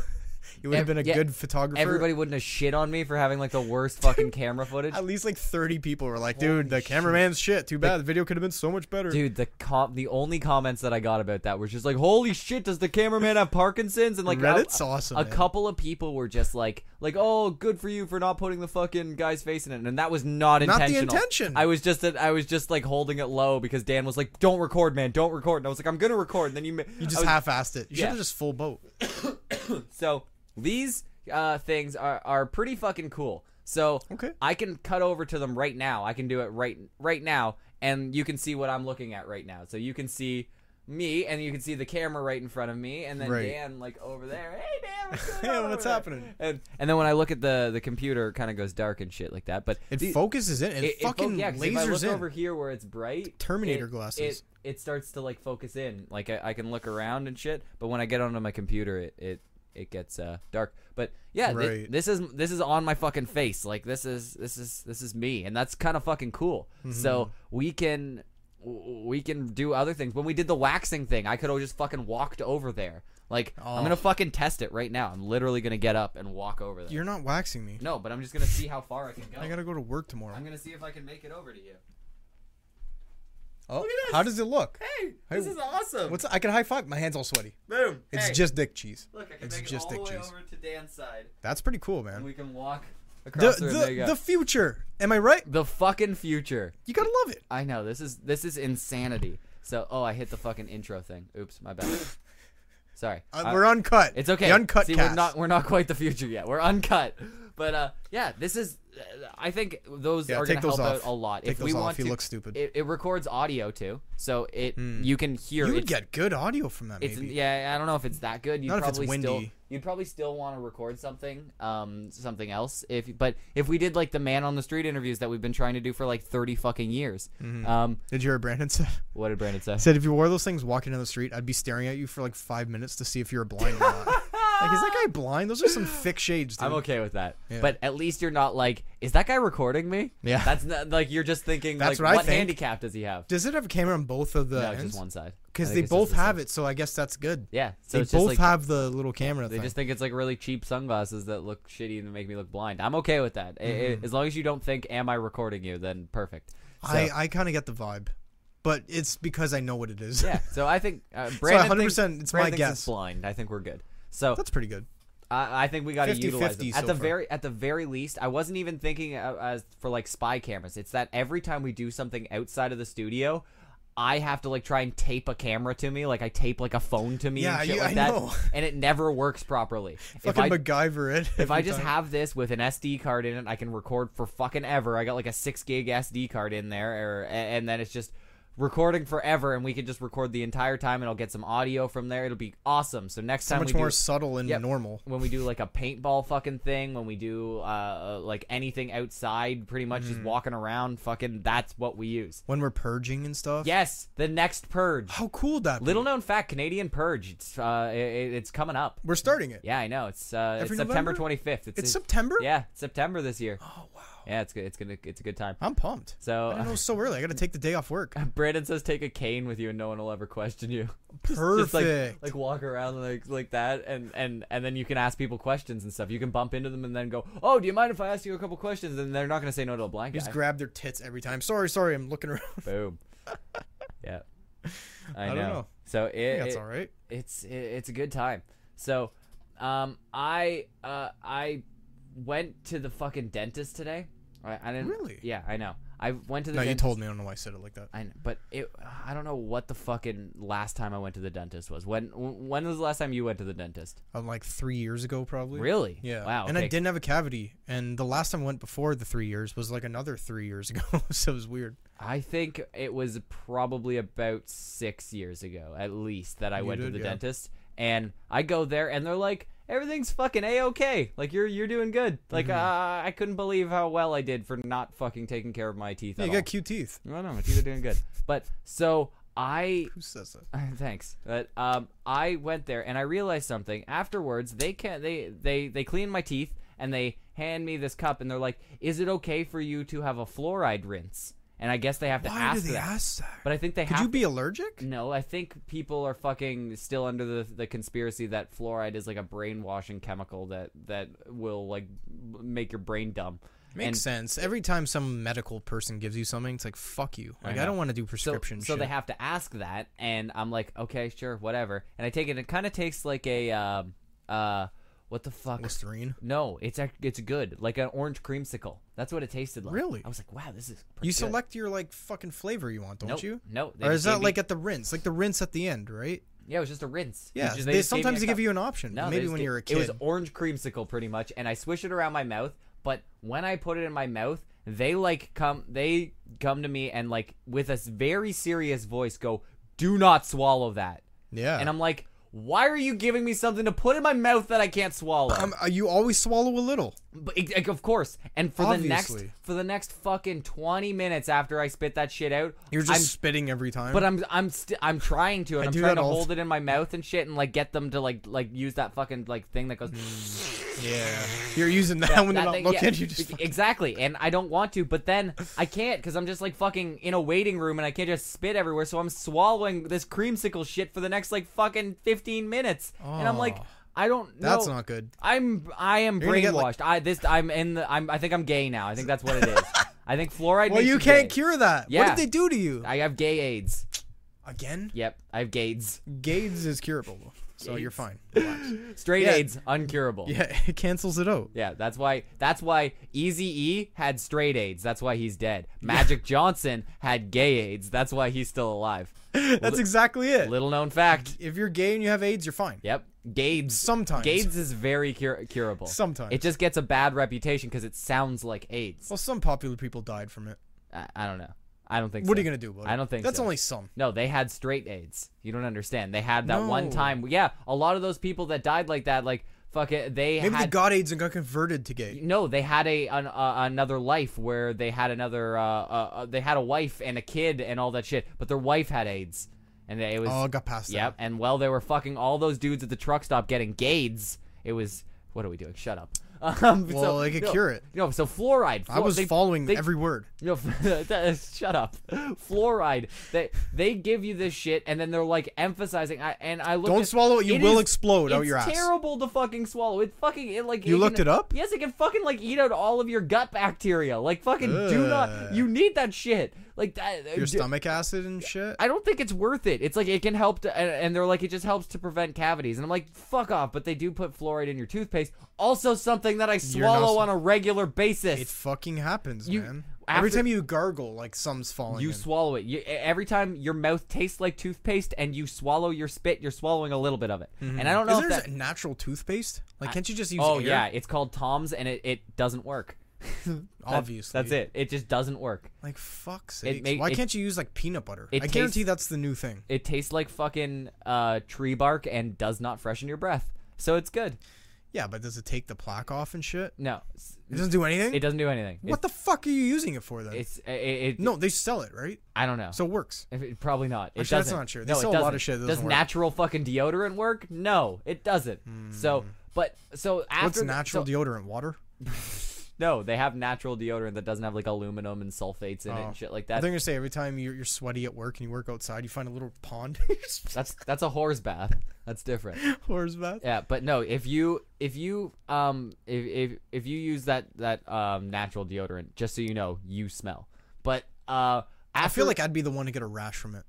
[SPEAKER 1] you would have been a
[SPEAKER 4] yeah,
[SPEAKER 1] good photographer.
[SPEAKER 4] Everybody wouldn't have shit on me for having like the worst fucking camera footage.
[SPEAKER 1] At least like 30 people were like, dude, the cameraman's shit. Too bad. the video could have been so much better.
[SPEAKER 4] Dude, the com- the only comments that I got about that were just like, "Holy shit, does the cameraman have Parkinson's?" And like, a-
[SPEAKER 1] Reddit's
[SPEAKER 4] a,
[SPEAKER 1] awesome,
[SPEAKER 4] A
[SPEAKER 1] man.
[SPEAKER 4] couple of people were just like, "Like, oh, good for you for not putting the fucking guy's face in it," and that was not
[SPEAKER 1] Not the
[SPEAKER 4] intentional.
[SPEAKER 1] intention.
[SPEAKER 4] I was just that I was just like holding it low because Dan was like, "Don't record, man, don't record," and I was like, "I'm gonna record." And then you ma-
[SPEAKER 1] You
[SPEAKER 4] I
[SPEAKER 1] just
[SPEAKER 4] was-
[SPEAKER 1] half-assed it. You should
[SPEAKER 4] Yeah.
[SPEAKER 1] have just full boat.
[SPEAKER 4] so these uh, things are, are pretty fucking cool. So
[SPEAKER 1] Okay.
[SPEAKER 4] I can cut over to them right now. I can do it right right now, and you can see what I'm looking at right now. So you can see me, and you can see the camera right in front of me, and then
[SPEAKER 1] Right.
[SPEAKER 4] Dan like over there. Hey Dan, what's, going
[SPEAKER 1] Yeah,
[SPEAKER 4] on
[SPEAKER 1] what's
[SPEAKER 4] over there?"
[SPEAKER 1] happening?
[SPEAKER 4] And and then when I look at the the computer, it kind of goes dark and shit like that. But
[SPEAKER 1] It
[SPEAKER 4] the-
[SPEAKER 1] focuses in. It,
[SPEAKER 4] it- it fo-
[SPEAKER 1] fucking
[SPEAKER 4] yeah, 'cause if I
[SPEAKER 1] lasers
[SPEAKER 4] look
[SPEAKER 1] in.
[SPEAKER 4] over here where it's bright.
[SPEAKER 1] Terminator
[SPEAKER 4] it-
[SPEAKER 1] glasses.
[SPEAKER 4] It, it starts to like focus in. Like I, I can look around and shit. But when I get onto my computer, it it, it gets uh, dark. But yeah, thi-
[SPEAKER 1] Right.
[SPEAKER 4] this is this is on my fucking face. Like this is this is this is me, and that's kind of fucking cool. So
[SPEAKER 1] Mm-hmm.
[SPEAKER 4] we can w- we can do other things. When we did the waxing thing, I could have just fucking walked over there. Like I'm
[SPEAKER 1] Oh.
[SPEAKER 4] gonna fucking test it right now. I'm literally gonna get up and walk over there.
[SPEAKER 1] You're not waxing me.
[SPEAKER 4] no, but I'm just gonna see how far I can go.
[SPEAKER 1] I gotta go to work tomorrow.
[SPEAKER 4] I'm gonna see if I can make it over to you.
[SPEAKER 1] oh,
[SPEAKER 4] look at this.
[SPEAKER 1] how does it look?
[SPEAKER 4] Hey,
[SPEAKER 1] Hey,
[SPEAKER 4] this is awesome.
[SPEAKER 1] What's I can high five. My hands all sweaty.
[SPEAKER 4] boom?
[SPEAKER 1] It's
[SPEAKER 4] Hey,
[SPEAKER 1] just dick cheese.
[SPEAKER 4] look. I can
[SPEAKER 1] it's
[SPEAKER 4] make
[SPEAKER 1] just
[SPEAKER 4] it
[SPEAKER 1] dick
[SPEAKER 4] all the way
[SPEAKER 1] cheese.
[SPEAKER 4] over to Dan's side,
[SPEAKER 1] That's pretty cool,
[SPEAKER 4] and
[SPEAKER 1] man.
[SPEAKER 4] we can walk
[SPEAKER 1] The
[SPEAKER 4] across there and there you
[SPEAKER 1] the,
[SPEAKER 4] go.
[SPEAKER 1] the future. Am I right?
[SPEAKER 4] the fucking future.
[SPEAKER 1] You gotta love it.
[SPEAKER 4] I know this is this is insanity. So, oh, I hit the fucking intro thing. Oops, my bad. Sorry.
[SPEAKER 1] Uh,
[SPEAKER 4] I-
[SPEAKER 1] we're uncut.
[SPEAKER 4] It's okay.
[SPEAKER 1] The uncut
[SPEAKER 4] See,
[SPEAKER 1] cast.
[SPEAKER 4] we're not we're not quite the future yet. We're uncut. But uh, yeah, this is. Uh, I think those
[SPEAKER 1] Yeah,
[SPEAKER 4] are
[SPEAKER 1] take
[SPEAKER 4] going to help
[SPEAKER 1] those off.
[SPEAKER 4] out a lot.
[SPEAKER 1] Take
[SPEAKER 4] if we
[SPEAKER 1] those off.
[SPEAKER 4] want
[SPEAKER 1] You
[SPEAKER 4] to,
[SPEAKER 1] look stupid. Hmm.
[SPEAKER 4] It, it records audio too, so it you can hear.
[SPEAKER 1] you would
[SPEAKER 4] it's-
[SPEAKER 1] get good audio from that,
[SPEAKER 4] it's
[SPEAKER 1] maybe.
[SPEAKER 4] yeah i don't know if it's that good you'd
[SPEAKER 1] Not if it's
[SPEAKER 4] probably still
[SPEAKER 1] windy.
[SPEAKER 4] you'd probably still want to record something um something else if but if we did like the man on the street interviews that we've been trying to do for like 30 fucking years
[SPEAKER 1] Mm-hmm.
[SPEAKER 4] um
[SPEAKER 1] Did you hear what Brandon said?
[SPEAKER 4] what did brandon say
[SPEAKER 1] said if you wore those things walking down the street, I'd be staring at you for like five minutes to see if you're blind or not. like, is that guy blind? Those are some thick shades, dude.
[SPEAKER 4] i'm okay with that but at least you're not like is that guy recording me
[SPEAKER 1] Yeah.
[SPEAKER 4] that's not like you're just thinking
[SPEAKER 1] That's
[SPEAKER 4] like
[SPEAKER 1] what I
[SPEAKER 4] what
[SPEAKER 1] think.
[SPEAKER 4] handicap does he have
[SPEAKER 1] Does it have a camera on both of the
[SPEAKER 4] no
[SPEAKER 1] ends?
[SPEAKER 4] just one side I
[SPEAKER 1] Because
[SPEAKER 4] think
[SPEAKER 1] they
[SPEAKER 4] it's just
[SPEAKER 1] both
[SPEAKER 4] this
[SPEAKER 1] have
[SPEAKER 4] side.
[SPEAKER 1] it, so I guess that's good.
[SPEAKER 4] yeah so
[SPEAKER 1] they
[SPEAKER 4] it's just
[SPEAKER 1] both
[SPEAKER 4] like
[SPEAKER 1] have the little camera
[SPEAKER 4] They
[SPEAKER 1] thing.
[SPEAKER 4] just think it's like really cheap sunglasses that look shitty and make me look blind. I'm okay with that. I- I- as long as you don't think, am I recording you, then perfect. So,
[SPEAKER 1] Mm-hmm. I, I kind of get the vibe, but it's because I know what it is.
[SPEAKER 4] yeah, so I think uh, Brandon
[SPEAKER 1] 100%
[SPEAKER 4] thinks-
[SPEAKER 1] it's
[SPEAKER 4] Brandon
[SPEAKER 1] my
[SPEAKER 4] thinks
[SPEAKER 1] guess.
[SPEAKER 4] It's blind. I think we're good. So
[SPEAKER 1] that's pretty good.
[SPEAKER 4] I, I think we got to
[SPEAKER 1] 50-50
[SPEAKER 4] utilize them.
[SPEAKER 1] so
[SPEAKER 4] at the
[SPEAKER 1] far.
[SPEAKER 4] very at the very least. I wasn't even thinking uh, as for like spy cameras. It's that every time we do something outside of the studio. I have to like try and tape a camera to me, like I tape like a phone to me
[SPEAKER 1] Yeah,
[SPEAKER 4] and shit
[SPEAKER 1] you-
[SPEAKER 4] like
[SPEAKER 1] I
[SPEAKER 4] that,
[SPEAKER 1] know.
[SPEAKER 4] and it never works properly. if
[SPEAKER 1] Fucking
[SPEAKER 4] I
[SPEAKER 1] MacGyver it.
[SPEAKER 4] if I just have this with an SD card in it, I can record for fucking ever. I got like a six gig SD card in there, or, a- and then it's just recording forever, and we can just record the entire time, and I'll get some audio from there. It'll be awesome. So next
[SPEAKER 1] so
[SPEAKER 4] time
[SPEAKER 1] much
[SPEAKER 4] we
[SPEAKER 1] more
[SPEAKER 4] do,
[SPEAKER 1] subtle and
[SPEAKER 4] Yep.
[SPEAKER 1] normal.
[SPEAKER 4] when we do like a paintball fucking thing, when we do uh, like anything outside, pretty much
[SPEAKER 1] Mm.
[SPEAKER 4] just walking around, fucking that's what we use.
[SPEAKER 1] When we're purging and stuff.
[SPEAKER 4] Yes, the next purge.
[SPEAKER 1] How cool would that. be?
[SPEAKER 4] Little known fact, Canadian purge. It's uh, i- i it's coming up.
[SPEAKER 1] We're starting it.
[SPEAKER 4] Yeah, I know. It's uh, it's
[SPEAKER 1] Every
[SPEAKER 4] September
[SPEAKER 1] November?
[SPEAKER 4] twenty fifth.
[SPEAKER 1] It's September.
[SPEAKER 4] Yeah, it's September this year. Oh wow. Yeah, it's good. It's gonna it's a good time.
[SPEAKER 1] I'm pumped.
[SPEAKER 4] So
[SPEAKER 1] I didn't know it
[SPEAKER 4] uh,
[SPEAKER 1] was so early. I got to take the day off work.
[SPEAKER 4] Brandon says take a cane with you and no one will ever question you. Just like
[SPEAKER 1] Perfect.
[SPEAKER 4] like walk around like like that and and and then you can ask people questions and stuff. You can bump into them and then go, "Oh, do you mind if I ask you a couple questions?" And they're not gonna say no to a blind guy.
[SPEAKER 1] just grab their tits every time. Sorry, sorry. I'm looking around.
[SPEAKER 4] Boom. yeah. I,
[SPEAKER 1] don't
[SPEAKER 4] know.
[SPEAKER 1] know.
[SPEAKER 4] So it,
[SPEAKER 1] That's
[SPEAKER 4] it-
[SPEAKER 1] all right.
[SPEAKER 4] it's it, it's a good time. So, um, I uh I went to the fucking dentist today. I, I didn't
[SPEAKER 1] Really?
[SPEAKER 4] Yeah, I know. I went to the.
[SPEAKER 1] No, you
[SPEAKER 4] dentist.
[SPEAKER 1] told me. I don't know why I said it like that.
[SPEAKER 4] I know, but it. I don't know what the fucking last time I went to the dentist was. When when was the last time you went to the dentist?
[SPEAKER 1] Um, like three years ago, probably.
[SPEAKER 4] Really?
[SPEAKER 1] Yeah.
[SPEAKER 4] Wow.
[SPEAKER 1] And I
[SPEAKER 4] okay.
[SPEAKER 1] didn't have a cavity. And the last time I went before the three years was like another three years ago. so it was weird.
[SPEAKER 4] I think it was probably about six years ago, at least, that I went to
[SPEAKER 1] did,
[SPEAKER 4] the
[SPEAKER 1] yeah.
[SPEAKER 4] dentist. And I go there, and they're like, "Everything's fucking a okay. Like you're you're doing good. Like
[SPEAKER 1] Mm-hmm.
[SPEAKER 4] uh, I couldn't believe how well I did for not fucking taking care of my teeth.
[SPEAKER 1] Yeah,
[SPEAKER 4] at
[SPEAKER 1] you
[SPEAKER 4] all.
[SPEAKER 1] got cute teeth.
[SPEAKER 4] I don't know, my teeth are doing good. But so I
[SPEAKER 1] Who says that?
[SPEAKER 4] Thanks. But um, I went there and I realized something. Afterwards, they can they they they clean my teeth and they hand me this cup and they're like, "Is it okay for you to have a fluoride rinse?" And I guess they have to
[SPEAKER 1] Why do
[SPEAKER 4] ask
[SPEAKER 1] they
[SPEAKER 4] that.
[SPEAKER 1] ask that?
[SPEAKER 4] But I think they
[SPEAKER 1] Could
[SPEAKER 4] have
[SPEAKER 1] you be allergic?
[SPEAKER 4] no, I think people are fucking still under the the conspiracy that fluoride is like a brainwashing chemical that that will like b- make your brain dumb.
[SPEAKER 1] Makes
[SPEAKER 4] And-
[SPEAKER 1] sense. Every time some medical person gives you something, it's like fuck you. Like I,
[SPEAKER 4] know.
[SPEAKER 1] don't want to do
[SPEAKER 4] so,
[SPEAKER 1] prescription.
[SPEAKER 4] so they
[SPEAKER 1] shit.
[SPEAKER 4] have to ask that and i'm like okay sure whatever and i take it it kind of tastes like a um uh what the fuck
[SPEAKER 1] Listerine.
[SPEAKER 4] no it's ac- it's good like an orange creamsicle that's what it tasted like
[SPEAKER 1] Really?
[SPEAKER 4] i was like wow this is pretty
[SPEAKER 1] You
[SPEAKER 4] good.
[SPEAKER 1] select your like fucking flavor you want, don't
[SPEAKER 4] Nope,
[SPEAKER 1] you?
[SPEAKER 4] no, they
[SPEAKER 1] Or
[SPEAKER 4] just
[SPEAKER 1] is that
[SPEAKER 4] gave me-
[SPEAKER 1] like at the rinse? Like the rinse at the end, right?
[SPEAKER 4] yeah it was just a rinse You
[SPEAKER 1] Yeah.
[SPEAKER 4] just-
[SPEAKER 1] they
[SPEAKER 4] just gave me
[SPEAKER 1] sometimes
[SPEAKER 4] a
[SPEAKER 1] they give
[SPEAKER 4] cup.
[SPEAKER 1] you an option.
[SPEAKER 4] no, they
[SPEAKER 1] maybe
[SPEAKER 4] just
[SPEAKER 1] when
[SPEAKER 4] gave-
[SPEAKER 1] you're a kid.
[SPEAKER 4] it was orange creamsicle pretty much and i swish it around my mouth but when i put it in my mouth they like come they come to me and like with a s- very serious voice go do not swallow that.
[SPEAKER 1] Yeah.
[SPEAKER 4] And I'm like, why are you giving me something to put in my mouth that I can't swallow?
[SPEAKER 1] Um, uh, you always swallow a little.
[SPEAKER 4] But, ex- like, of course. And for the
[SPEAKER 1] Obviously.
[SPEAKER 4] next for the next fucking 20 minutes after I spit that shit out,
[SPEAKER 1] You're just
[SPEAKER 4] I'm
[SPEAKER 1] spitting every time.
[SPEAKER 4] but I'm I'm st- I'm trying to and
[SPEAKER 1] I
[SPEAKER 4] I'm
[SPEAKER 1] do
[SPEAKER 4] trying
[SPEAKER 1] that
[SPEAKER 4] to
[SPEAKER 1] all
[SPEAKER 4] hold it in my mouth and shit and like get them to like like use that fucking like thing that goes
[SPEAKER 1] yeah, you're using that, when they're
[SPEAKER 4] that
[SPEAKER 1] not
[SPEAKER 4] thing-
[SPEAKER 1] looking
[SPEAKER 4] yeah,
[SPEAKER 1] at you. Just
[SPEAKER 4] e- exactly and I don't want to but then I can't cuz I'm just like fucking in a waiting room and I can't just spit everywhere so I'm swallowing this creamsicle shit for the next like fucking 15 minutes and I'm like
[SPEAKER 1] Oh.
[SPEAKER 4] I don't know
[SPEAKER 1] that's not good.
[SPEAKER 4] I'm I am
[SPEAKER 1] You're gonna
[SPEAKER 4] brainwashed.
[SPEAKER 1] get, like-
[SPEAKER 4] I this I'm in the I'm I think I'm gay now. I think that's what it is. I think fluoride
[SPEAKER 1] Well,
[SPEAKER 4] makes
[SPEAKER 1] you can't
[SPEAKER 4] gay.
[SPEAKER 1] cure that. What
[SPEAKER 4] Yeah.
[SPEAKER 1] did they do to you?
[SPEAKER 4] I have gay AIDS.
[SPEAKER 1] Again?
[SPEAKER 4] Yep, I have gAIDS.
[SPEAKER 1] Gades is curable, so you're
[SPEAKER 4] Gades.
[SPEAKER 1] fine.
[SPEAKER 4] Straight
[SPEAKER 1] Yeah.
[SPEAKER 4] AIDS uncurable.
[SPEAKER 1] Yeah, it cancels it out.
[SPEAKER 4] Yeah, that's why that's why Easy E had straight AIDS. That's why he's dead. Magic Johnson had gay AIDS. That's why he's still alive.
[SPEAKER 1] That's exactly it.
[SPEAKER 4] Little known fact.
[SPEAKER 1] If you're gay and you have AIDS, you're fine.
[SPEAKER 4] Yep. Gades.
[SPEAKER 1] Sometimes.
[SPEAKER 4] Gades is very cur- curable.
[SPEAKER 1] Sometimes.
[SPEAKER 4] It just gets a bad reputation because it sounds like AIDS.
[SPEAKER 1] Well, some popular people died from it.
[SPEAKER 4] I, I don't know. I don't think
[SPEAKER 1] What
[SPEAKER 4] so.
[SPEAKER 1] are you gonna do about it?
[SPEAKER 4] I don't think
[SPEAKER 1] that's
[SPEAKER 4] so.
[SPEAKER 1] only some.
[SPEAKER 4] No, they had straight AIDS. You don't understand. They had that one
[SPEAKER 1] No.
[SPEAKER 4] time. Yeah, a lot of those people that died like that, like fuck it, they
[SPEAKER 1] Maybe
[SPEAKER 4] had
[SPEAKER 1] they got AIDS and got converted to gay.
[SPEAKER 4] no, they had a an, uh, another life where they had another uh, uh, uh, they had a wife and a kid and all that shit, but their wife had AIDS, and it was
[SPEAKER 1] Oh, I got past that.
[SPEAKER 4] yep. And while they were fucking all those dudes at the truck stop getting gades, it was what are we doing? Shut up. Um,
[SPEAKER 1] Well, they could
[SPEAKER 4] no,
[SPEAKER 1] cure it.
[SPEAKER 4] No, so fluoride.
[SPEAKER 1] I
[SPEAKER 4] fluor-
[SPEAKER 1] was
[SPEAKER 4] they-
[SPEAKER 1] following
[SPEAKER 4] they-
[SPEAKER 1] every word.
[SPEAKER 4] no, that is- shut up. Fluoride. They they give you this shit, and then they're like emphasizing. I and I look.
[SPEAKER 1] Don't swallow it, you will explode out your ass.
[SPEAKER 4] It's terrible to fucking swallow. It fucking it like
[SPEAKER 1] You
[SPEAKER 4] it
[SPEAKER 1] looked it
[SPEAKER 4] can-
[SPEAKER 1] up?
[SPEAKER 4] Yes, it can fucking like eat out all of your gut bacteria. Like fucking do not.
[SPEAKER 1] Ugh.
[SPEAKER 4] You need that shit. Like that. uh,
[SPEAKER 1] Your
[SPEAKER 4] d-
[SPEAKER 1] stomach acid and shit.
[SPEAKER 4] I don't think it's worth it. It's like it can help, to, and, and they're like it just helps to prevent cavities. And I'm like, fuck off. But they do put fluoride in your toothpaste. Also, something that I
[SPEAKER 1] not
[SPEAKER 4] swallow
[SPEAKER 1] sw-
[SPEAKER 4] on a regular basis.
[SPEAKER 1] It fucking happens,
[SPEAKER 4] You-
[SPEAKER 1] man.
[SPEAKER 4] after-
[SPEAKER 1] Every time you gargle, like some's falling.
[SPEAKER 4] You
[SPEAKER 1] in.
[SPEAKER 4] swallow it. You, e- every time your mouth tastes like toothpaste and you swallow your spit, you're swallowing a little bit of it. And I don't know
[SPEAKER 1] Mm-hmm. Is there
[SPEAKER 4] if that.
[SPEAKER 1] a natural toothpaste? Like, can't you just use?
[SPEAKER 4] oh
[SPEAKER 1] air?
[SPEAKER 4] yeah, it's called Tom's, and it, it doesn't work. That-
[SPEAKER 1] obviously.
[SPEAKER 4] that's it. It just doesn't work.
[SPEAKER 1] Like fuck's sake.
[SPEAKER 4] may-
[SPEAKER 1] Why
[SPEAKER 4] it-
[SPEAKER 1] can't you use like peanut butter? I
[SPEAKER 4] it tastes-
[SPEAKER 1] guarantee that's the new thing.
[SPEAKER 4] It tastes like fucking uh, tree bark and does not freshen your breath. So it's good.
[SPEAKER 1] Yeah, but does it take the plaque off and shit?
[SPEAKER 4] No, s-
[SPEAKER 1] It doesn't do anything.
[SPEAKER 4] Mm. it doesn't do anything.
[SPEAKER 1] What the fuck are you using it for then?
[SPEAKER 4] It's it, it,
[SPEAKER 1] no, they sell it right,
[SPEAKER 4] I don't know.
[SPEAKER 1] so it works.
[SPEAKER 4] If it- probably not. It
[SPEAKER 1] Actually, that's
[SPEAKER 4] doesn't.
[SPEAKER 1] not true. They
[SPEAKER 4] No,
[SPEAKER 1] sell
[SPEAKER 4] it
[SPEAKER 1] a lot
[SPEAKER 4] doesn't.
[SPEAKER 1] of shit that
[SPEAKER 4] Does
[SPEAKER 1] doesn't work.
[SPEAKER 4] natural fucking deodorant work? No, it doesn't. So, but so after
[SPEAKER 1] Hmm. What's
[SPEAKER 4] the-
[SPEAKER 1] natural
[SPEAKER 4] so-
[SPEAKER 1] deodorant? Water.
[SPEAKER 4] No, they have natural deodorant that doesn't have like aluminum and sulfates in it
[SPEAKER 1] Oh.
[SPEAKER 4] and shit like
[SPEAKER 1] They're
[SPEAKER 4] that.
[SPEAKER 1] gonna say every time you're, you're sweaty at work and you work outside, you find a little pond.
[SPEAKER 4] That's that's a whore's bath. That's different.
[SPEAKER 1] Horse bath.
[SPEAKER 4] Yeah, but no, if you if you um if if, if you use that that um natural deodorant, just so you know, you smell. But uh after,
[SPEAKER 1] I feel like I'd be the one to get a rash from it.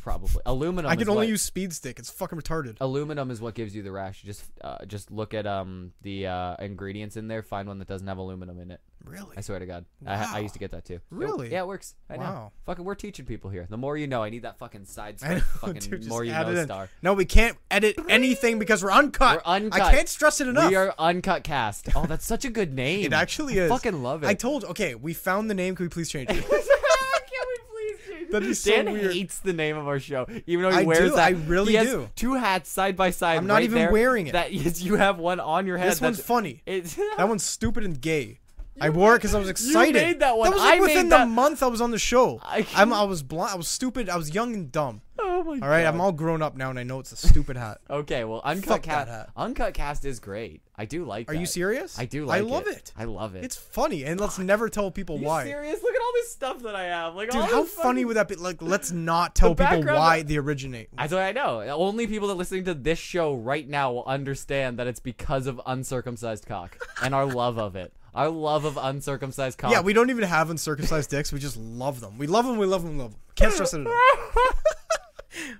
[SPEAKER 4] probably aluminum.
[SPEAKER 1] I can
[SPEAKER 4] is
[SPEAKER 1] only
[SPEAKER 4] what-
[SPEAKER 1] use speed stick. It's fucking retarded.
[SPEAKER 4] Oh, aluminum is what gives you the rash. Just uh, just look at um the uh, ingredients in there. Find one that doesn't have aluminum in it.
[SPEAKER 1] Really?
[SPEAKER 4] I swear to God, I, I used to get that too. It-
[SPEAKER 1] Really?
[SPEAKER 4] yeah, it works. I know.
[SPEAKER 1] Wow.
[SPEAKER 4] Fucking, we're teaching people here. The more you know, I need that fucking side
[SPEAKER 1] I
[SPEAKER 4] star.
[SPEAKER 1] know,
[SPEAKER 4] Fucking
[SPEAKER 1] dude, just
[SPEAKER 4] more you
[SPEAKER 1] add it
[SPEAKER 4] know
[SPEAKER 1] in.
[SPEAKER 4] star.
[SPEAKER 1] No, we can't edit anything because we're uncut.
[SPEAKER 4] We're uncut.
[SPEAKER 1] I can't stress it enough.
[SPEAKER 4] We are uncut cast. Oh, that's such a good name.
[SPEAKER 1] it actually
[SPEAKER 4] I
[SPEAKER 1] is.
[SPEAKER 4] Fucking love it.
[SPEAKER 1] I told. Okay, we found the name. Can we please change it?
[SPEAKER 4] Can we please change-
[SPEAKER 1] That'd be so
[SPEAKER 4] Dan
[SPEAKER 1] weird.
[SPEAKER 4] hates the name of our show, even though
[SPEAKER 1] I
[SPEAKER 4] he wears
[SPEAKER 1] do,
[SPEAKER 4] that.
[SPEAKER 1] I really
[SPEAKER 4] he has
[SPEAKER 1] do.
[SPEAKER 4] Two hats side by side.
[SPEAKER 1] I'm not
[SPEAKER 4] right
[SPEAKER 1] even
[SPEAKER 4] there
[SPEAKER 1] wearing it.
[SPEAKER 4] That yes, you have one on your head.
[SPEAKER 1] This one's
[SPEAKER 4] that's-
[SPEAKER 1] funny.
[SPEAKER 4] It's,
[SPEAKER 1] that one's stupid and gay. I wore it because I was excited.
[SPEAKER 4] made that one.
[SPEAKER 1] was like
[SPEAKER 4] I
[SPEAKER 1] within
[SPEAKER 4] made
[SPEAKER 1] the
[SPEAKER 4] that-
[SPEAKER 1] month I was on the show.
[SPEAKER 4] I-
[SPEAKER 1] I, am I was blind. I was stupid. I was young and dumb.
[SPEAKER 4] Oh my
[SPEAKER 1] All right, I'm all grown up now, and I know it's a stupid hat.
[SPEAKER 4] Okay, well, uncut
[SPEAKER 1] Fuck that
[SPEAKER 4] cast,
[SPEAKER 1] hat.
[SPEAKER 4] uncut cast is great. I do like.
[SPEAKER 1] Are you
[SPEAKER 4] that.
[SPEAKER 1] serious?
[SPEAKER 4] I do like.
[SPEAKER 1] I love it.
[SPEAKER 4] I love it.
[SPEAKER 1] It's funny, and let's never tell people
[SPEAKER 4] Are you
[SPEAKER 1] why.
[SPEAKER 4] serious? Look at all this stuff that I have. Like,
[SPEAKER 1] Dude,
[SPEAKER 4] all
[SPEAKER 1] how
[SPEAKER 4] this
[SPEAKER 1] funny
[SPEAKER 4] fucking-
[SPEAKER 1] would that be? Like, let's not tell people
[SPEAKER 4] background-
[SPEAKER 1] why they originate.
[SPEAKER 4] That's what I know. Only people that are listening to this show right now will understand that it's because of uncircumcised cock and our love of it. Our love of uncircumcised cock.
[SPEAKER 1] Yeah, we don't even have uncircumcised dicks. We just love them. We love them. We love them. We love them. Can't stress it enough.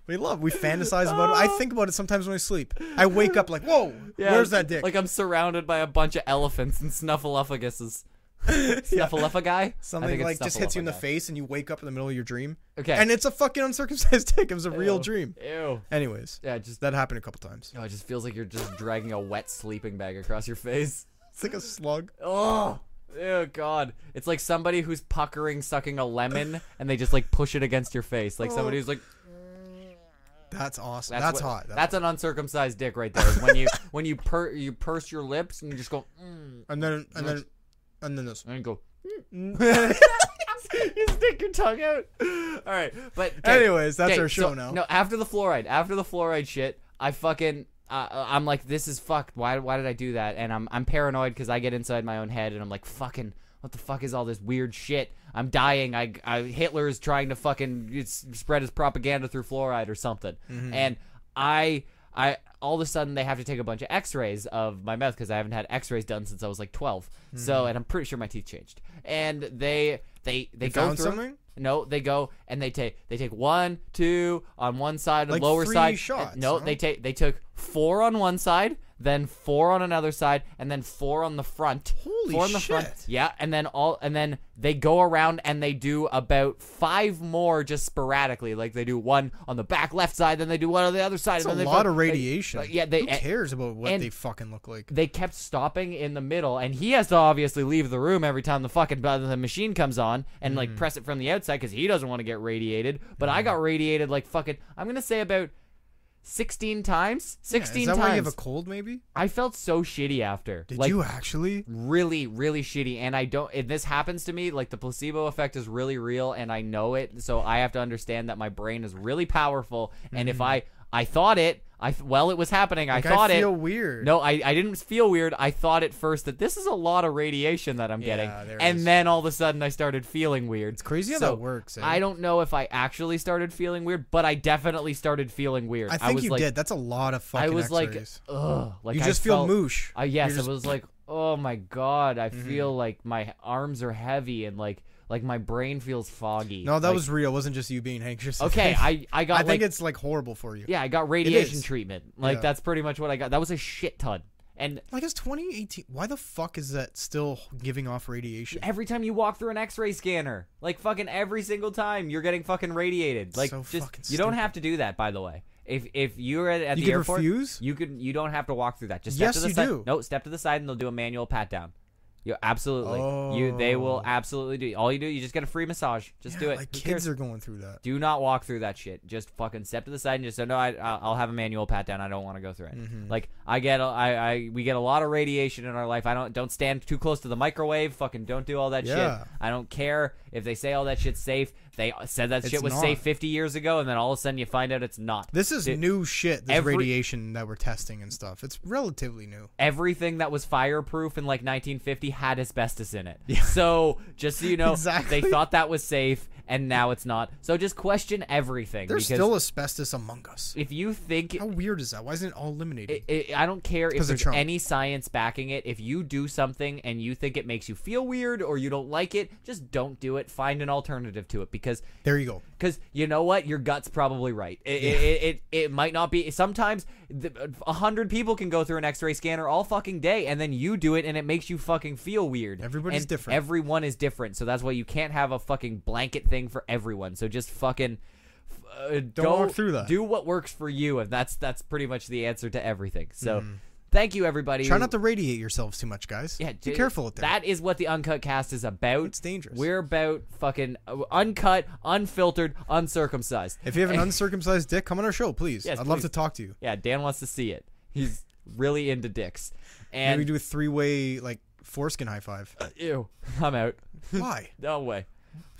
[SPEAKER 1] We love. We fantasize about it. I think about it sometimes when I sleep. I wake up like, whoa,
[SPEAKER 4] Yeah,
[SPEAKER 1] where's that dick?
[SPEAKER 4] Like I'm surrounded by a bunch of elephants and snuffleupaguses. Snuffleupagus? guy?
[SPEAKER 1] Something like just hits you in the face, and you wake up in the middle of your dream.
[SPEAKER 4] Okay.
[SPEAKER 1] And it's a fucking uncircumcised dick. It was a real
[SPEAKER 4] Ew.
[SPEAKER 1] dream.
[SPEAKER 4] Ew.
[SPEAKER 1] Anyways,
[SPEAKER 4] Yeah, just
[SPEAKER 1] that happened a couple times.
[SPEAKER 4] oh, it just feels like you're just dragging a wet sleeping bag across your face.
[SPEAKER 1] It's like a slug.
[SPEAKER 4] Oh, oh god. It's like somebody who's puckering sucking a lemon and they just like push it against your face. Like somebody who's like
[SPEAKER 1] That's awesome.
[SPEAKER 4] That's,
[SPEAKER 1] Oh. That's,
[SPEAKER 4] what-
[SPEAKER 1] hot.
[SPEAKER 4] That's an uncircumcised dick right there. When you when you per you purse your lips and you just go mm,
[SPEAKER 1] and then and then and then this.
[SPEAKER 4] and you go. mm. you stick your tongue out. All right, but 'kay,
[SPEAKER 1] Anyways, that's
[SPEAKER 4] 'kay,
[SPEAKER 1] our show
[SPEAKER 4] so-
[SPEAKER 1] now.
[SPEAKER 4] No, after the fluoride, after the fluoride shit, I fucking. Uh, I'm like, this is fucked. Why, why did I do that? And I'm, I'm paranoid because I get inside my own head and I'm like, fucking, what the fuck is all this weird shit? I'm dying. I, I Hitler is trying to fucking s- spread his propaganda through fluoride or something.
[SPEAKER 1] Mm-hmm.
[SPEAKER 4] And I, I, all of a sudden they have to take a bunch of X-rays of my mouth because I haven't had X-rays done since I was like 12. So,
[SPEAKER 1] Mm-hmm.
[SPEAKER 4] and I'm pretty sure my teeth changed. And they, they, they go
[SPEAKER 1] found
[SPEAKER 4] through
[SPEAKER 1] something?
[SPEAKER 4] no, they go and they take they take one, two on one side,
[SPEAKER 1] Like
[SPEAKER 4] lower
[SPEAKER 1] three
[SPEAKER 4] side.
[SPEAKER 1] shots,
[SPEAKER 4] and- no,
[SPEAKER 1] huh?
[SPEAKER 4] they take they took four on one side, then four on another side, and then four on the front.
[SPEAKER 1] Holy
[SPEAKER 4] four on the front.
[SPEAKER 1] shit.
[SPEAKER 4] Yeah, and then all and then they go around and they do about five more just sporadically. Like they do one on the back left side, then they do one on the other side.
[SPEAKER 1] That's
[SPEAKER 4] and
[SPEAKER 1] a
[SPEAKER 4] then they
[SPEAKER 1] lot
[SPEAKER 4] fuck-
[SPEAKER 1] of radiation.
[SPEAKER 4] Like, yeah, they
[SPEAKER 1] Who cares about what
[SPEAKER 4] and-
[SPEAKER 1] they fucking look like?
[SPEAKER 4] they kept stopping in the middle, and he has to obviously leave the room every time the fucking uh, the machine comes on and
[SPEAKER 1] Mm-hmm.
[SPEAKER 4] like press it from the outside because he doesn't want to get radiated. But I got radiated like fucking. I'm gonna say about sixteen times. Sixteen
[SPEAKER 1] Is that
[SPEAKER 4] times.
[SPEAKER 1] why you have a cold? Maybe?
[SPEAKER 4] I felt so shitty after.
[SPEAKER 1] Did
[SPEAKER 4] like,
[SPEAKER 1] you actually?
[SPEAKER 4] really really shitty and i don't and this happens to me like the placebo effect is really real and i know it so i have to understand that my brain is really powerful and if i i thought it i well it was happening
[SPEAKER 1] Mm-hmm. Like,
[SPEAKER 4] i
[SPEAKER 1] I
[SPEAKER 4] thought
[SPEAKER 1] feel
[SPEAKER 4] it
[SPEAKER 1] weird.
[SPEAKER 4] no I, I didn't feel weird i thought at first that this is a lot of radiation that i'm getting
[SPEAKER 1] there it
[SPEAKER 4] and
[SPEAKER 1] is.
[SPEAKER 4] then all of a sudden i started feeling weird it's
[SPEAKER 1] crazy how that works, eh?
[SPEAKER 4] i don't know if i actually started feeling weird but i definitely started feeling weird
[SPEAKER 1] I
[SPEAKER 4] i,
[SPEAKER 1] think
[SPEAKER 4] was
[SPEAKER 1] you
[SPEAKER 4] like
[SPEAKER 1] did. That's a lot of fucking.
[SPEAKER 4] I was
[SPEAKER 1] X-rays.
[SPEAKER 4] like, ugh. Like
[SPEAKER 1] you
[SPEAKER 4] I
[SPEAKER 1] just feel
[SPEAKER 4] felt-
[SPEAKER 1] moosh.
[SPEAKER 4] I yes,
[SPEAKER 1] You're just- Mm-hmm.
[SPEAKER 4] it was like, oh my god, I feel like my arms are heavy and like like my brain feels foggy.
[SPEAKER 1] no, that
[SPEAKER 4] Like,
[SPEAKER 1] was real. It wasn't just you being anxious.
[SPEAKER 4] okay. I I got
[SPEAKER 1] I think
[SPEAKER 4] like
[SPEAKER 1] it's like horrible for you.
[SPEAKER 4] yeah, I got radiation
[SPEAKER 1] is.
[SPEAKER 4] treatment. Like
[SPEAKER 1] Yeah.
[SPEAKER 4] that's pretty much what I got. That was a shit ton. And
[SPEAKER 1] Like it's 2018. Why the fuck is that still giving off radiation?
[SPEAKER 4] every time you walk through an X-ray scanner, like fucking every single time, you're getting fucking radiated. Like
[SPEAKER 1] So
[SPEAKER 4] just
[SPEAKER 1] fucking
[SPEAKER 4] you don't
[SPEAKER 1] stupid.
[SPEAKER 4] have to do that. By the way, if if you're at, at
[SPEAKER 1] You
[SPEAKER 4] the
[SPEAKER 1] could
[SPEAKER 4] airport,
[SPEAKER 1] refuse?
[SPEAKER 4] you can you don't have to walk through that. Just step
[SPEAKER 1] Yes,
[SPEAKER 4] to the
[SPEAKER 1] you
[SPEAKER 4] side.
[SPEAKER 1] do.
[SPEAKER 4] No, step to the side and they'll do a manual pat down. You absolutely. You they will
[SPEAKER 1] Oh.
[SPEAKER 4] absolutely do. All you do, you just get a free massage. Just do it.
[SPEAKER 1] Like
[SPEAKER 4] Who
[SPEAKER 1] kids
[SPEAKER 4] cares?
[SPEAKER 1] are going through that.
[SPEAKER 4] Do not walk through that shit. Just fucking step to the side and just say, "No, I, I'll I'll have a manual pat down. I don't want to go through it."
[SPEAKER 1] Mm-hmm.
[SPEAKER 4] Like I get, a- I, I, we get a lot of radiation in our life. I don't, don't stand too close to the microwave. Fucking don't do all that
[SPEAKER 1] Yeah.
[SPEAKER 4] shit. I don't care if they say all that shit's safe. They said that
[SPEAKER 1] It's
[SPEAKER 4] shit was
[SPEAKER 1] not.
[SPEAKER 4] safe 50 years ago, and then all of a sudden you find out it's not.
[SPEAKER 1] This is
[SPEAKER 4] Dude,
[SPEAKER 1] new shit. This
[SPEAKER 4] every-
[SPEAKER 1] radiation that we're testing and stuff. It's relatively new.
[SPEAKER 4] Everything that was fireproof in like 1950 had asbestos in it. So just so you know,
[SPEAKER 1] Exactly.
[SPEAKER 4] they thought that was safe, and now it's not. So just question everything.
[SPEAKER 1] There's
[SPEAKER 4] because
[SPEAKER 1] still asbestos among us.
[SPEAKER 4] if you think
[SPEAKER 1] How weird is that? Why isn't it all eliminated?
[SPEAKER 4] it, it, I don't care if
[SPEAKER 1] 'Cause of
[SPEAKER 4] there's
[SPEAKER 1] Trump.
[SPEAKER 4] any science backing it. If you do something and you think it makes you feel weird or you don't like it, just don't do it. Find an alternative to it because
[SPEAKER 1] there you go.
[SPEAKER 4] because you know what, your gut's probably right. It it, it, it, it might not be. Sometimes th- a hundred people can go through an X-ray scanner all fucking day, and then you do it, and it makes you fucking feel weird.
[SPEAKER 1] Everybody's
[SPEAKER 4] And
[SPEAKER 1] different.
[SPEAKER 4] Everyone is different, so that's why you can't have a fucking blanket thing for everyone. So just fucking. f- Uh, Don't
[SPEAKER 1] walk through that.
[SPEAKER 4] Do what works for you, and that's that's pretty much the answer to everything. So, thank you everybody.
[SPEAKER 1] Mm-hmm. Try
[SPEAKER 4] who-
[SPEAKER 1] not to radiate yourselves too much, guys.
[SPEAKER 4] yeah,
[SPEAKER 1] be
[SPEAKER 4] d-
[SPEAKER 1] careful with that.
[SPEAKER 4] That is what the uncut cast is about.
[SPEAKER 1] It's dangerous.
[SPEAKER 4] We're about fucking uh, uncut, unfiltered, uncircumcised.
[SPEAKER 1] If you have an uncircumcised dick, come on our show, please.
[SPEAKER 4] Yes,
[SPEAKER 1] I'd love
[SPEAKER 4] please.
[SPEAKER 1] to talk to you.
[SPEAKER 4] Yeah, Dan wants to see it. He's really into dicks.
[SPEAKER 1] Maybe
[SPEAKER 4] And Uh,
[SPEAKER 1] do a three-way like foreskin high five.
[SPEAKER 4] ew, I'm out.
[SPEAKER 1] Why?
[SPEAKER 4] No way.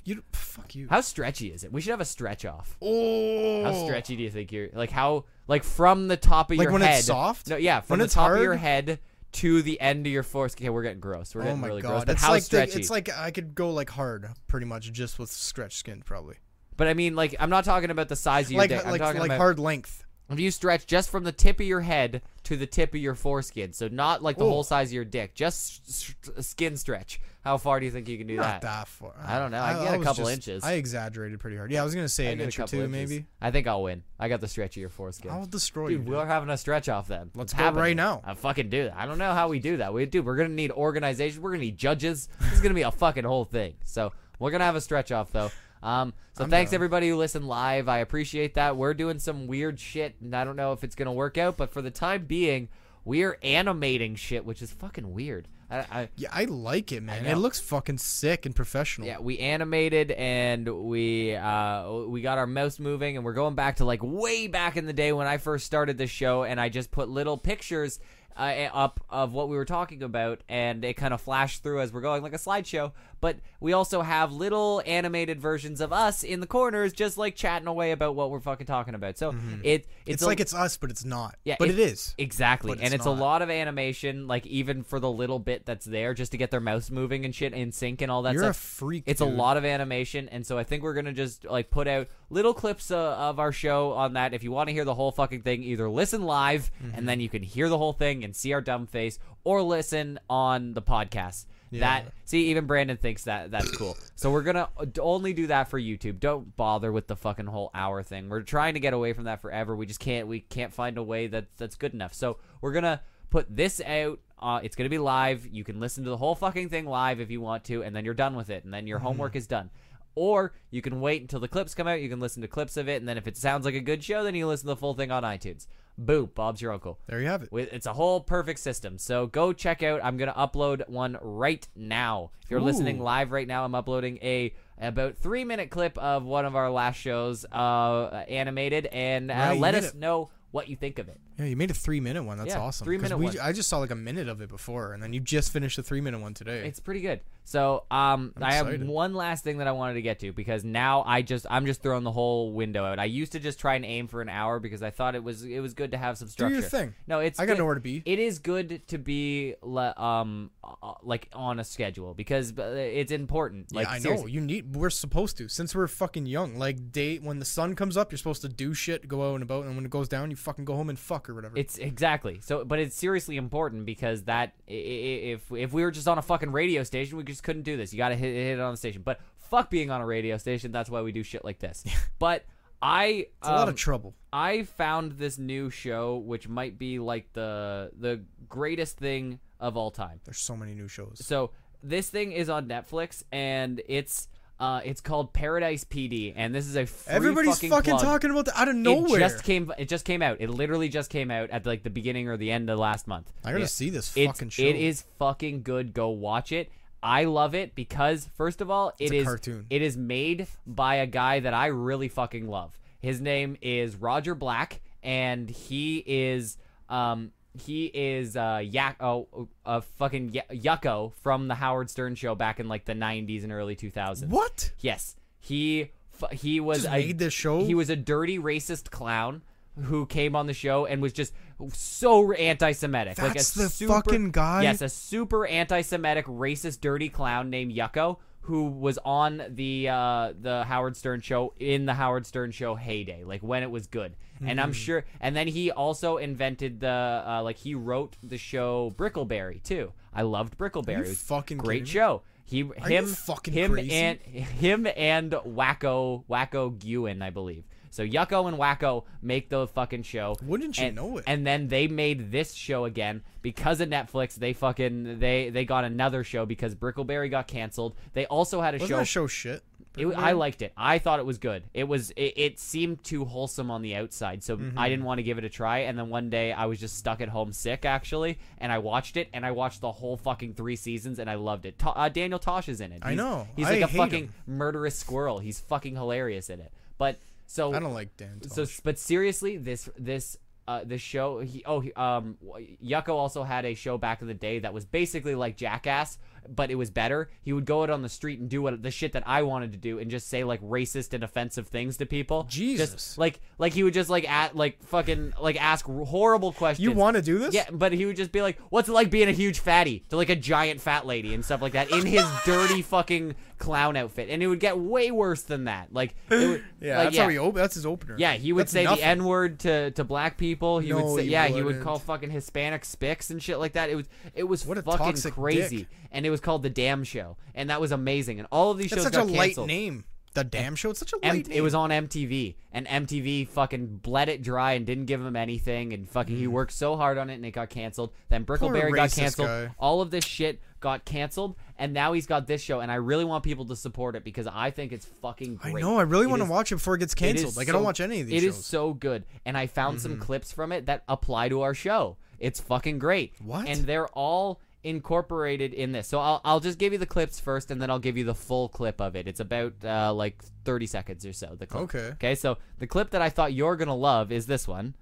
[SPEAKER 1] You fuck you.
[SPEAKER 4] How stretchy is it? We should have a stretch off.
[SPEAKER 1] oh,
[SPEAKER 4] How stretchy do you think you're? Like how? Like from the top of
[SPEAKER 1] Like
[SPEAKER 4] your
[SPEAKER 1] when it's
[SPEAKER 4] head?
[SPEAKER 1] soft?
[SPEAKER 4] No, yeah, from
[SPEAKER 1] When
[SPEAKER 4] the
[SPEAKER 1] it's
[SPEAKER 4] top of
[SPEAKER 1] hard?
[SPEAKER 4] your head to the end of your foreskin. Okay, we're getting gross. We're
[SPEAKER 1] Oh
[SPEAKER 4] getting
[SPEAKER 1] my
[SPEAKER 4] really
[SPEAKER 1] god!
[SPEAKER 4] gross. But
[SPEAKER 1] it's
[SPEAKER 4] how
[SPEAKER 1] like the-
[SPEAKER 4] stretchy?
[SPEAKER 1] it's like I could go like hard, pretty much, just with stretched skin, probably.
[SPEAKER 4] but I mean, like I'm not talking about the size of your
[SPEAKER 1] Like
[SPEAKER 4] dick. I'm
[SPEAKER 1] like
[SPEAKER 4] talking
[SPEAKER 1] like
[SPEAKER 4] about
[SPEAKER 1] hard length.
[SPEAKER 4] if you stretch just from the tip of your head to the tip of your foreskin, so not like the
[SPEAKER 1] Ooh.
[SPEAKER 4] whole size of your dick, just s- s- skin stretch. How far do you think you can do
[SPEAKER 1] Not that far.
[SPEAKER 4] I don't know. I get a
[SPEAKER 1] was
[SPEAKER 4] couple
[SPEAKER 1] just-
[SPEAKER 4] inches.
[SPEAKER 1] I exaggerated pretty hard. Yeah, I was gonna say
[SPEAKER 4] I
[SPEAKER 1] an
[SPEAKER 4] did a
[SPEAKER 1] inch or
[SPEAKER 4] couple
[SPEAKER 1] two,
[SPEAKER 4] inches.
[SPEAKER 1] maybe.
[SPEAKER 4] I think I'll win. I got the stretch of your foreskin.
[SPEAKER 1] I'll destroy
[SPEAKER 4] Dude,
[SPEAKER 1] you.
[SPEAKER 4] we're having a stretch off then.
[SPEAKER 1] Let's
[SPEAKER 4] It's
[SPEAKER 1] go right
[SPEAKER 4] happening.
[SPEAKER 1] now.
[SPEAKER 4] I fucking do that. I don't know how we do that. We do. We're gonna need organization. We're gonna need judges. This is gonna be a fucking whole thing. So we're gonna have a stretch off though. Um, so thanks everybody who listened live. I appreciate that. We're doing some weird shit, and I don't know if it's gonna work out, but for the time being, we're animating shit, which is fucking weird. I, I,
[SPEAKER 1] Yeah, I like it, man.
[SPEAKER 4] know.
[SPEAKER 1] It looks fucking sick and professional.
[SPEAKER 4] yeah, we animated and we uh, we got our mouse moving, and we're going back to like way back in the day when I first started this show, and I just put little pictures uh, eh, up of what we were talking about, and it kind of flashed through as we're going like a slideshow. But we also have little animated versions of us in the corners, just like chatting away about what we're fucking talking about. So it it's,
[SPEAKER 1] Mm-hmm. it's,
[SPEAKER 4] a-
[SPEAKER 1] like it's us, but it's not.
[SPEAKER 4] yeah,
[SPEAKER 1] but it is.
[SPEAKER 4] exactly,
[SPEAKER 1] But
[SPEAKER 4] and
[SPEAKER 1] it's
[SPEAKER 4] it's
[SPEAKER 1] not.
[SPEAKER 4] a lot of animation, like even for the little bit that's there, just to get their mouse moving and shit in sync and all that.
[SPEAKER 1] You're
[SPEAKER 4] stuff.
[SPEAKER 1] a freak,
[SPEAKER 4] It's a
[SPEAKER 1] dude.
[SPEAKER 4] lot of animation, and so I think we're gonna just like put out little clips uh, of our show on that. If you want to hear the whole fucking thing, either listen live
[SPEAKER 1] Mm-hmm.
[SPEAKER 4] and then you can hear the whole thing and see our dumb face, or listen on the podcast. That see, even Brandon thinks that that's cool. So we're gonna uh, only do that for YouTube. Don't bother with the fucking whole hour thing. We're trying to get away from that forever. We just can't. We can't find a way that that's good enough. So we're gonna put this out. Uh, it's gonna be live. You can listen to the whole fucking thing live if you want to, and then you're done with it, and then
[SPEAKER 1] Mm-hmm.
[SPEAKER 4] your homework is done. Or you can wait until the clips come out. You can listen to clips of it, and then if it sounds like a good show, then you listen to the full thing on iTunes. Boop, Bob's your uncle.
[SPEAKER 1] There you have it.
[SPEAKER 4] With- It's a whole perfect system. So go check out. I'm gonna upload one right now. If you're listening live right now, I'm uploading a about three minute clip of one of our last shows, uh, animated, and uh,
[SPEAKER 1] Right, you
[SPEAKER 4] let
[SPEAKER 1] made
[SPEAKER 4] us
[SPEAKER 1] it.
[SPEAKER 4] know what you think of it.
[SPEAKER 1] Yeah, you made a three minute one. That's
[SPEAKER 4] Yeah,
[SPEAKER 1] awesome.
[SPEAKER 4] three-minute
[SPEAKER 1] 'Cause we-
[SPEAKER 4] one.
[SPEAKER 1] I just saw like a minute of it before, and then you just finished the three minute one today.
[SPEAKER 4] It's pretty good. So um, I have
[SPEAKER 1] excited.
[SPEAKER 4] one last thing that I wanted to get to because now I just I'm just throwing the whole window out. I used to just try and aim for an hour because I thought it was it was good to have some
[SPEAKER 1] Do
[SPEAKER 4] structure.
[SPEAKER 1] your thing.
[SPEAKER 4] No, it's
[SPEAKER 1] I got
[SPEAKER 4] good-
[SPEAKER 1] nowhere to be.
[SPEAKER 4] It is good to be le- um uh, like on a schedule because uh, it's important. Like
[SPEAKER 1] yeah, I know.
[SPEAKER 4] seriously.
[SPEAKER 1] You need. We're supposed to since we're fucking young. Like day when the sun comes up, you're supposed to do shit, go out and about, and when it goes down, you fucking go home and fuck or whatever.
[SPEAKER 4] It's exactly so, but it's seriously important because that i- i- if if we were just on a fucking radio station, we just couldn't do this. You got to hit, hit it on the station. But fuck being on a radio station. That's why we do shit like this. But I um,
[SPEAKER 1] It's a lot of trouble.
[SPEAKER 4] I found this new show, which might be like the the greatest thing of all time.
[SPEAKER 1] There's so many new shows.
[SPEAKER 4] So this thing is on Netflix, and it's uh, it's called Paradise PD, and this is a free
[SPEAKER 1] Everybody's fucking,
[SPEAKER 4] fucking, plug.
[SPEAKER 1] talking about that out of nowhere.
[SPEAKER 4] It just came. It just came out. It literally just came out at like the beginning or the end of last month.
[SPEAKER 1] I gotta
[SPEAKER 4] Yeah.
[SPEAKER 1] see this
[SPEAKER 4] It's-
[SPEAKER 1] fucking show.
[SPEAKER 4] It is fucking good. Go watch it. I love it because first of all, it's
[SPEAKER 1] a cartoon.
[SPEAKER 4] It is made by a guy that I really fucking love. His name is Roger Black, and he is um he is uh yak oh uh, fucking y- Yucko from the Howard Stern show back in like the '90s and early 2000s.
[SPEAKER 1] What?
[SPEAKER 4] Yes, he fu- he was
[SPEAKER 1] Just
[SPEAKER 4] a,
[SPEAKER 1] made this show?
[SPEAKER 4] He was a dirty racist clown who came on the show and was just so anti-Semitic. like a
[SPEAKER 1] That's the
[SPEAKER 4] super-
[SPEAKER 1] fucking guy?
[SPEAKER 4] Yes, a super anti-Semitic, racist, dirty clown named Yucko who was on the uh, the Howard Stern show in the Howard Stern show heyday, like when it was good. And
[SPEAKER 1] Mm-hmm.
[SPEAKER 4] I'm sure. And then he also invented the uh, like he wrote the show Brickleberry too. I loved Brickleberry. It was a
[SPEAKER 1] fucking
[SPEAKER 4] great
[SPEAKER 1] kidding me?
[SPEAKER 4] show. He
[SPEAKER 1] you
[SPEAKER 4] him
[SPEAKER 1] fucking
[SPEAKER 4] him
[SPEAKER 1] crazy?
[SPEAKER 4] and him and Wacko Wacko Gewin, I believe. So Yucko and Wacko make the fucking show.
[SPEAKER 1] Wouldn't you
[SPEAKER 4] and,
[SPEAKER 1] know it?
[SPEAKER 4] And then they made this show again because of Netflix. They fucking they they got another show because Brickleberry got canceled. They also had a
[SPEAKER 1] Wasn't
[SPEAKER 4] show.
[SPEAKER 1] that show shit?
[SPEAKER 4] It, I liked it. I thought it was good. It was. It, it seemed too wholesome on the outside, so
[SPEAKER 1] Mm-hmm.
[SPEAKER 4] I didn't want to give it a try. And then one day I was just stuck at home sick, actually, and I watched it, and I watched the whole fucking three seasons, and I loved it. Ta- uh, Daniel Tosh is in it.
[SPEAKER 1] I
[SPEAKER 4] He's-
[SPEAKER 1] know.
[SPEAKER 4] He's
[SPEAKER 1] I
[SPEAKER 4] like a
[SPEAKER 1] hate
[SPEAKER 4] fucking
[SPEAKER 1] him.
[SPEAKER 4] murderous squirrel. He's fucking hilarious in it. But so
[SPEAKER 1] I don't like Dan.
[SPEAKER 4] so,
[SPEAKER 1] Tosh.
[SPEAKER 4] but seriously, this this uh, this show. He, oh, he, um, Yucko also had a show back in the day that was basically like Jackass, but it was better. He would go out on the street and do what the shit that I wanted to do, and just say like racist and offensive things to people. Just,
[SPEAKER 1] Jesus.
[SPEAKER 4] like like he would just like at like fucking like ask horrible questions.
[SPEAKER 1] you want to do this?
[SPEAKER 4] Yeah, but he would just be like, "What's it like being a huge fatty?" to like a giant fat lady and stuff like that in his dirty fucking clown outfit, and it would get way worse than that. Like, it would,
[SPEAKER 1] Yeah,
[SPEAKER 4] like,
[SPEAKER 1] that's how he op- That's his opener.
[SPEAKER 4] yeah, he would
[SPEAKER 1] That's
[SPEAKER 4] say
[SPEAKER 1] nothing.
[SPEAKER 4] the N word to, to black people. He
[SPEAKER 1] No,
[SPEAKER 4] would say,
[SPEAKER 1] he
[SPEAKER 4] yeah, he would
[SPEAKER 1] wouldn't.
[SPEAKER 4] call fucking Hispanic spics and shit like that. It was it was
[SPEAKER 1] What a
[SPEAKER 4] fucking
[SPEAKER 1] toxic
[SPEAKER 4] crazy,
[SPEAKER 1] dick.
[SPEAKER 4] and it was called the Damn Show, and that was amazing. And all of these
[SPEAKER 1] That's
[SPEAKER 4] shows
[SPEAKER 1] such a
[SPEAKER 4] got
[SPEAKER 1] light
[SPEAKER 4] canceled.
[SPEAKER 1] name. The damn show. It's such a light
[SPEAKER 4] M-
[SPEAKER 1] name.
[SPEAKER 4] it was on MTV, and MTV fucking bled it dry and didn't give him anything. And fucking, he worked so hard on it, and it got canceled. Then Brickleberry got
[SPEAKER 1] Mm. racist
[SPEAKER 4] canceled.
[SPEAKER 1] guy.
[SPEAKER 4] All of this shit got canceled, and now he's got this show. And I really want people to support it because I think it's fucking
[SPEAKER 1] I
[SPEAKER 4] great.
[SPEAKER 1] know. I really
[SPEAKER 4] It
[SPEAKER 1] want to
[SPEAKER 4] is-
[SPEAKER 1] watch it before it gets
[SPEAKER 4] it is
[SPEAKER 1] canceled. Like I don't
[SPEAKER 4] so-
[SPEAKER 1] watch any of these
[SPEAKER 4] It
[SPEAKER 1] shows. Mm-hmm.
[SPEAKER 4] is so good, and I found some clips from it that apply to our show. It's fucking great.
[SPEAKER 1] What?
[SPEAKER 4] And they're all incorporated in this. So I'll I'll just give you the clips first, and then I'll give you the full clip of it. It's about uh, like 30 seconds or so. The clip.
[SPEAKER 1] Okay.
[SPEAKER 4] Okay. So the clip that I thought you're gonna love is this one.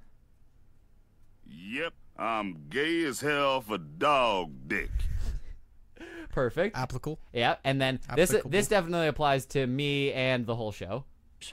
[SPEAKER 5] Yep, I'm gay as hell for dog dick.
[SPEAKER 4] Perfect.
[SPEAKER 1] Applicable.
[SPEAKER 4] Yeah. And then this
[SPEAKER 1] Applicable.
[SPEAKER 4] this definitely applies to me and the whole show.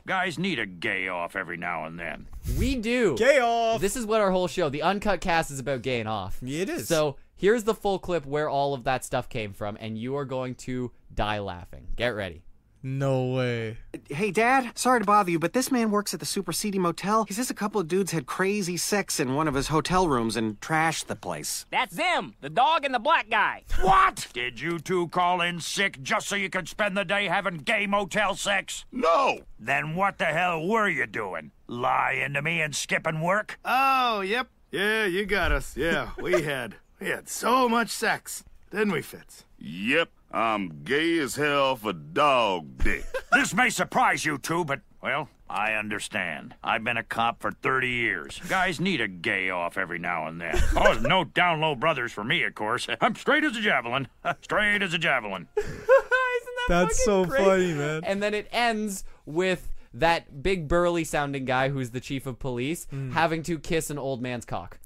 [SPEAKER 5] Guys need a gay off every now and then.
[SPEAKER 4] We do.
[SPEAKER 1] Gay off.
[SPEAKER 4] This is what our whole show, the uncut cast, is about gaying off.
[SPEAKER 1] Yeah, it is.
[SPEAKER 4] So here's the full clip where all of that stuff came from, and you are going to die laughing. Get ready.
[SPEAKER 1] no way.
[SPEAKER 6] Hey, Dad, sorry to bother you, but this man works at the Super Seedy Motel. He says a couple of dudes had crazy sex in one of his hotel rooms and trashed the place.
[SPEAKER 7] That's them, the dog and the black guy.
[SPEAKER 5] What?
[SPEAKER 8] Did you two call in sick just so you could spend the day having gay motel sex?
[SPEAKER 5] No!
[SPEAKER 8] Then what the hell were you doing? Lying to me and skipping work?
[SPEAKER 9] Oh, yep. Yeah, you got us. Yeah, we had we had so much sex. Didn't we, Fitz?
[SPEAKER 5] Yep, I'm gay as hell for dog dick.
[SPEAKER 8] this may surprise you two, but, well, I understand. I've been a cop for 30 years. Guys need a gay off every now and then. Oh, no down low brothers for me, of course. I'm straight as a javelin. Straight as a javelin.
[SPEAKER 1] That's so funny, man.
[SPEAKER 4] And then it ends with that big burly sounding guy who's the chief of police
[SPEAKER 1] Hmm.
[SPEAKER 4] having to kiss an old man's cock.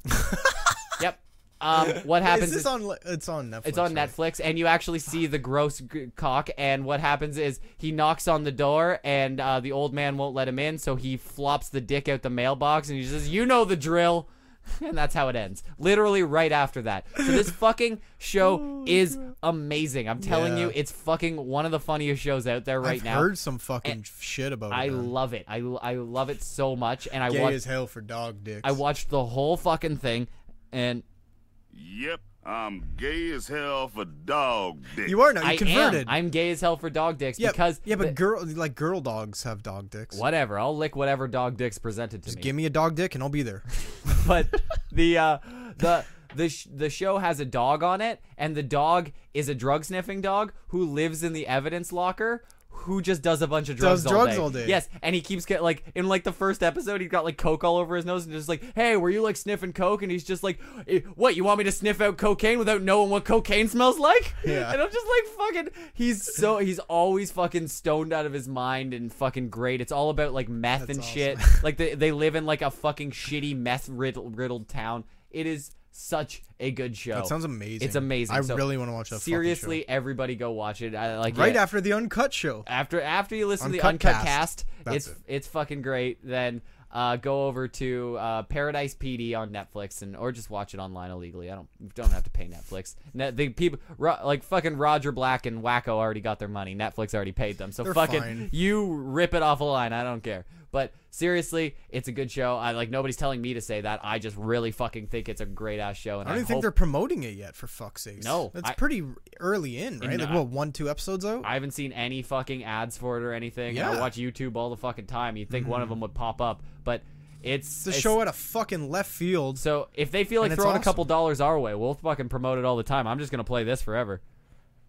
[SPEAKER 4] yep. Um, what happens?
[SPEAKER 1] Is this on? li- It's on Netflix.
[SPEAKER 4] It's on
[SPEAKER 1] right?
[SPEAKER 4] Netflix, and you actually see the gross g- cock. And what happens is he knocks on the door, and uh, the old man won't let him in, so he flops the dick out the mailbox, and he says, "You know the drill." And that's how it ends. Literally right after that. So this fucking show is amazing. I'm telling you,
[SPEAKER 1] Oh, Yeah.
[SPEAKER 4] it's fucking one of the funniest shows out there right
[SPEAKER 1] I've
[SPEAKER 4] now.
[SPEAKER 1] heard some fucking shit about
[SPEAKER 4] I
[SPEAKER 1] it. man.
[SPEAKER 4] love it. I, I love it so much. And I
[SPEAKER 1] Gay as
[SPEAKER 4] watched
[SPEAKER 1] hell for dog dicks.
[SPEAKER 4] I watched the whole fucking thing, and
[SPEAKER 5] Yep, I'm gay as hell for dog dick.
[SPEAKER 1] You are now. You
[SPEAKER 4] I am.
[SPEAKER 1] converted.
[SPEAKER 4] I'm gay as hell for dog dicks
[SPEAKER 1] yeah,
[SPEAKER 4] because
[SPEAKER 1] yeah, but
[SPEAKER 4] the-
[SPEAKER 1] girl like girl dogs have dog dicks.
[SPEAKER 4] whatever. I'll lick whatever dog dicks presented to me.
[SPEAKER 1] Give me a dog dick and I'll be there.
[SPEAKER 4] but the uh, the the sh- the show has a dog on it, and the dog is a drug sniffing dog who lives in the evidence locker. Who just does a bunch of drugs,
[SPEAKER 1] Does drugs
[SPEAKER 4] all,
[SPEAKER 1] all
[SPEAKER 4] day.
[SPEAKER 1] day.
[SPEAKER 4] Yes, and he keeps get like in like the first episode, he got like coke all over his nose, and just like, hey, were you like sniffing coke? And he's just like, "Eh, what? You want me to sniff out cocaine without knowing what cocaine smells like?
[SPEAKER 1] Yeah.
[SPEAKER 4] And I'm just like, fucking. He's so he's always fucking stoned out of his mind and fucking great. It's all about like meth and
[SPEAKER 1] awesome.
[SPEAKER 4] shit. Like they, they live in like a fucking shitty meth riddled, riddled town. It is such a good show.
[SPEAKER 1] That sounds amazing.
[SPEAKER 4] It's amazing.
[SPEAKER 1] I
[SPEAKER 4] So
[SPEAKER 1] really wanna watch that fucking
[SPEAKER 4] Seriously, everybody go watch it. I like
[SPEAKER 1] Right
[SPEAKER 4] yeah.
[SPEAKER 1] after the uncut show.
[SPEAKER 4] after after you listen to the
[SPEAKER 1] Uncut
[SPEAKER 4] uncut cast,
[SPEAKER 1] Cast. That's
[SPEAKER 4] it's
[SPEAKER 1] it.
[SPEAKER 4] it's fucking great. Then uh, go over to uh, Paradise PD on Netflix and or just watch it online illegally. I don't you don't have to pay Netflix. Net, the people ro- like fucking Roger Black and Wacko already got their money. Netflix already paid them. So
[SPEAKER 1] They're
[SPEAKER 4] fucking
[SPEAKER 1] fine.
[SPEAKER 4] you rip it off a line. I don't care. But seriously, it's a good show. I like nobody's telling me to say that. I just really fucking think it's a great ass show. And
[SPEAKER 1] I don't
[SPEAKER 4] I,
[SPEAKER 1] even think
[SPEAKER 4] hope-
[SPEAKER 1] they're promoting it yet. For fuck's sake.
[SPEAKER 4] No,
[SPEAKER 1] that's
[SPEAKER 4] I-
[SPEAKER 1] pretty early in, right?
[SPEAKER 4] And
[SPEAKER 1] Like
[SPEAKER 4] I-
[SPEAKER 1] what, one, two episodes out?
[SPEAKER 4] I haven't seen any fucking ads for it or anything. and I
[SPEAKER 1] Yeah. Mm-hmm.
[SPEAKER 4] watch YouTube all the fucking time. You'd think one of them would pop up, but it's
[SPEAKER 1] it's a show at a fucking left field.
[SPEAKER 4] So if they feel like
[SPEAKER 1] And it's
[SPEAKER 4] throwing a
[SPEAKER 1] awesome.
[SPEAKER 4] couple dollars our way, we'll fucking promote it all the time. I'm just gonna play this forever.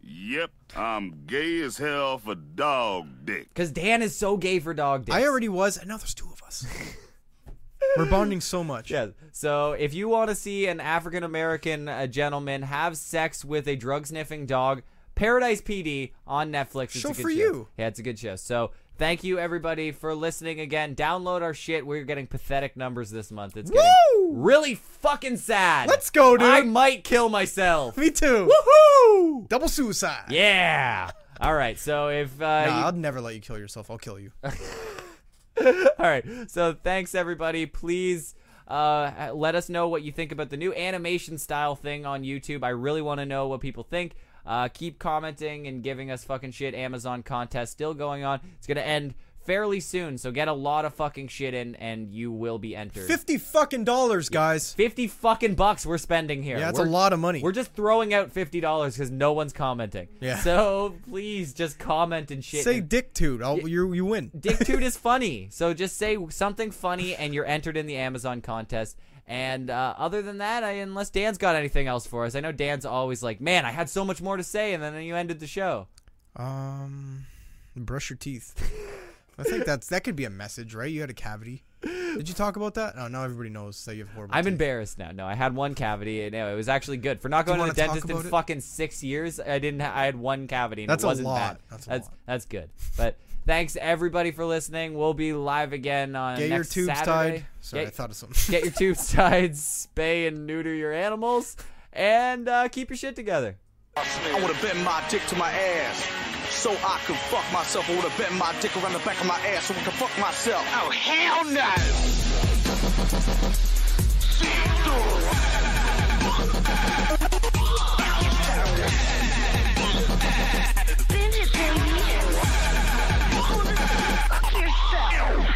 [SPEAKER 5] Yep, I'm gay as hell for dog dick.
[SPEAKER 4] Cause Dan is so gay for dog dicks.
[SPEAKER 1] I already was, and now there's two of us. We're bonding so much.
[SPEAKER 4] Yeah. So if you want to see an African American uh, gentleman have sex with a drug sniffing dog, Paradise PD on Netflix. It's
[SPEAKER 1] Show
[SPEAKER 4] a good
[SPEAKER 1] for
[SPEAKER 4] show.
[SPEAKER 1] you.
[SPEAKER 4] Yeah, it's a good show. So thank you everybody for listening again. Download our shit. We're getting pathetic numbers this month. It's getting
[SPEAKER 1] Woo!
[SPEAKER 4] really fucking sad.
[SPEAKER 1] Let's go, dude.
[SPEAKER 4] I might kill myself.
[SPEAKER 1] Me too.
[SPEAKER 4] Woohoo!
[SPEAKER 1] Double suicide.
[SPEAKER 4] Yeah. All right. So if uh, you-
[SPEAKER 1] Nah, I'll never let you kill yourself. I'll kill you.
[SPEAKER 4] All right. So thanks everybody. Please uh, let us know what you think about the new animation style thing on YouTube. I really want to know what people think. Uh, keep commenting and giving us fucking shit. Amazon contest still going on. It's gonna end fairly soon, so get a lot of fucking shit in, and you will be entered.
[SPEAKER 1] Fifty fucking dollars, guys.
[SPEAKER 4] Fifty fucking bucks we're spending here.
[SPEAKER 1] Yeah, that's a
[SPEAKER 4] We're-
[SPEAKER 1] lot of money.
[SPEAKER 4] We're just throwing out fifty dollars because no one's commenting.
[SPEAKER 1] Yeah.
[SPEAKER 4] So please just comment and shit.
[SPEAKER 1] Say
[SPEAKER 4] and-
[SPEAKER 1] dick dude. I'll, you you win.
[SPEAKER 4] Dictude is funny. So just say something funny and you're entered in the Amazon contest. And uh, other than that, I, unless Dan's got anything else for us, I know Dan's always like, man, I had so much more to say, and then you ended the show.
[SPEAKER 1] Um, brush your teeth. I think that's that could be a message, right? You had a cavity. Did you talk about that? Oh, now everybody knows that you have horrible.
[SPEAKER 4] I'm
[SPEAKER 1] teeth.
[SPEAKER 4] embarrassed now. No, I had one cavity. And no, it was actually good for not
[SPEAKER 1] you
[SPEAKER 4] going to the
[SPEAKER 1] wanna talk
[SPEAKER 4] dentist in
[SPEAKER 1] about it?
[SPEAKER 4] fucking six years. I didn't. Ha- I had one cavity. And
[SPEAKER 1] That's
[SPEAKER 4] it
[SPEAKER 1] a
[SPEAKER 4] wasn't
[SPEAKER 1] lot.
[SPEAKER 4] Bad.
[SPEAKER 1] That's a
[SPEAKER 4] that's
[SPEAKER 1] lot.
[SPEAKER 4] that's good. But thanks everybody for listening. We'll be live again on
[SPEAKER 1] Get your
[SPEAKER 4] uh, next
[SPEAKER 1] tubes
[SPEAKER 4] Saturday.
[SPEAKER 1] tied. Sorry,
[SPEAKER 4] Get-
[SPEAKER 1] I thought of something.
[SPEAKER 4] get your tubes tied, spay and neuter your animals, and uh, keep your shit together.
[SPEAKER 10] I would have bent my dick to my ass. So I could fuck myself. I would have bent my dick around the back of my ass so I could fuck myself. Oh, hell no!